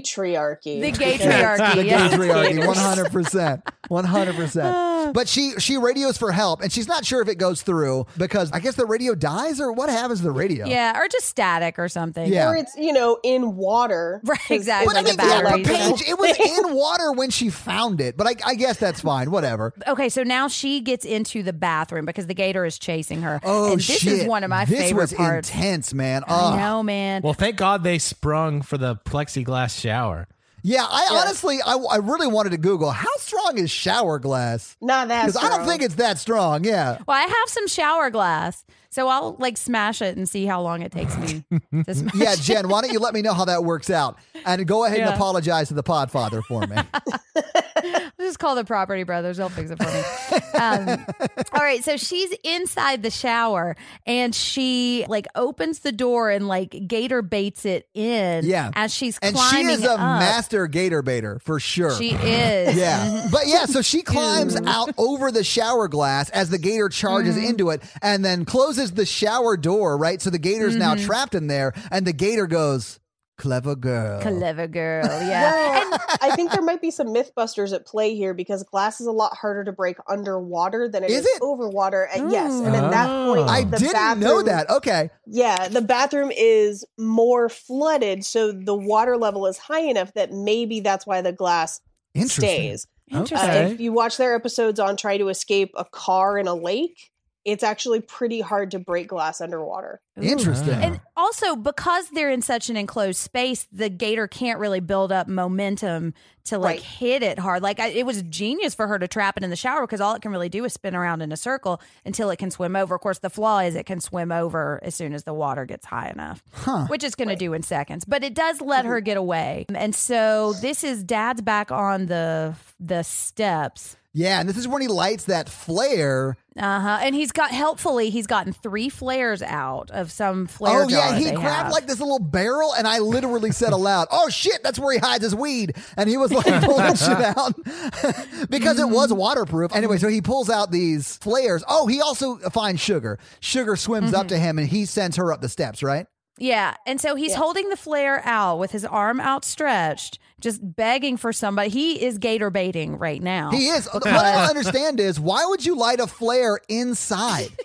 [SPEAKER 4] the
[SPEAKER 5] triarchy. Because-
[SPEAKER 4] gaytriarchy.
[SPEAKER 2] the
[SPEAKER 4] yes.
[SPEAKER 2] patriarchy, one hundred percent, one hundred percent. But she she radios for help, and she's not sure if it goes through because I guess the radio dies or what happens to the radio.
[SPEAKER 4] Yeah, or just static or something.
[SPEAKER 2] Yeah.
[SPEAKER 5] Or it's you know in water.
[SPEAKER 4] Right,
[SPEAKER 5] 'Cause
[SPEAKER 4] exactly.
[SPEAKER 5] it's
[SPEAKER 2] But I mean, yeah,
[SPEAKER 4] Like the
[SPEAKER 2] but
[SPEAKER 4] batteries, you know?
[SPEAKER 2] Paige, it was in water when she found it. But I, I guess that's fine. Whatever.
[SPEAKER 4] Okay, so now she gets into the bathroom because the gator is chasing her.
[SPEAKER 2] Oh
[SPEAKER 4] and this
[SPEAKER 2] shit!
[SPEAKER 4] is one of my
[SPEAKER 2] this
[SPEAKER 4] favorite
[SPEAKER 2] was
[SPEAKER 4] parts.
[SPEAKER 2] intense, man.
[SPEAKER 4] I
[SPEAKER 2] Ugh.
[SPEAKER 4] know, man.
[SPEAKER 6] Well, thank God they sprung for the plexiglass shower.
[SPEAKER 2] yeah, I honestly, I, I really wanted to Google how strong is shower glass
[SPEAKER 5] Not that.
[SPEAKER 2] because I don't
[SPEAKER 5] strong.
[SPEAKER 2] think it's that strong. Yeah.
[SPEAKER 4] Well, I have some shower glass, so I'll like smash it and see how long it takes me to smash.
[SPEAKER 2] Yeah, Jen, why don't you let me know how that works out? And go ahead and
[SPEAKER 4] Yeah.
[SPEAKER 2] apologize to the podfather for me.
[SPEAKER 4] I'll just call the property brothers. They'll fix it for me. Um, all right. So she's inside the shower and she like opens the door and like gator baits it in.
[SPEAKER 2] Yeah.
[SPEAKER 4] As she's
[SPEAKER 2] And she
[SPEAKER 4] climbing
[SPEAKER 2] is a
[SPEAKER 4] up.
[SPEAKER 2] master gator baiter for sure.
[SPEAKER 4] She is.
[SPEAKER 2] Yeah. But yeah, so she climbs out over the shower glass as the gator charges
[SPEAKER 4] Mm-hmm.
[SPEAKER 2] into it and then closes the shower door, right? So the gator's now
[SPEAKER 4] Mm-hmm.
[SPEAKER 2] trapped in there and the gator goes, clever girl.
[SPEAKER 4] Clever girl. Yeah.
[SPEAKER 5] Well, I think there might be some MythBusters at play here because glass is a lot harder to break underwater than it
[SPEAKER 2] Is
[SPEAKER 5] is,
[SPEAKER 2] it? Ah.
[SPEAKER 5] over water. And yes, and at that
[SPEAKER 6] Oh.
[SPEAKER 5] point,
[SPEAKER 2] I
[SPEAKER 5] the
[SPEAKER 2] didn't
[SPEAKER 5] bathroom,
[SPEAKER 2] know that. Okay.
[SPEAKER 5] Yeah, the bathroom is more flooded, so the water level is high enough that maybe that's why the glass
[SPEAKER 2] Interesting.
[SPEAKER 5] stays. Uh,
[SPEAKER 4] Interesting.
[SPEAKER 5] if you watch their episodes on trying to escape a car in a lake, it's actually pretty hard to break glass underwater.
[SPEAKER 2] Interesting.
[SPEAKER 4] And also, because they're in such an enclosed space, the gator can't really build up momentum to like
[SPEAKER 5] Right.
[SPEAKER 4] hit it hard. Like I, it was genius for her to trap it in the shower because all it can really do is spin around in a circle until it can swim over. Of course, the flaw is it can swim over as soon as the water gets high enough, which it's going to do in seconds. But it does let her get away. And so this is Dad's back on the the steps.
[SPEAKER 2] yeah, and this is when he lights that flare.
[SPEAKER 4] Uh huh. And he's got helpfully he's gotten three flares out of some flare.
[SPEAKER 2] oh yeah,
[SPEAKER 4] jar
[SPEAKER 2] he
[SPEAKER 4] they
[SPEAKER 2] grabbed
[SPEAKER 4] have.
[SPEAKER 2] like this little barrel, and I literally said aloud, "Oh shit, that's where he hides his weed." And he was like pulling shit out because it
[SPEAKER 4] Mm.
[SPEAKER 2] was waterproof. Anyway, so he pulls out these flares. Oh, he also finds sugar. Sugar swims up
[SPEAKER 4] Mm-hmm.
[SPEAKER 2] to him, and he sends her up the steps. Right?
[SPEAKER 4] Yeah. And so he's holding the flare out with his arm outstretched, just begging for somebody. He is gator baiting right now.
[SPEAKER 2] He is. what I don't understand is why would you light a flare inside?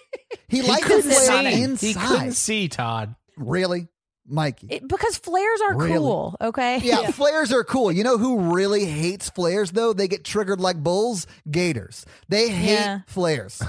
[SPEAKER 2] He, lights a
[SPEAKER 4] couldn't
[SPEAKER 2] flare
[SPEAKER 4] see.
[SPEAKER 6] He
[SPEAKER 2] inside.
[SPEAKER 6] couldn't see Todd.
[SPEAKER 2] Really, Mikey?
[SPEAKER 4] It- because flares are
[SPEAKER 2] Really?
[SPEAKER 4] cool. Okay.
[SPEAKER 2] Yeah, flares are cool. You know who really hates flares though? They get triggered like bulls, gators. They hate
[SPEAKER 4] Yeah.
[SPEAKER 2] flares.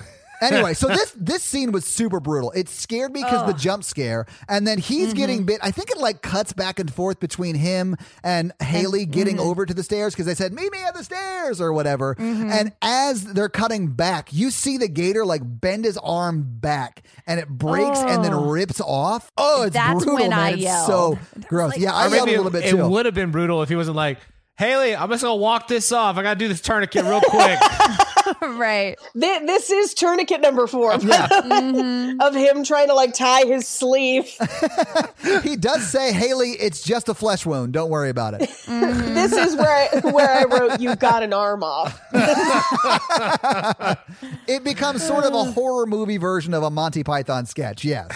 [SPEAKER 2] Anyway, so this this scene was super brutal. It scared me because the
[SPEAKER 4] Oh.
[SPEAKER 2] jump scare, and then he's
[SPEAKER 4] Mm-hmm.
[SPEAKER 2] getting bit. I think it like cuts back and forth between him and Haley getting
[SPEAKER 4] mm-hmm.
[SPEAKER 2] over to the stairs because they said meet me at the stairs or whatever.
[SPEAKER 4] Mm-hmm.
[SPEAKER 2] And as they're cutting back, you see the gator like bend his arm back, and it breaks and then rips off. Oh, it's
[SPEAKER 4] That's
[SPEAKER 2] brutal,
[SPEAKER 4] when
[SPEAKER 2] man.
[SPEAKER 4] I
[SPEAKER 2] It's
[SPEAKER 4] yelled.
[SPEAKER 2] so gross. yeah,
[SPEAKER 6] Or
[SPEAKER 2] I yelled a
[SPEAKER 6] maybe
[SPEAKER 2] little
[SPEAKER 6] it,
[SPEAKER 2] bit
[SPEAKER 6] it
[SPEAKER 2] too.
[SPEAKER 6] would have been brutal if he wasn't like, Haley, I'm just gonna walk this off. I gotta do this tourniquet real quick.
[SPEAKER 4] right.
[SPEAKER 5] Thi- this is tourniquet number four of him trying to like tie his sleeve.
[SPEAKER 2] he does say, Haley, it's just a flesh wound. Don't worry about it.
[SPEAKER 5] this is where I, where I wrote you got an arm off.
[SPEAKER 2] It becomes sort of a horror movie version of a Monty Python sketch. Yes.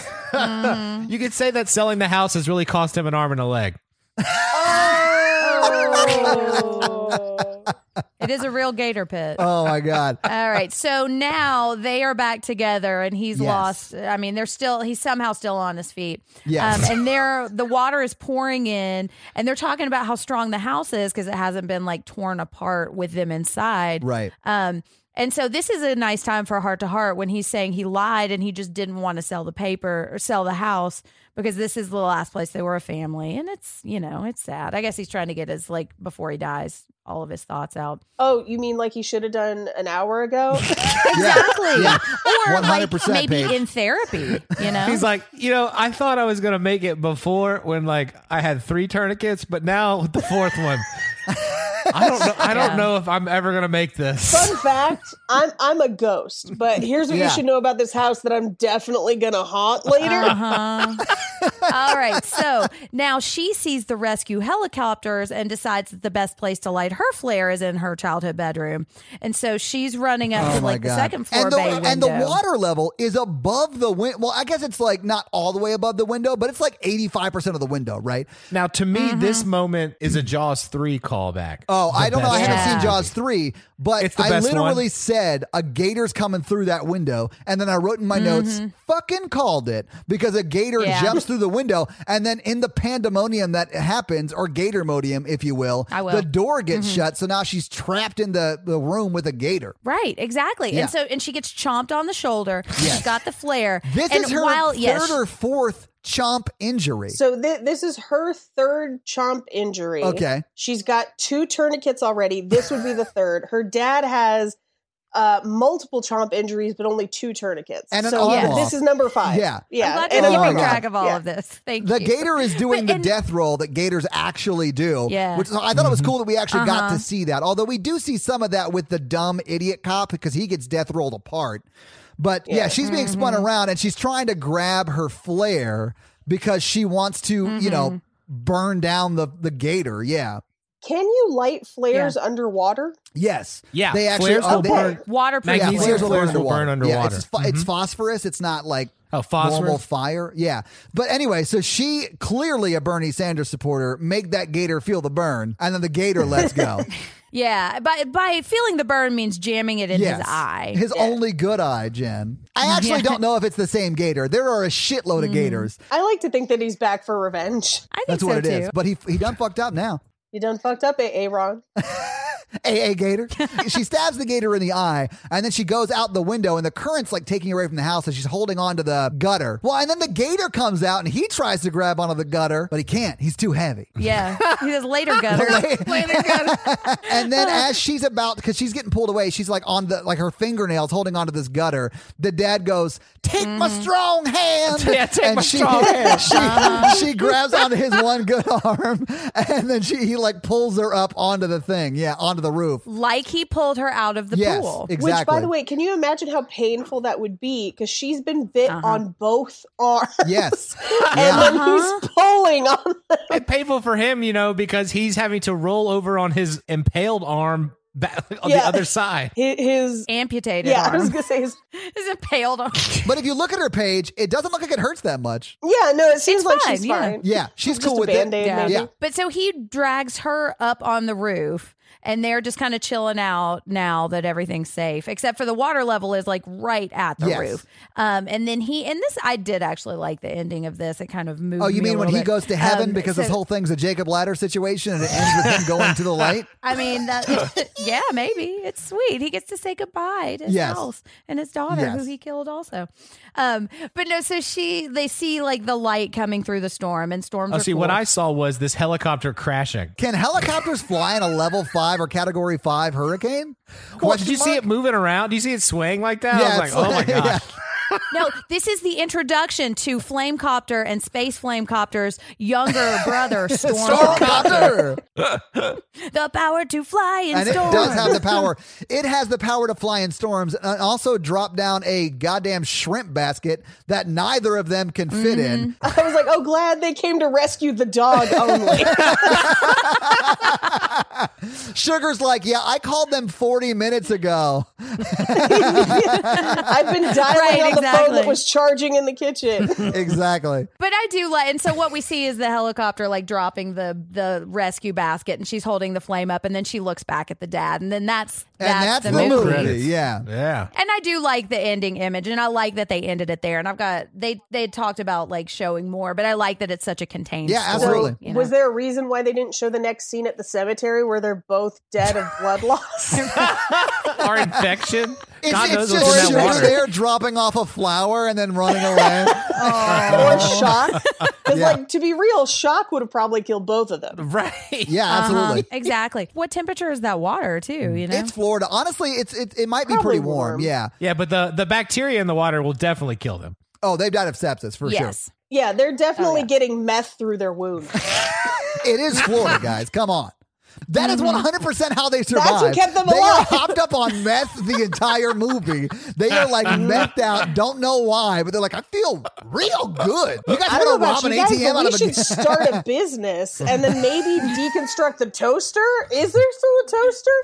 [SPEAKER 6] you could say that selling the house has really cost him an arm and a leg.
[SPEAKER 4] It is a real gator pit.
[SPEAKER 2] Oh my God.
[SPEAKER 4] All right. So now they are back together and he's
[SPEAKER 2] Yes.
[SPEAKER 4] lost. I mean, they're still, he's somehow still on his feet. Um,
[SPEAKER 2] Yes.
[SPEAKER 4] and they're, the water is pouring in and they're talking about how strong the house is because it hasn't been like torn apart with them inside.
[SPEAKER 2] Right.
[SPEAKER 4] Um, and so this is a nice time for heart to heart when he's saying he lied and he just didn't want to sell the paper or sell the house because this is the last place they were a family and it's you know it's sad. I guess he's trying to get his like before he dies all of his thoughts out.
[SPEAKER 5] Oh, you mean like he should have done an hour ago?
[SPEAKER 4] Exactly.
[SPEAKER 2] Yeah.
[SPEAKER 4] Or like
[SPEAKER 2] 100%
[SPEAKER 4] maybe
[SPEAKER 2] Paige.
[SPEAKER 4] in therapy, you know.
[SPEAKER 6] He's like, you know, I thought I was gonna make it before when like I had three tourniquets, but now with the fourth one, I don't know. I don't
[SPEAKER 4] Yeah.
[SPEAKER 6] know if I'm ever gonna make this.
[SPEAKER 5] Fun fact, I'm I'm a ghost, but here's what
[SPEAKER 2] Yeah.
[SPEAKER 5] you should know about this house that I'm definitely gonna haunt later.
[SPEAKER 4] Uh-huh. All right. So now she sees the rescue helicopters and decides that the best place to light her flare is in her childhood bedroom. And so she's running up
[SPEAKER 2] Oh
[SPEAKER 4] to
[SPEAKER 2] my
[SPEAKER 4] like
[SPEAKER 2] God.
[SPEAKER 4] the second floor
[SPEAKER 2] and the,
[SPEAKER 4] bay
[SPEAKER 2] and the
[SPEAKER 4] window.
[SPEAKER 2] water level is above the window. Well, I guess it's like not all the way above the window, but it's like 85% of the window, right?
[SPEAKER 6] Now, to me, this moment is a Jaws three callback.
[SPEAKER 2] Mm-hmm. Oh,
[SPEAKER 6] The
[SPEAKER 2] I don't know. I
[SPEAKER 6] best
[SPEAKER 2] haven't
[SPEAKER 4] Yeah.
[SPEAKER 2] seen Jaws 3, but
[SPEAKER 6] It's the
[SPEAKER 2] I
[SPEAKER 6] best
[SPEAKER 2] literally
[SPEAKER 6] one.
[SPEAKER 2] said a gator's coming through that window. And then I wrote in my notes, fucking called it because a gator
[SPEAKER 4] Mm-hmm. Yeah.
[SPEAKER 2] jumps through the window. And then in the pandemonium that happens, or gator modium, if you will,
[SPEAKER 4] I will. Mm-hmm.
[SPEAKER 2] the door gets shut. So now she's trapped in the, the room with a gator.
[SPEAKER 4] Right, exactly.
[SPEAKER 2] Yeah.
[SPEAKER 4] And so and she gets chomped on the shoulder. She's got the flare.
[SPEAKER 2] This
[SPEAKER 4] and
[SPEAKER 2] is her
[SPEAKER 4] while
[SPEAKER 2] third
[SPEAKER 4] yes,
[SPEAKER 2] or fourth chomp injury.
[SPEAKER 5] So thi- this is her third chomp injury.
[SPEAKER 2] Okay.
[SPEAKER 5] She's got two tourniquets already. This would be the third. Her dad has uh, multiple chomp injuries, but only two tourniquets.
[SPEAKER 2] And an
[SPEAKER 5] so
[SPEAKER 2] arm
[SPEAKER 5] yeah,
[SPEAKER 2] off.
[SPEAKER 5] this is number five.
[SPEAKER 2] Yeah. I'm
[SPEAKER 5] yeah.
[SPEAKER 4] I'm glad
[SPEAKER 5] and
[SPEAKER 4] you're
[SPEAKER 5] an
[SPEAKER 2] Oh my
[SPEAKER 4] keeping
[SPEAKER 5] arm off.
[SPEAKER 4] track of all
[SPEAKER 5] Yeah.
[SPEAKER 4] of this. Thank
[SPEAKER 2] the
[SPEAKER 4] you.
[SPEAKER 2] gator is doing
[SPEAKER 4] But-
[SPEAKER 2] the
[SPEAKER 4] and-
[SPEAKER 2] death roll that gators actually do.
[SPEAKER 4] Yeah. Mm-hmm. Uh-huh.
[SPEAKER 2] Which so I thought it was cool that we actually got to see that. Although we do see some of that with the dumb idiot cop because he gets death rolled apart. But yeah, she's being spun
[SPEAKER 4] Mm-hmm.
[SPEAKER 2] around and she's trying to grab her flare because she wants to, you
[SPEAKER 4] Mm-hmm.
[SPEAKER 2] know, burn down the the gator. Yeah.
[SPEAKER 5] Can you light flares underwater?
[SPEAKER 2] Yes.
[SPEAKER 6] Yeah,
[SPEAKER 2] They actually
[SPEAKER 6] flares will
[SPEAKER 2] they-
[SPEAKER 6] burn-
[SPEAKER 4] water
[SPEAKER 2] Yeah,
[SPEAKER 6] Magnesium
[SPEAKER 2] flares
[SPEAKER 4] proof.
[SPEAKER 2] will burn
[SPEAKER 6] flares will
[SPEAKER 2] underwater.
[SPEAKER 6] burn
[SPEAKER 2] Yeah,
[SPEAKER 6] underwater. Mm-hmm.
[SPEAKER 2] it's, pho- it's phosphorus. It's not like
[SPEAKER 6] Oh, phosphorus?
[SPEAKER 2] normal fire. Yeah. But anyway, so she clearly a Bernie Sanders supporter. Make that gator feel the burn, and then the gator lets go.
[SPEAKER 4] Yeah, by by feeling the burn means jamming it in
[SPEAKER 2] yes.
[SPEAKER 4] his eye.
[SPEAKER 2] His only good eye, Jen. I actually
[SPEAKER 4] Yeah. Mm-hmm.
[SPEAKER 2] don't know if it's the same gator. There are a shitload of gators.
[SPEAKER 5] I like to think that he's back for revenge.
[SPEAKER 4] I think
[SPEAKER 2] That's
[SPEAKER 4] so
[SPEAKER 2] what it
[SPEAKER 4] too.
[SPEAKER 2] is. But he he done fucked up now.
[SPEAKER 5] You done fucked up, Aaron.
[SPEAKER 2] AA Gator. she stabs the gator in the eye, and then she goes out the window, and the current's like taking her away from the house, and she's holding onto the gutter. Well, and then the gator comes out, and he tries to grab onto the gutter, but he can't. He's too heavy.
[SPEAKER 4] Yeah. He says later gutter.
[SPEAKER 2] and then as she's about, because she's getting pulled away, she's like on the like her fingernails holding onto this gutter. The dad goes, "Take my strong hand."
[SPEAKER 6] Yeah, take
[SPEAKER 2] and
[SPEAKER 6] my
[SPEAKER 2] she,
[SPEAKER 6] strong hand.
[SPEAKER 2] She, she grabs onto his one good arm, and then she he like pulls her up onto the thing. Yeah, onto the roof.
[SPEAKER 4] like he pulled her out of the
[SPEAKER 2] yes,
[SPEAKER 4] pool.
[SPEAKER 2] exactly.
[SPEAKER 5] Which, by the way, can you imagine how painful that would be? Because she's been bit
[SPEAKER 4] Uh-huh.
[SPEAKER 5] on both arms.
[SPEAKER 2] Yes.
[SPEAKER 5] And then
[SPEAKER 4] Uh-huh.
[SPEAKER 5] he's pulling on
[SPEAKER 6] It's painful for him, you know, because he's having to roll over on his impaled arm back on the
[SPEAKER 5] Yeah.
[SPEAKER 6] other side.
[SPEAKER 5] his. his
[SPEAKER 4] Amputated
[SPEAKER 5] yeah, I
[SPEAKER 4] arm.
[SPEAKER 5] was gonna say his.
[SPEAKER 4] Is it paled arm?
[SPEAKER 2] But if you look at her page, it doesn't look like it hurts that much.
[SPEAKER 5] Yeah, no, it seems like
[SPEAKER 4] fine,
[SPEAKER 5] she's
[SPEAKER 4] yeah.
[SPEAKER 5] fine.
[SPEAKER 2] Yeah, she's
[SPEAKER 5] Just
[SPEAKER 2] cool
[SPEAKER 5] a
[SPEAKER 2] with
[SPEAKER 5] band
[SPEAKER 2] it.
[SPEAKER 5] aid,
[SPEAKER 4] Yeah.
[SPEAKER 5] maybe.
[SPEAKER 2] Yeah.
[SPEAKER 4] But so he drags her up on the roof and they're just kind of chilling out now that everything's safe, except for the water level is like right at the
[SPEAKER 2] Yes.
[SPEAKER 4] roof. Um, and then he and this I did actually like the ending of this. It kind of moved.
[SPEAKER 2] Oh, you
[SPEAKER 4] me a
[SPEAKER 2] mean when
[SPEAKER 4] little
[SPEAKER 2] he
[SPEAKER 4] bit.
[SPEAKER 2] goes to heaven
[SPEAKER 4] Um,
[SPEAKER 2] because
[SPEAKER 4] so-
[SPEAKER 2] this whole thing's a Jacob Ladder situation and it ends with him going to the light?
[SPEAKER 4] I mean, that, yeah, maybe it's sweet. He gets to say goodbye to his
[SPEAKER 2] Yes.
[SPEAKER 4] house and his daughter,
[SPEAKER 2] Yes.
[SPEAKER 4] who he killed also. Um, but no, so she they see like the light coming through the storm, and storms.
[SPEAKER 6] Oh,
[SPEAKER 4] are
[SPEAKER 6] see, what
[SPEAKER 4] cool.
[SPEAKER 6] I saw was this helicopter crashing.
[SPEAKER 2] Can helicopters fly in a level five or category five hurricane?
[SPEAKER 6] Well, did
[SPEAKER 2] Question
[SPEAKER 6] you see
[SPEAKER 2] mark?
[SPEAKER 6] it moving around? Do you see it swaying like that?
[SPEAKER 2] Yeah,
[SPEAKER 6] I was
[SPEAKER 2] it's
[SPEAKER 6] like, oh my
[SPEAKER 2] like-
[SPEAKER 6] gosh.
[SPEAKER 4] No, this is the introduction to Flamecopter and Space Flamecopter's younger brother, Stormcopter.
[SPEAKER 2] Stormcopter!
[SPEAKER 4] the power to fly in
[SPEAKER 2] and it
[SPEAKER 4] storm.
[SPEAKER 2] does have the power. It has the power to fly in storms and also drop down a goddamn shrimp basket that neither of them can fit in.
[SPEAKER 5] I was like, oh, glad they came to rescue the dog only.
[SPEAKER 2] Sugar's like, yeah, I called them 40 minutes ago.
[SPEAKER 5] I've been dialing
[SPEAKER 4] Right,
[SPEAKER 5] on the phone
[SPEAKER 4] exactly.
[SPEAKER 5] that was charging in the kitchen.
[SPEAKER 2] exactly.
[SPEAKER 4] But I do like, and so what we see is the helicopter like dropping the the rescue basket, and she's holding the flame up, and then she looks back at the dad, and then that's
[SPEAKER 2] And that's, the,
[SPEAKER 4] movie.
[SPEAKER 2] movie.
[SPEAKER 6] Credits.
[SPEAKER 2] Yeah.
[SPEAKER 6] Yeah.
[SPEAKER 4] And I do like the ending image, and I like that they ended it there. And I've got they they had talked about like showing more, but I like that it's such a contained.
[SPEAKER 2] Yeah,
[SPEAKER 4] story,
[SPEAKER 2] absolutely.
[SPEAKER 4] you know?
[SPEAKER 5] Was there a reason why they didn't show the next scene at the cemetery where they're both dead of blood loss?
[SPEAKER 6] Our infection.
[SPEAKER 2] It's,
[SPEAKER 6] God knows
[SPEAKER 2] it's
[SPEAKER 6] what's
[SPEAKER 2] just
[SPEAKER 6] in
[SPEAKER 2] sugar
[SPEAKER 6] that water.
[SPEAKER 2] there dropping off a flower and then running away.
[SPEAKER 4] Oh.
[SPEAKER 5] or shock? Because,
[SPEAKER 2] Yeah.
[SPEAKER 5] like, to be real, shock would have probably killed both of them.
[SPEAKER 6] Right.
[SPEAKER 2] yeah, absolutely.
[SPEAKER 4] Uh-huh, exactly. What temperature is that water too? You know,
[SPEAKER 2] It's Florida. Honestly, it's it, it might be
[SPEAKER 5] Probably
[SPEAKER 2] pretty warm.
[SPEAKER 5] warm.
[SPEAKER 2] Yeah.
[SPEAKER 6] Yeah, but the, the bacteria in the water will definitely kill them.
[SPEAKER 2] Oh, they've died of sepsis for
[SPEAKER 4] yes.
[SPEAKER 5] Yeah, they're
[SPEAKER 4] Oh,
[SPEAKER 5] definitely getting meth through their wound.
[SPEAKER 2] sure. It is Florida, guys. Come on. That is 100% how they survived.
[SPEAKER 5] Mm-hmm. what kept them
[SPEAKER 2] they are
[SPEAKER 5] alive.
[SPEAKER 2] hopped up on meth the entire movie. They are like
[SPEAKER 5] Mm-hmm.
[SPEAKER 2] methed out, don't know why, but they're like, I feel real good. You guys
[SPEAKER 5] I don't know
[SPEAKER 2] want to
[SPEAKER 5] about
[SPEAKER 2] rob
[SPEAKER 5] you
[SPEAKER 2] an
[SPEAKER 5] guys,
[SPEAKER 2] ATM
[SPEAKER 5] but
[SPEAKER 2] out
[SPEAKER 5] we
[SPEAKER 2] of a
[SPEAKER 5] should start a business and then maybe deconstruct the toaster. Is there still a toaster?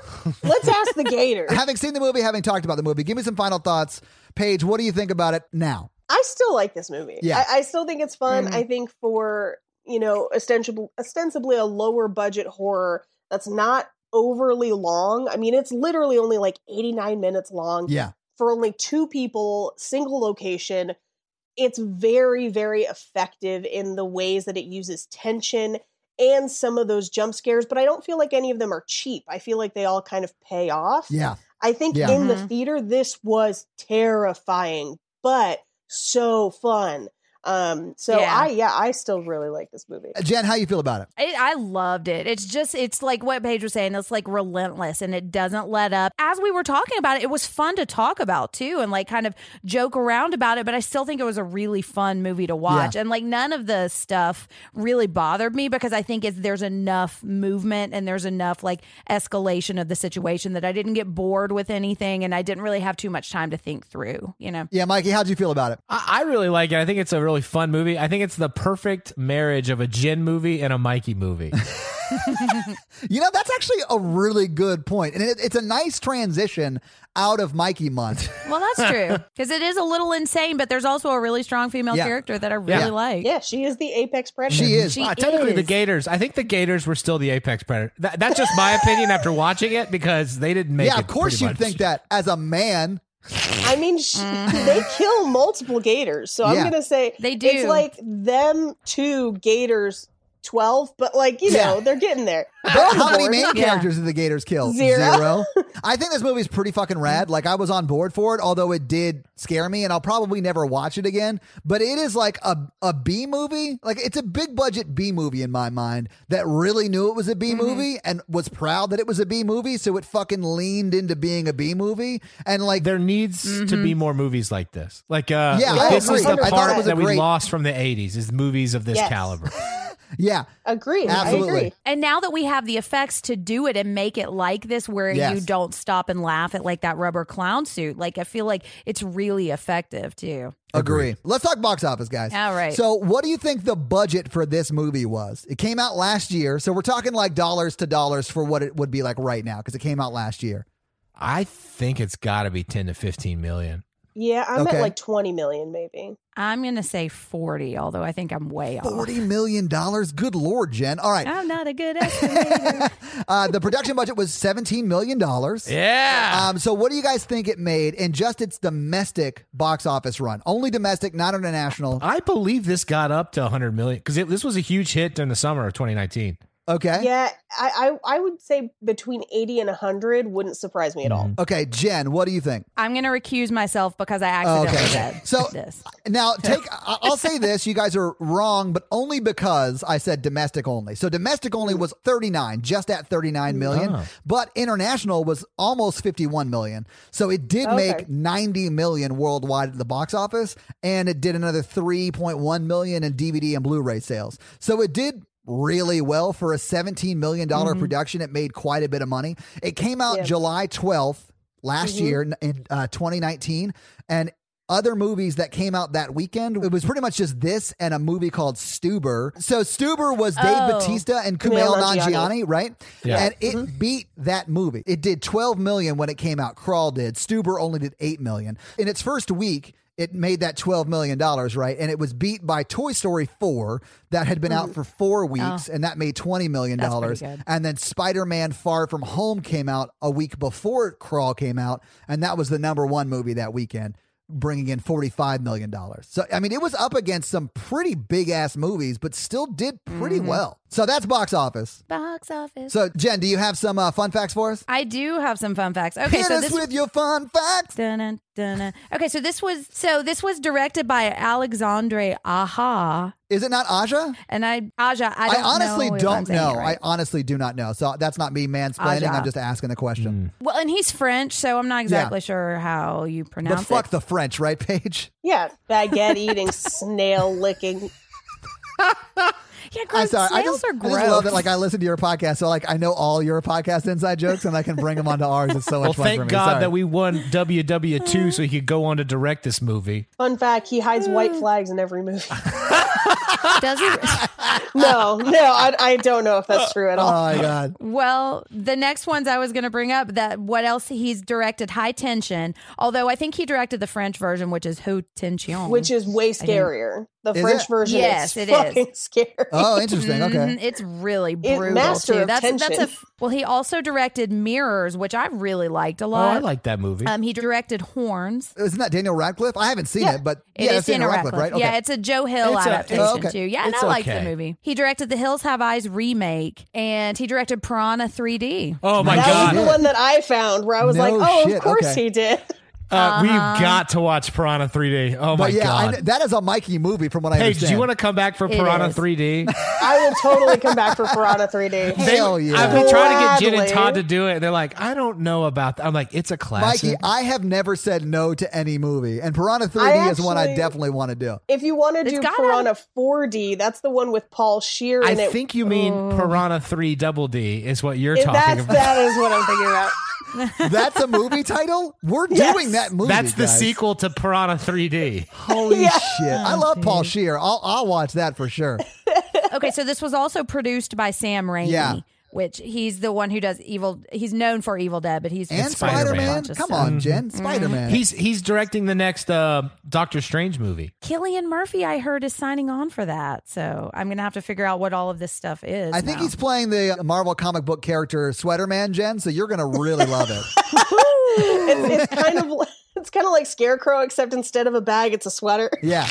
[SPEAKER 5] Let's ask the gator.
[SPEAKER 2] Having seen the movie, having talked about the movie, give me some final thoughts. Paige, what do you think about it now?
[SPEAKER 5] I still like this movie.
[SPEAKER 2] Yeah. Mm-hmm.
[SPEAKER 5] I, I still think it's fun. I think for you know ostensibly ostensibly a lower budget horror that's not overly long. I mean, it's literally only like eighty nine minutes long
[SPEAKER 2] Yeah.
[SPEAKER 5] for only two people, single location. It's very very effective in the ways that it uses tension and some of those jump scares, but I don't feel like any of them are cheap. I feel like they all kind of pay off.
[SPEAKER 2] Yeah.
[SPEAKER 5] I think
[SPEAKER 2] Yeah.
[SPEAKER 5] in the
[SPEAKER 4] Mhm.
[SPEAKER 5] theater, this was terrifying, but so fun. Um, so
[SPEAKER 4] Yeah.
[SPEAKER 5] I, yeah, I still really like this movie.
[SPEAKER 2] Uh, Jen, how you feel about it?
[SPEAKER 4] It, I loved it. It's just, it's like what Paige was saying. It's like relentless and it doesn't let up. As we were talking about it, it was fun to talk about too and like kind of joke around about it, but I still think it was a really fun movie to watch. And like none of the stuff really bothered me because I think it's, there's enough movement and there's enough like escalation of the situation that I didn't get bored with anything and I didn't really have too much time to think through, you know?
[SPEAKER 2] Yeah, Mikey, how'd you feel about it?
[SPEAKER 6] I, I really like it. I think it's a really fun movie. I think it's the perfect marriage of a Jin movie and a Mikey movie.
[SPEAKER 2] You know, that's actually a really good point. And it, it's a nice transition out of Mikey month.
[SPEAKER 4] Well, that's true because it is a little insane, but there's also a really strong female
[SPEAKER 2] Yeah.
[SPEAKER 4] character that I really like.
[SPEAKER 5] Yeah, she is the apex predator.
[SPEAKER 2] She is.
[SPEAKER 4] She
[SPEAKER 6] Well, Uh, technically, the
[SPEAKER 4] is.
[SPEAKER 6] Gators. I think the Gators were still the apex predator. That, that's just my opinion after watching it because they didn't make.
[SPEAKER 2] yeah,
[SPEAKER 6] it,
[SPEAKER 2] of course
[SPEAKER 6] pretty
[SPEAKER 2] you'd
[SPEAKER 6] much.
[SPEAKER 2] think that as a man.
[SPEAKER 5] I mean, she, they kill multiple gators, so
[SPEAKER 2] Yeah.
[SPEAKER 5] I'm gonna say
[SPEAKER 4] Mm-hmm. They
[SPEAKER 5] It's
[SPEAKER 4] do.
[SPEAKER 5] like them two gators, twelve, but like you know,
[SPEAKER 2] Yeah.
[SPEAKER 5] they're getting there.
[SPEAKER 2] But how many main
[SPEAKER 4] Yeah.
[SPEAKER 2] characters did the Gators kill?
[SPEAKER 5] Zero.
[SPEAKER 2] I think this movie's pretty fucking rad. Like I was on board for it, although it did scare me, and I'll probably never watch it again. But it is like a a B movie. Like it's a big budget B movie in my mind that really knew it was a B movie and was proud that it was a B movie. So it fucking leaned into being a B movie. And like
[SPEAKER 6] There needs to be more movies like this. Like, uh,
[SPEAKER 2] Yeah,
[SPEAKER 6] like,
[SPEAKER 5] I
[SPEAKER 6] this is the
[SPEAKER 5] agree. I thought it
[SPEAKER 6] part
[SPEAKER 5] was a
[SPEAKER 6] that we
[SPEAKER 2] great-
[SPEAKER 6] lost from the '80s is movies of this
[SPEAKER 5] Yes.
[SPEAKER 6] caliber.
[SPEAKER 2] yeah,
[SPEAKER 5] Agree, I
[SPEAKER 2] Absolutely.
[SPEAKER 5] agree.
[SPEAKER 4] And now that we have the effects to do it and make it like this, where
[SPEAKER 2] Yes.
[SPEAKER 4] you don't stop and laugh at like that rubber clown suit, like I feel like it's really effective too.
[SPEAKER 2] Agree. Let's talk box office, guys.
[SPEAKER 4] All right.
[SPEAKER 2] So, what do you think the budget for this movie was? It came out last year, so we're talking like dollars to dollars for what it would be like right now because it came out last year.
[SPEAKER 6] I think it's got to be ten to fifteen million.
[SPEAKER 5] Yeah, I'm
[SPEAKER 2] Okay.
[SPEAKER 5] at like 20 million maybe.
[SPEAKER 4] I'm going to say 40, although I think I'm way off.
[SPEAKER 2] Forty million dollars. Good lord, Jen. All right.
[SPEAKER 4] I'm not a good estimator.
[SPEAKER 2] uh, the production budget was seventeen million dollars.
[SPEAKER 6] Yeah.
[SPEAKER 2] Um, so what do you guys think it made in just its domestic box office run? Only domestic, not international.
[SPEAKER 6] I believe this got up to 100 million because this was a huge hit during the summer of 2019.
[SPEAKER 2] Okay.
[SPEAKER 5] Yeah, I, I I would say between 80 and 100 wouldn't surprise me at all.
[SPEAKER 2] Okay, Jen, what do you think?
[SPEAKER 4] I'm going to recuse myself because I accidentally
[SPEAKER 2] Okay.
[SPEAKER 4] said
[SPEAKER 2] So-
[SPEAKER 4] this.
[SPEAKER 2] Now, take. I- I'll say this: you guys are wrong, but only because I said domestic only. So domestic only was 39, just at 39 million,
[SPEAKER 6] Oh.
[SPEAKER 2] but international was almost 51 million. So it did
[SPEAKER 5] Okay.
[SPEAKER 2] make 90 million worldwide at the box office, and it did another 3.1 million in DVD and Blu-ray sales. So it did. Really well for a seventeen million production. It made quite a bit of money. It came out
[SPEAKER 5] Yeah.
[SPEAKER 2] July twelfth last year in- in uh, 2019, and other movies that came out that weekend. It was pretty much just this and a movie called Stuber. So Stuber was Dave
[SPEAKER 4] Oh.
[SPEAKER 2] Batista and Kumail
[SPEAKER 5] Kumail
[SPEAKER 2] Nanjiani,
[SPEAKER 5] Nanjiani.
[SPEAKER 2] right?
[SPEAKER 6] Yeah.
[SPEAKER 2] And it
[SPEAKER 4] Mm-hmm.
[SPEAKER 2] beat that movie. It did 12 million when it came out. Crawl did. Stuber only did 8 million. In its first week, it made that $12 million, right? And it was beat by Toy Story 4 that had been out for four weeks and that made $20 million.
[SPEAKER 4] Mm. Oh. That's pretty good.
[SPEAKER 2] And then Spider Man Far From Home came out a week before Crawl came out, and that was the number one movie that weekend, bringing in $45 million. So, I mean, it was up against some pretty big ass movies, but still did pretty
[SPEAKER 4] Mm-hmm.
[SPEAKER 2] well. So that's box office.
[SPEAKER 4] Box office.
[SPEAKER 2] So, Jen, do you have some uh, fun facts for us?
[SPEAKER 4] I do have some fun facts. Okay,
[SPEAKER 2] Hit
[SPEAKER 4] so
[SPEAKER 2] us
[SPEAKER 4] this
[SPEAKER 2] with your fun facts.
[SPEAKER 4] Dun-dun, dun-dun. Okay, so this was so this was directed by Alexandre Aha,
[SPEAKER 2] Is it not Aja?
[SPEAKER 4] and I Aja. I,
[SPEAKER 2] I
[SPEAKER 4] don't
[SPEAKER 2] honestly
[SPEAKER 4] know if I'm
[SPEAKER 2] don't
[SPEAKER 4] saying
[SPEAKER 2] know.
[SPEAKER 4] it right.
[SPEAKER 2] I honestly do not know. So that's not me mansplaining.
[SPEAKER 4] Aja.
[SPEAKER 2] I'm just asking the
[SPEAKER 6] Hmm.
[SPEAKER 2] question.
[SPEAKER 4] well, and he's French, so I'm not exactly sure how you
[SPEAKER 2] But
[SPEAKER 4] pronounce
[SPEAKER 2] fuck
[SPEAKER 4] it.
[SPEAKER 2] the French, right, Paige?
[SPEAKER 5] Yeah, baguette eating, snail licking.
[SPEAKER 4] yeah, gross.
[SPEAKER 2] I'm sorry. I
[SPEAKER 4] Snails
[SPEAKER 2] just,
[SPEAKER 4] are
[SPEAKER 2] I
[SPEAKER 4] gross.
[SPEAKER 2] just love it. Like I listen to your podcast, so like I know all your podcast inside jokes, and I can bring them onto ours. It's so much
[SPEAKER 6] Well,
[SPEAKER 2] fun for
[SPEAKER 6] thank
[SPEAKER 2] me.
[SPEAKER 6] God
[SPEAKER 2] Sorry.
[SPEAKER 6] that we won WW2 so he could go on to direct this movie.
[SPEAKER 5] Fun fact, he hides white flags in every movie.
[SPEAKER 4] Does it?
[SPEAKER 5] No, no, I, I don't know if that's true at
[SPEAKER 2] Oh
[SPEAKER 5] all.
[SPEAKER 2] my god!
[SPEAKER 4] Well, the next ones I was going to bring up that what else he's directed High Tension, although I think he directed the French version, which is Haute Tension,
[SPEAKER 5] Which is way scarier. The
[SPEAKER 2] Is
[SPEAKER 5] French
[SPEAKER 2] it?
[SPEAKER 5] version
[SPEAKER 4] Yes, it
[SPEAKER 5] is
[SPEAKER 4] is.
[SPEAKER 5] fucking scary.
[SPEAKER 2] Oh, interesting. Okay.
[SPEAKER 4] Mhm, it's really brutal
[SPEAKER 5] Master
[SPEAKER 4] too.
[SPEAKER 5] of
[SPEAKER 4] that's that's a
[SPEAKER 5] Tension.
[SPEAKER 4] f- well. He also directed Mirrors, which I really liked a
[SPEAKER 6] Oh, I
[SPEAKER 4] lot.
[SPEAKER 6] like that movie.
[SPEAKER 4] Um, he directed Horns.
[SPEAKER 2] Isn't that Daniel Radcliffe? I haven't seen
[SPEAKER 5] Yeah.
[SPEAKER 2] it, but
[SPEAKER 4] It
[SPEAKER 2] yeah,
[SPEAKER 4] is
[SPEAKER 2] that's Daniel Radcliffe, right? Okay.
[SPEAKER 4] Yeah, it's a Joe Hill
[SPEAKER 6] It's a-
[SPEAKER 4] adaptation
[SPEAKER 2] oh, okay.
[SPEAKER 4] too. Yeah, and
[SPEAKER 6] It's
[SPEAKER 4] I liked the
[SPEAKER 6] okay.
[SPEAKER 4] movie. He directed The Hills Have Eyes remake, and he directed Piranha 3D.
[SPEAKER 6] oh my
[SPEAKER 5] that
[SPEAKER 6] God.
[SPEAKER 5] was the one that I found where I was
[SPEAKER 2] No
[SPEAKER 5] like, oh,
[SPEAKER 2] shit,
[SPEAKER 5] of course
[SPEAKER 2] okay.
[SPEAKER 5] he did.
[SPEAKER 6] Uh,
[SPEAKER 5] uh-huh.
[SPEAKER 6] We've got to watch Piranha 3D. Oh my
[SPEAKER 2] but yeah, I
[SPEAKER 6] God.
[SPEAKER 2] kn- that is a Mikey movie, from what I
[SPEAKER 6] Paige,
[SPEAKER 2] understand.
[SPEAKER 6] do you want to come back for
[SPEAKER 4] It
[SPEAKER 6] Piranha
[SPEAKER 4] is.
[SPEAKER 6] 3D?
[SPEAKER 5] I will totally come back for Piranha 3D.
[SPEAKER 2] Hell yeah!
[SPEAKER 6] I've been trying to get Jen and
[SPEAKER 5] Gladly.
[SPEAKER 6] Todd to do it, and they're like, I don't know about that. I'm like, it's a
[SPEAKER 2] Mikey,
[SPEAKER 6] classic.
[SPEAKER 2] I have never said no to any movie, and Piranha 3D
[SPEAKER 5] I
[SPEAKER 2] is one I
[SPEAKER 5] actually-
[SPEAKER 2] definitely want to do.
[SPEAKER 5] If you want to
[SPEAKER 4] It's
[SPEAKER 5] do
[SPEAKER 4] gotta-
[SPEAKER 5] Piranha 4D, that's the one with Paul Shear
[SPEAKER 6] I
[SPEAKER 5] in it.
[SPEAKER 6] think you mean Piranha 3 Double D is what you're
[SPEAKER 5] Oh. If
[SPEAKER 6] talking
[SPEAKER 5] that's,
[SPEAKER 6] about.
[SPEAKER 5] that is what I'm thinking about.
[SPEAKER 2] That's a movie title. We're doing
[SPEAKER 5] Yes.
[SPEAKER 2] that movie.
[SPEAKER 6] That's the
[SPEAKER 2] guys.
[SPEAKER 6] sequel to Piranha 3D.
[SPEAKER 2] Holy shit! I love Paul Shear. I'll I'll watch that for sure.
[SPEAKER 4] Okay, so this was also produced by Sam Raimi.
[SPEAKER 2] Yeah.
[SPEAKER 4] Which he's the one who does evil. He's known for Evil Dead, but he's
[SPEAKER 2] And
[SPEAKER 4] just
[SPEAKER 2] Spider Man.
[SPEAKER 6] Spider-Man.
[SPEAKER 2] Come on, Jen.
[SPEAKER 5] Mm-hmm.
[SPEAKER 2] Spider Man.
[SPEAKER 6] He's he's directing the next uh, Doctor Strange movie.
[SPEAKER 4] Killian Murphy, I heard, is signing on for that. So I'm gonna have to figure out what all of this stuff is.
[SPEAKER 2] I think
[SPEAKER 4] now.
[SPEAKER 2] he's playing the Marvel comic book character Sweater Man, Jen. So you're gonna really love it.
[SPEAKER 5] It's, it's kind of it's kind of like Scarecrow, except instead of a bag, it's a sweater.
[SPEAKER 2] Yeah,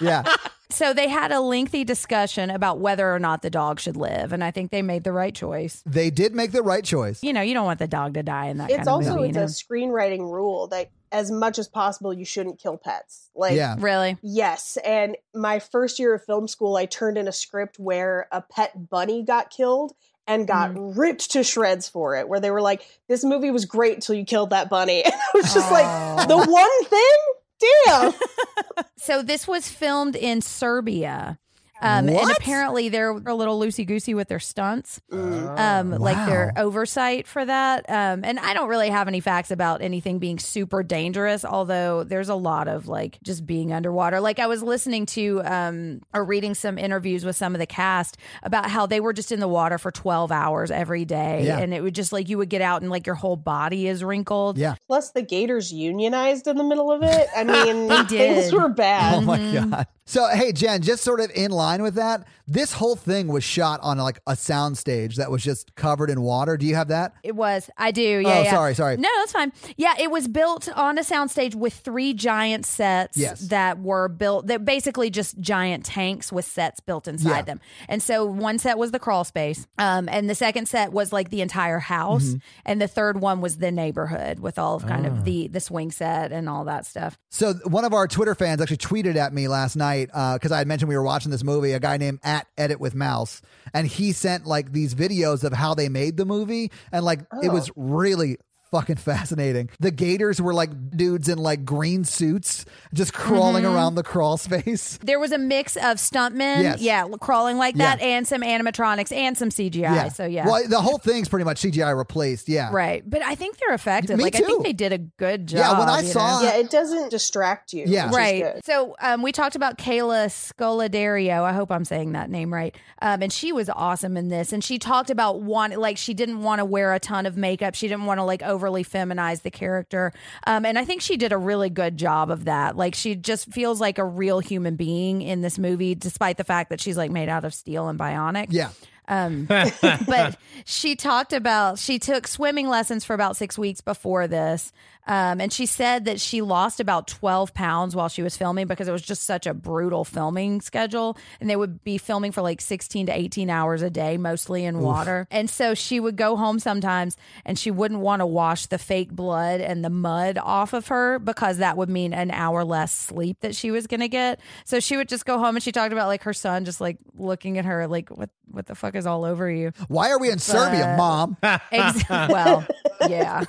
[SPEAKER 2] yeah.
[SPEAKER 4] so. They had a lengthy discussion about whether or not the dog should live, and I think they made the right choice.
[SPEAKER 2] They did make the right choice.
[SPEAKER 4] You know, you don't want the dog to die in that
[SPEAKER 5] It's
[SPEAKER 4] kind of
[SPEAKER 5] also
[SPEAKER 4] movie.
[SPEAKER 5] it's
[SPEAKER 4] you
[SPEAKER 5] a screenwriting rule that as much as possible you shouldn't kill pets. Like
[SPEAKER 2] Yeah.
[SPEAKER 4] know? really.
[SPEAKER 5] Yes, and my first year of film school, I turned in a script where a pet bunny got killed and got
[SPEAKER 4] Mm-hmm.
[SPEAKER 5] ripped to shreds for it. Where they were like, "This movie was great till you killed that bunny," and I was just like, "The one thing, damn."
[SPEAKER 4] So this was filmed in Serbia. Um, And
[SPEAKER 2] What?
[SPEAKER 4] apparently they're a little loosey goosey with their stunts,
[SPEAKER 5] Mm.
[SPEAKER 4] um, like their
[SPEAKER 2] Wow.
[SPEAKER 4] oversight for that. Um, and I don't really have any facts about anything being super dangerous, although there's a lot of like just being underwater. Like I was listening to um, or reading some interviews with some of the cast about how they were just in the water for 12 hours every day.
[SPEAKER 2] Yeah.
[SPEAKER 4] And it would just like you would get out and like your whole body is wrinkled.
[SPEAKER 2] Yeah.
[SPEAKER 5] Plus, the Gators unionized in the middle of it. I mean,
[SPEAKER 4] They
[SPEAKER 5] things
[SPEAKER 4] did. Mm-hmm.
[SPEAKER 5] were bad.
[SPEAKER 2] Oh my god. So hey Jen, just sort of in line with that, this whole thing was shot on like a soundstage that was just covered in water. Do you have that?
[SPEAKER 4] It was. I do. Yeah.
[SPEAKER 2] Oh,
[SPEAKER 4] yeah.
[SPEAKER 2] sorry, sorry.
[SPEAKER 4] No, that's fine. Yeah, it was built on a soundstage with three giant sets
[SPEAKER 2] Yes.
[SPEAKER 4] that were built that basically just giant tanks with sets built inside
[SPEAKER 2] Yeah.
[SPEAKER 4] them. And so one set was the crawl space, um, and the second set was like the entire house,
[SPEAKER 2] Mm-hmm.
[SPEAKER 4] and the third one was the neighborhood with all of kind of the
[SPEAKER 2] Ah.
[SPEAKER 4] the swing set and all that stuff.
[SPEAKER 2] So one of our Twitter fans actually tweeted at me last night because I had mentioned we were watching this movie. A guy named at Edit with Mouse, and he sent like these videos of how they made the movie, and like it
[SPEAKER 4] Oh.
[SPEAKER 2] was really fucking fascinating. The Gators were like dudes in like green suits, just crawling
[SPEAKER 4] Mm-hmm.
[SPEAKER 2] around the crawl space.
[SPEAKER 4] There was a mix of stuntmen,
[SPEAKER 2] Yes.
[SPEAKER 4] yeah, crawling like
[SPEAKER 2] Yeah.
[SPEAKER 4] that, and some animatronics and some CGI. So yeah.
[SPEAKER 2] well, the whole thing's pretty much CGI replaced. Yeah,
[SPEAKER 4] Right, but I think they're effective.
[SPEAKER 2] Me
[SPEAKER 4] like I
[SPEAKER 2] too.
[SPEAKER 4] think they did a good job.
[SPEAKER 2] Yeah, when I
[SPEAKER 4] you know?
[SPEAKER 2] saw
[SPEAKER 5] Yeah, it doesn't distract you.
[SPEAKER 2] Yeah.
[SPEAKER 5] which is
[SPEAKER 4] Right.
[SPEAKER 5] good.
[SPEAKER 4] So um, we talked about Kayla Scolidario. I hope I'm saying that name right. Um, and she was awesome in this. And she talked about want like she didn't want to wear a ton of makeup. She didn't want to like overly feminize the character. Um, and I think she did a really good job of that. Like she just feels like a real human being in this movie, despite the fact that she's like made out of steel and bionic.
[SPEAKER 2] yeah.
[SPEAKER 4] Um, but she talked about she took swimming lessons for about six weeks before this. Um, and she said that she lost about 12 pounds while she was filming because it was just such a brutal filming schedule. And they would be filming for like 16 to 18 hours a day, mostly in water. And so she would go home sometimes and she wouldn't want to wash the fake blood and the mud off of her because that would mean an hour less sleep that she was going to get. So she would just go home and she talked about like her son just like looking at her like, what, what the fuck is all over you?
[SPEAKER 2] Why are we in Serbia, Mom?
[SPEAKER 4] Ex- well, yeah.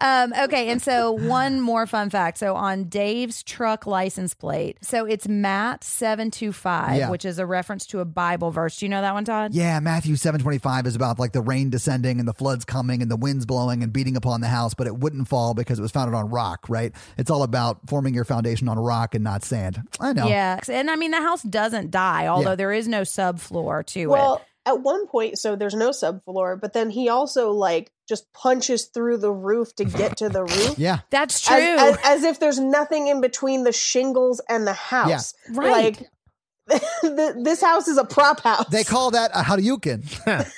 [SPEAKER 4] um, okay, and so one more fun fact. So on Dave's truck license plate, so it's Matt seven two
[SPEAKER 2] Yeah.
[SPEAKER 4] five, which is a reference to a Bible verse. Do you know that one, Todd?
[SPEAKER 2] Yeah, Matthew 725 is about like the rain descending and the floods coming and the winds blowing and beating upon the house, but it wouldn't fall because it was founded on rock, right? It's all about forming your foundation on rock and not sand. I know.
[SPEAKER 4] Yeah, and I mean the house doesn't die, although there is no subfloor to
[SPEAKER 5] Well,
[SPEAKER 4] it.
[SPEAKER 5] at one point, so there's no subfloor, but then he also like just punches through the roof to get to the roof.
[SPEAKER 2] Yeah.
[SPEAKER 4] That's true.
[SPEAKER 5] As, as, as if there's nothing in between the shingles and the house.
[SPEAKER 4] Right.
[SPEAKER 5] Like th- this house is a prop house.
[SPEAKER 2] They call that a Haryukin.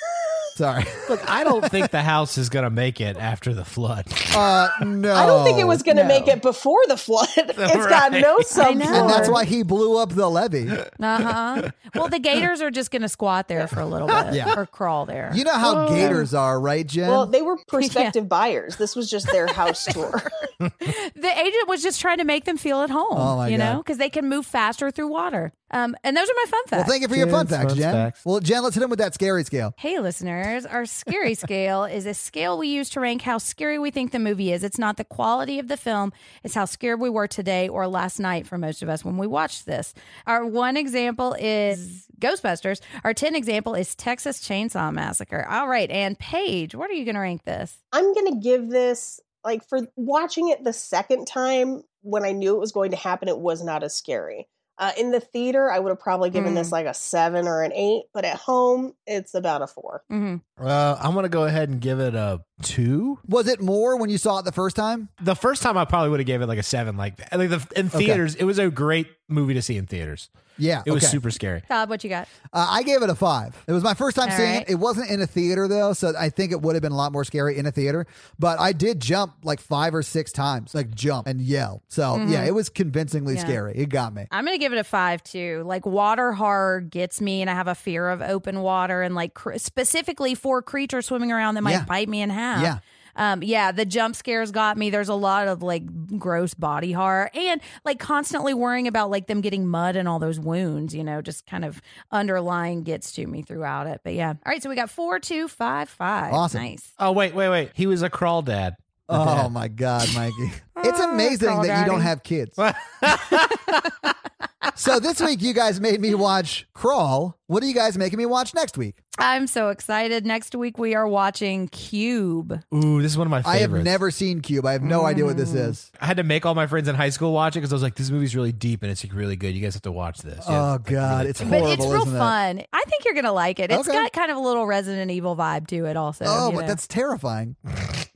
[SPEAKER 2] Sorry.
[SPEAKER 6] Look, I don't think the house is gonna make it after the flood.
[SPEAKER 2] Uh, no.
[SPEAKER 5] I don't think it
[SPEAKER 2] Oh,
[SPEAKER 5] was going to
[SPEAKER 4] No.
[SPEAKER 5] make it before the flood. It's got no
[SPEAKER 4] I know.
[SPEAKER 5] subfloor.
[SPEAKER 2] And that's why he blew up the levee.
[SPEAKER 4] uh huh. Well, the gators are just going to squat there for a little bit
[SPEAKER 2] Yeah.
[SPEAKER 4] or crawl there.
[SPEAKER 2] You know
[SPEAKER 6] Oh.
[SPEAKER 2] how gators are, right, Jen?
[SPEAKER 5] Well, they were prospective buyers. This was just their house tour.
[SPEAKER 4] the agent was just trying to make them feel at home,
[SPEAKER 2] Oh, my
[SPEAKER 4] you know,
[SPEAKER 2] God.
[SPEAKER 4] because they can move faster through water. Um, and those are my fun facts.
[SPEAKER 2] well, thank you for your fun
[SPEAKER 6] Jen's
[SPEAKER 2] facts,
[SPEAKER 6] fun
[SPEAKER 2] Jen.
[SPEAKER 6] facts.
[SPEAKER 2] Well, Jen, let's hit him with that scary scale.
[SPEAKER 4] Hey, listeners, our scary scale is a scale we use to rank how scary we think the movie is. It's not the quality of the film, it's how scared we were today or last night for most of us when we watched this. Our one example is Ghostbusters. Our 10 example is Texas Chainsaw Massacre. All right, and Paige, what are you going to rank this?
[SPEAKER 5] I'm going to give this like for watching it the second time when I knew it was going to happen, it was not as scary. Uh, in the theater, I would have probably given
[SPEAKER 4] Mm.
[SPEAKER 5] this like a seven or an eight, but at home, it's about a four.
[SPEAKER 4] Mm-hmm.
[SPEAKER 6] Uh, I'm gonna go ahead and give it a two.
[SPEAKER 2] Was it more when you saw it the first time?
[SPEAKER 6] The first time I probably would have gave it like a seven. Like, like the, in theaters, it was a great movie to see in theaters.
[SPEAKER 2] Yeah.
[SPEAKER 6] It was
[SPEAKER 2] okay.
[SPEAKER 6] super scary.
[SPEAKER 4] Todd, what you got?
[SPEAKER 2] Uh, I gave it a five. It was my first time
[SPEAKER 4] All
[SPEAKER 2] seeing
[SPEAKER 4] right.
[SPEAKER 2] it. It wasn't in a theater though, so I think it would have been a lot more scary in a theater. But I did jump like five or six times, like jump and yell. So yeah, it was convincingly
[SPEAKER 4] Mm-hmm. Yeah.
[SPEAKER 2] scary. It got me.
[SPEAKER 4] I'm going to give it a five too. Like water horror gets me, and I have a fear of open water and like cr- specifically for creatures swimming around that might
[SPEAKER 2] Yeah.
[SPEAKER 4] bite me in half.
[SPEAKER 2] Yeah.
[SPEAKER 4] Um, yeah, the jump scares got me. There's a lot of like gross body horror and like constantly worrying about like them getting mud and all those wounds, you know, just kind of underlying gets to me throughout it. But yeah. All right. So we got four, two, five, five.
[SPEAKER 2] Awesome.
[SPEAKER 4] Nice.
[SPEAKER 6] Oh wait, wait, wait. He was a crawl dad.
[SPEAKER 2] Oh
[SPEAKER 4] Oh,
[SPEAKER 2] my god, Mikey! it's amazing
[SPEAKER 4] Crawl
[SPEAKER 2] that you don't
[SPEAKER 4] Daddy.
[SPEAKER 2] have kids. so this week you guys made me watch Crawl. What are you guys making me watch next week?
[SPEAKER 4] I'm so excited. Next week we are watching Cube.
[SPEAKER 3] Ooh, this is one of my favorites.
[SPEAKER 2] I have never seen Cube. I have no idea what
[SPEAKER 4] Mm-hmm.
[SPEAKER 2] this is.
[SPEAKER 3] I had to make all my friends in high school watch it because I was like, this movie's really deep and it's like, really good. You guys have to watch this.
[SPEAKER 2] Oh god, it's
[SPEAKER 4] But
[SPEAKER 2] horrible.
[SPEAKER 4] it's real
[SPEAKER 2] isn't it?
[SPEAKER 4] fun. I think you're gonna like it. It's
[SPEAKER 2] Okay.
[SPEAKER 4] got kind of a little Resident Evil vibe to it, also.
[SPEAKER 2] Oh,
[SPEAKER 4] you
[SPEAKER 2] but
[SPEAKER 4] know.
[SPEAKER 2] that's terrifying.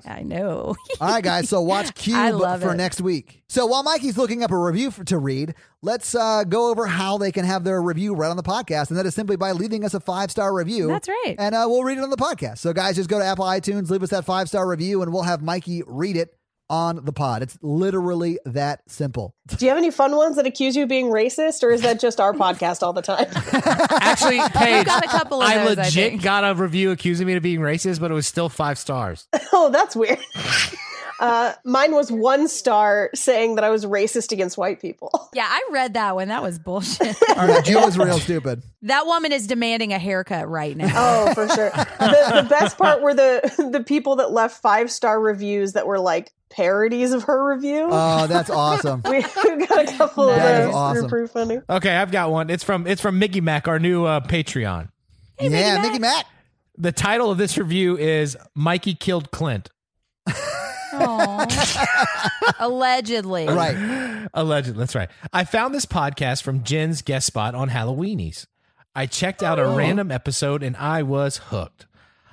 [SPEAKER 4] I know.
[SPEAKER 2] All right, guys. So watch
[SPEAKER 4] I
[SPEAKER 2] Cube
[SPEAKER 4] love
[SPEAKER 2] for
[SPEAKER 4] it.
[SPEAKER 2] next week. So while Mikey's looking up a review for, to read, let's uh, go over how they can have their review read on the podcast, and that is simply by leaving us a five star review.
[SPEAKER 4] That's right.
[SPEAKER 2] and uh, we'll read it on the podcast. So guys, just go to Apple iTunes, leave us that five star review, and we'll have Mikey read it on the pod. It's literally that simple.
[SPEAKER 5] Do you have any fun ones that accuse you of being racist, or is that just our podcast all the time?
[SPEAKER 3] Actually, Paige,
[SPEAKER 4] got a couple of
[SPEAKER 3] I
[SPEAKER 4] those, I
[SPEAKER 3] legit
[SPEAKER 4] think.
[SPEAKER 3] got a review accusing me of being racist, but it was still five stars.
[SPEAKER 5] oh, that's weird. Uh, mine was one star saying that I was racist against white people.
[SPEAKER 4] yeah, I read that one. That was bullshit.
[SPEAKER 2] All right, Jill is real stupid.
[SPEAKER 4] that woman is demanding a haircut right now.
[SPEAKER 5] Oh, for sure. the, the best part were the the people that left five star reviews that were like parodies of her review.
[SPEAKER 2] Oh, that's awesome.
[SPEAKER 5] we we got a couple of
[SPEAKER 2] That is
[SPEAKER 5] those.
[SPEAKER 2] awesome.
[SPEAKER 5] They're pretty funny.
[SPEAKER 3] Okay, I've got one. It's from it's from Mickey Mac, our new uh, Patreon.
[SPEAKER 2] yeah,
[SPEAKER 4] Mickey
[SPEAKER 2] Mickey Mac.
[SPEAKER 3] The title of this review is "Mikey Killed Clint."
[SPEAKER 4] Aw. Allegedly.
[SPEAKER 2] Right.
[SPEAKER 3] Allegedly, that's right. I found this podcast from Jen's guest spot on Halloweenies. I checked out a random episode and I was hooked.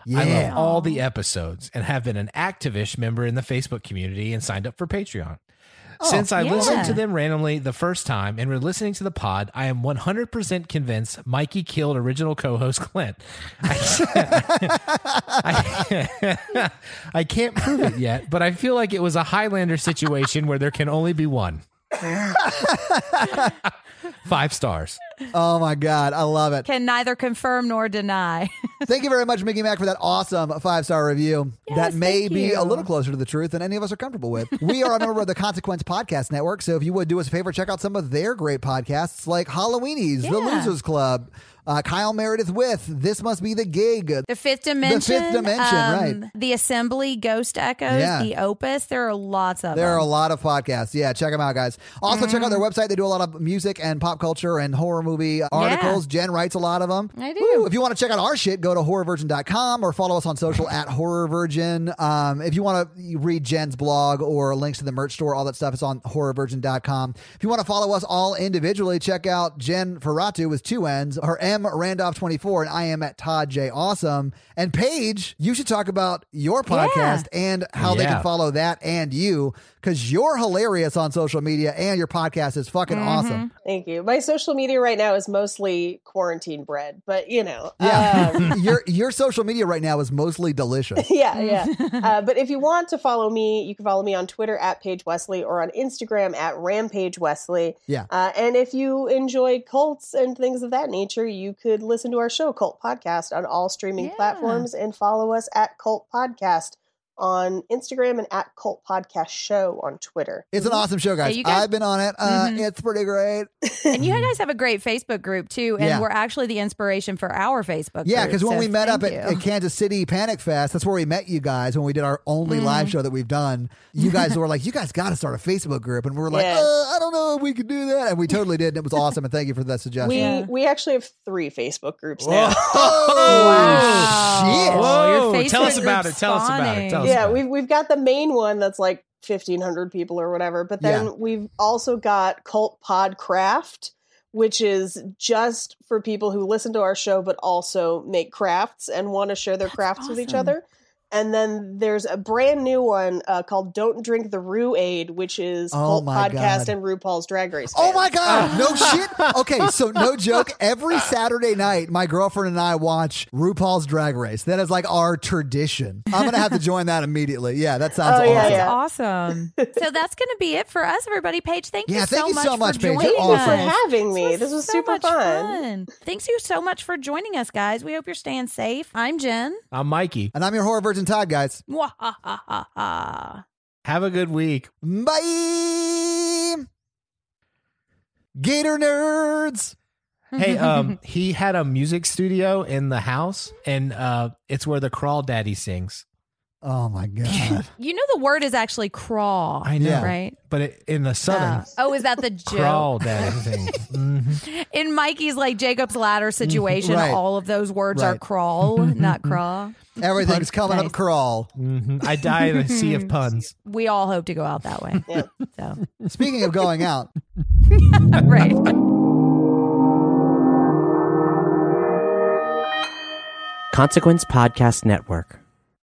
[SPEAKER 3] I
[SPEAKER 2] Yeah.
[SPEAKER 3] love all the episodes and have been an activist member in the Facebook community and signed up for Patreon. Since I
[SPEAKER 4] Oh, yeah.
[SPEAKER 3] listened to them randomly the first time and were listening to the pod, I am 100% convinced Mikey killed original co host Clint. I, I- I can't prove it yet, but I feel like it was a Highlander situation where there can only be one. Five stars.
[SPEAKER 2] Oh my god, I love it.
[SPEAKER 4] Can neither confirm nor deny.
[SPEAKER 2] Thank you very much, Mickey Mac, for that awesome five star review. that may
[SPEAKER 4] thank
[SPEAKER 2] be
[SPEAKER 4] you.
[SPEAKER 2] a little closer to the truth than any of us are comfortable with. we are a member of the Consequence Podcast Network, so if you would do us a favor, check out some of their great podcasts like Halloweenies, The
[SPEAKER 4] Yeah.
[SPEAKER 2] Losers Club, uh, Kyle Meredith with This Must Be the Gig.
[SPEAKER 4] The Fifth Dimension.
[SPEAKER 2] Dimension,
[SPEAKER 4] um,
[SPEAKER 2] right.
[SPEAKER 4] The Assembly, Ghost Echoes,
[SPEAKER 2] Yeah.
[SPEAKER 4] The Opus. There are lots of
[SPEAKER 2] There are
[SPEAKER 4] them.
[SPEAKER 2] a lot of podcasts. Yeah, check them out, guys. Also, check out their
[SPEAKER 4] Mm.
[SPEAKER 2] website. They do a lot of music and pop culture and horror movie articles. Jen writes a lot of them.
[SPEAKER 4] I do.
[SPEAKER 2] if you want to check out our shit, go to horrorvirgin.com or follow us on social at horrorvirgin. Um, if you want to read Jen's blog or links to the merch store, all that stuff is on horrorvirgin.com. If you want to follow us all individually, check out Jen Ferratu with two N's, her M Randolph24, and I am at Todd J. Awesome. And Paige, you should talk about your podcast and how they can
[SPEAKER 3] Yeah.
[SPEAKER 2] follow that and you because you're hilarious on social media and your podcast is fucking awesome.
[SPEAKER 5] Thank you. My social media right now is mostly quarantine bread, but you know,
[SPEAKER 2] Yeah.
[SPEAKER 5] um,
[SPEAKER 2] your your social media right now is mostly delicious.
[SPEAKER 5] yeah, yeah. Uh, but if you want to follow me, you can follow me on Twitter at Paige Wesley or on Instagram at Rampage Wesley.
[SPEAKER 2] Yeah.
[SPEAKER 5] Uh, and if you enjoy cults and things of that nature, you could listen to our show, Cult Podcast, on all streaming
[SPEAKER 4] Yeah.
[SPEAKER 5] platforms and follow us at Cult Podcast on Instagram and at Cult Podcast Show on Twitter.
[SPEAKER 2] It's an awesome show, guys.
[SPEAKER 4] Yeah, Mm-hmm. you guys-
[SPEAKER 2] I've been on it. Uh,
[SPEAKER 4] Mhm.
[SPEAKER 2] It's pretty great.
[SPEAKER 4] and you guys have a great Facebook group too, and
[SPEAKER 2] Yeah.
[SPEAKER 4] we're actually the inspiration for our Facebook.
[SPEAKER 2] Yeah,
[SPEAKER 4] group,
[SPEAKER 2] because when
[SPEAKER 4] so
[SPEAKER 2] we met up at,
[SPEAKER 4] thank you.
[SPEAKER 2] at Kansas City Panic Fest, that's where we met you guys when we did our only live
[SPEAKER 4] Mm-hmm.
[SPEAKER 2] show that we've done. You guys were like, you guys got to start a Facebook group. And we were like,
[SPEAKER 5] Yeah.
[SPEAKER 2] uh, I don't know if we could do that. And we totally did. And it was awesome. And thank you for that suggestion.
[SPEAKER 5] We,
[SPEAKER 4] Yeah.
[SPEAKER 5] we actually have three Facebook groups now.
[SPEAKER 2] oh, shit.
[SPEAKER 4] Wow. Your
[SPEAKER 3] Whoa, tell us
[SPEAKER 4] Facebook
[SPEAKER 3] about
[SPEAKER 4] group's
[SPEAKER 3] it. Tell us about
[SPEAKER 4] spawning.
[SPEAKER 3] it. Tell us
[SPEAKER 5] yeah
[SPEAKER 3] about it.
[SPEAKER 5] we've, we've got the main one that's like 1500 people or whatever but then
[SPEAKER 2] Yeah.
[SPEAKER 5] we've also got cult pod craft which is just for people who listen to our show but also make crafts and want to share their crafts with each
[SPEAKER 4] awesome.
[SPEAKER 5] other and then there's a brand new one uh, called "Don't Drink the Rue Aid," which is
[SPEAKER 2] Oh
[SPEAKER 5] cult
[SPEAKER 2] my
[SPEAKER 5] podcast
[SPEAKER 2] God.
[SPEAKER 5] and RuPaul's Drag Race.
[SPEAKER 2] Oh
[SPEAKER 5] fans.
[SPEAKER 2] my god! No shit. Okay, so no joke. Every Saturday night, my girlfriend and I watch RuPaul's Drag Race. That is like our tradition. I'm gonna have to join that immediately. Yeah, that sounds
[SPEAKER 5] Oh, yeah,
[SPEAKER 2] awesome.
[SPEAKER 5] yeah.
[SPEAKER 4] awesome. so that's going to be it for us, everybody. Paige, thank you
[SPEAKER 2] Yeah,
[SPEAKER 4] so
[SPEAKER 2] thank you
[SPEAKER 4] much
[SPEAKER 2] so much,
[SPEAKER 4] for
[SPEAKER 2] Paige. You're
[SPEAKER 4] joining
[SPEAKER 5] Thank you
[SPEAKER 4] us.
[SPEAKER 5] for having me. This was
[SPEAKER 4] so
[SPEAKER 5] super
[SPEAKER 4] much
[SPEAKER 5] fun.
[SPEAKER 4] Thanks you so much for joining us, guys. We hope you're staying safe. I'm Jen.
[SPEAKER 3] I'm Mikey.
[SPEAKER 2] And I'm your horror virgin Todd, guys.
[SPEAKER 4] Mwahahaha.
[SPEAKER 3] Have a good week.
[SPEAKER 2] Bye. Gator nerds.
[SPEAKER 3] hey, um, he had a music studio in the house, and uh, it's where the Crawl Daddy sings.
[SPEAKER 2] Oh my god.
[SPEAKER 4] You know the word is actually crawl.
[SPEAKER 3] I know.
[SPEAKER 2] Yeah.
[SPEAKER 4] Right?
[SPEAKER 3] But it, in the southern,
[SPEAKER 4] Uh, oh, is that the joke?
[SPEAKER 3] crawled at everything. Mhm.
[SPEAKER 4] In Mikey's like Jacob's ladder
[SPEAKER 3] Mm-hmm.
[SPEAKER 4] situation,
[SPEAKER 2] Right.
[SPEAKER 4] all of those words are
[SPEAKER 2] Right.
[SPEAKER 4] crawl, not crawl.
[SPEAKER 2] Everything's coming
[SPEAKER 4] Nice.
[SPEAKER 2] up crawl.
[SPEAKER 3] Mhm. I die in a sea of puns.
[SPEAKER 4] We all hope to go out that way. So
[SPEAKER 2] Speaking of going out,
[SPEAKER 4] right.
[SPEAKER 1] Consequence Podcast Network.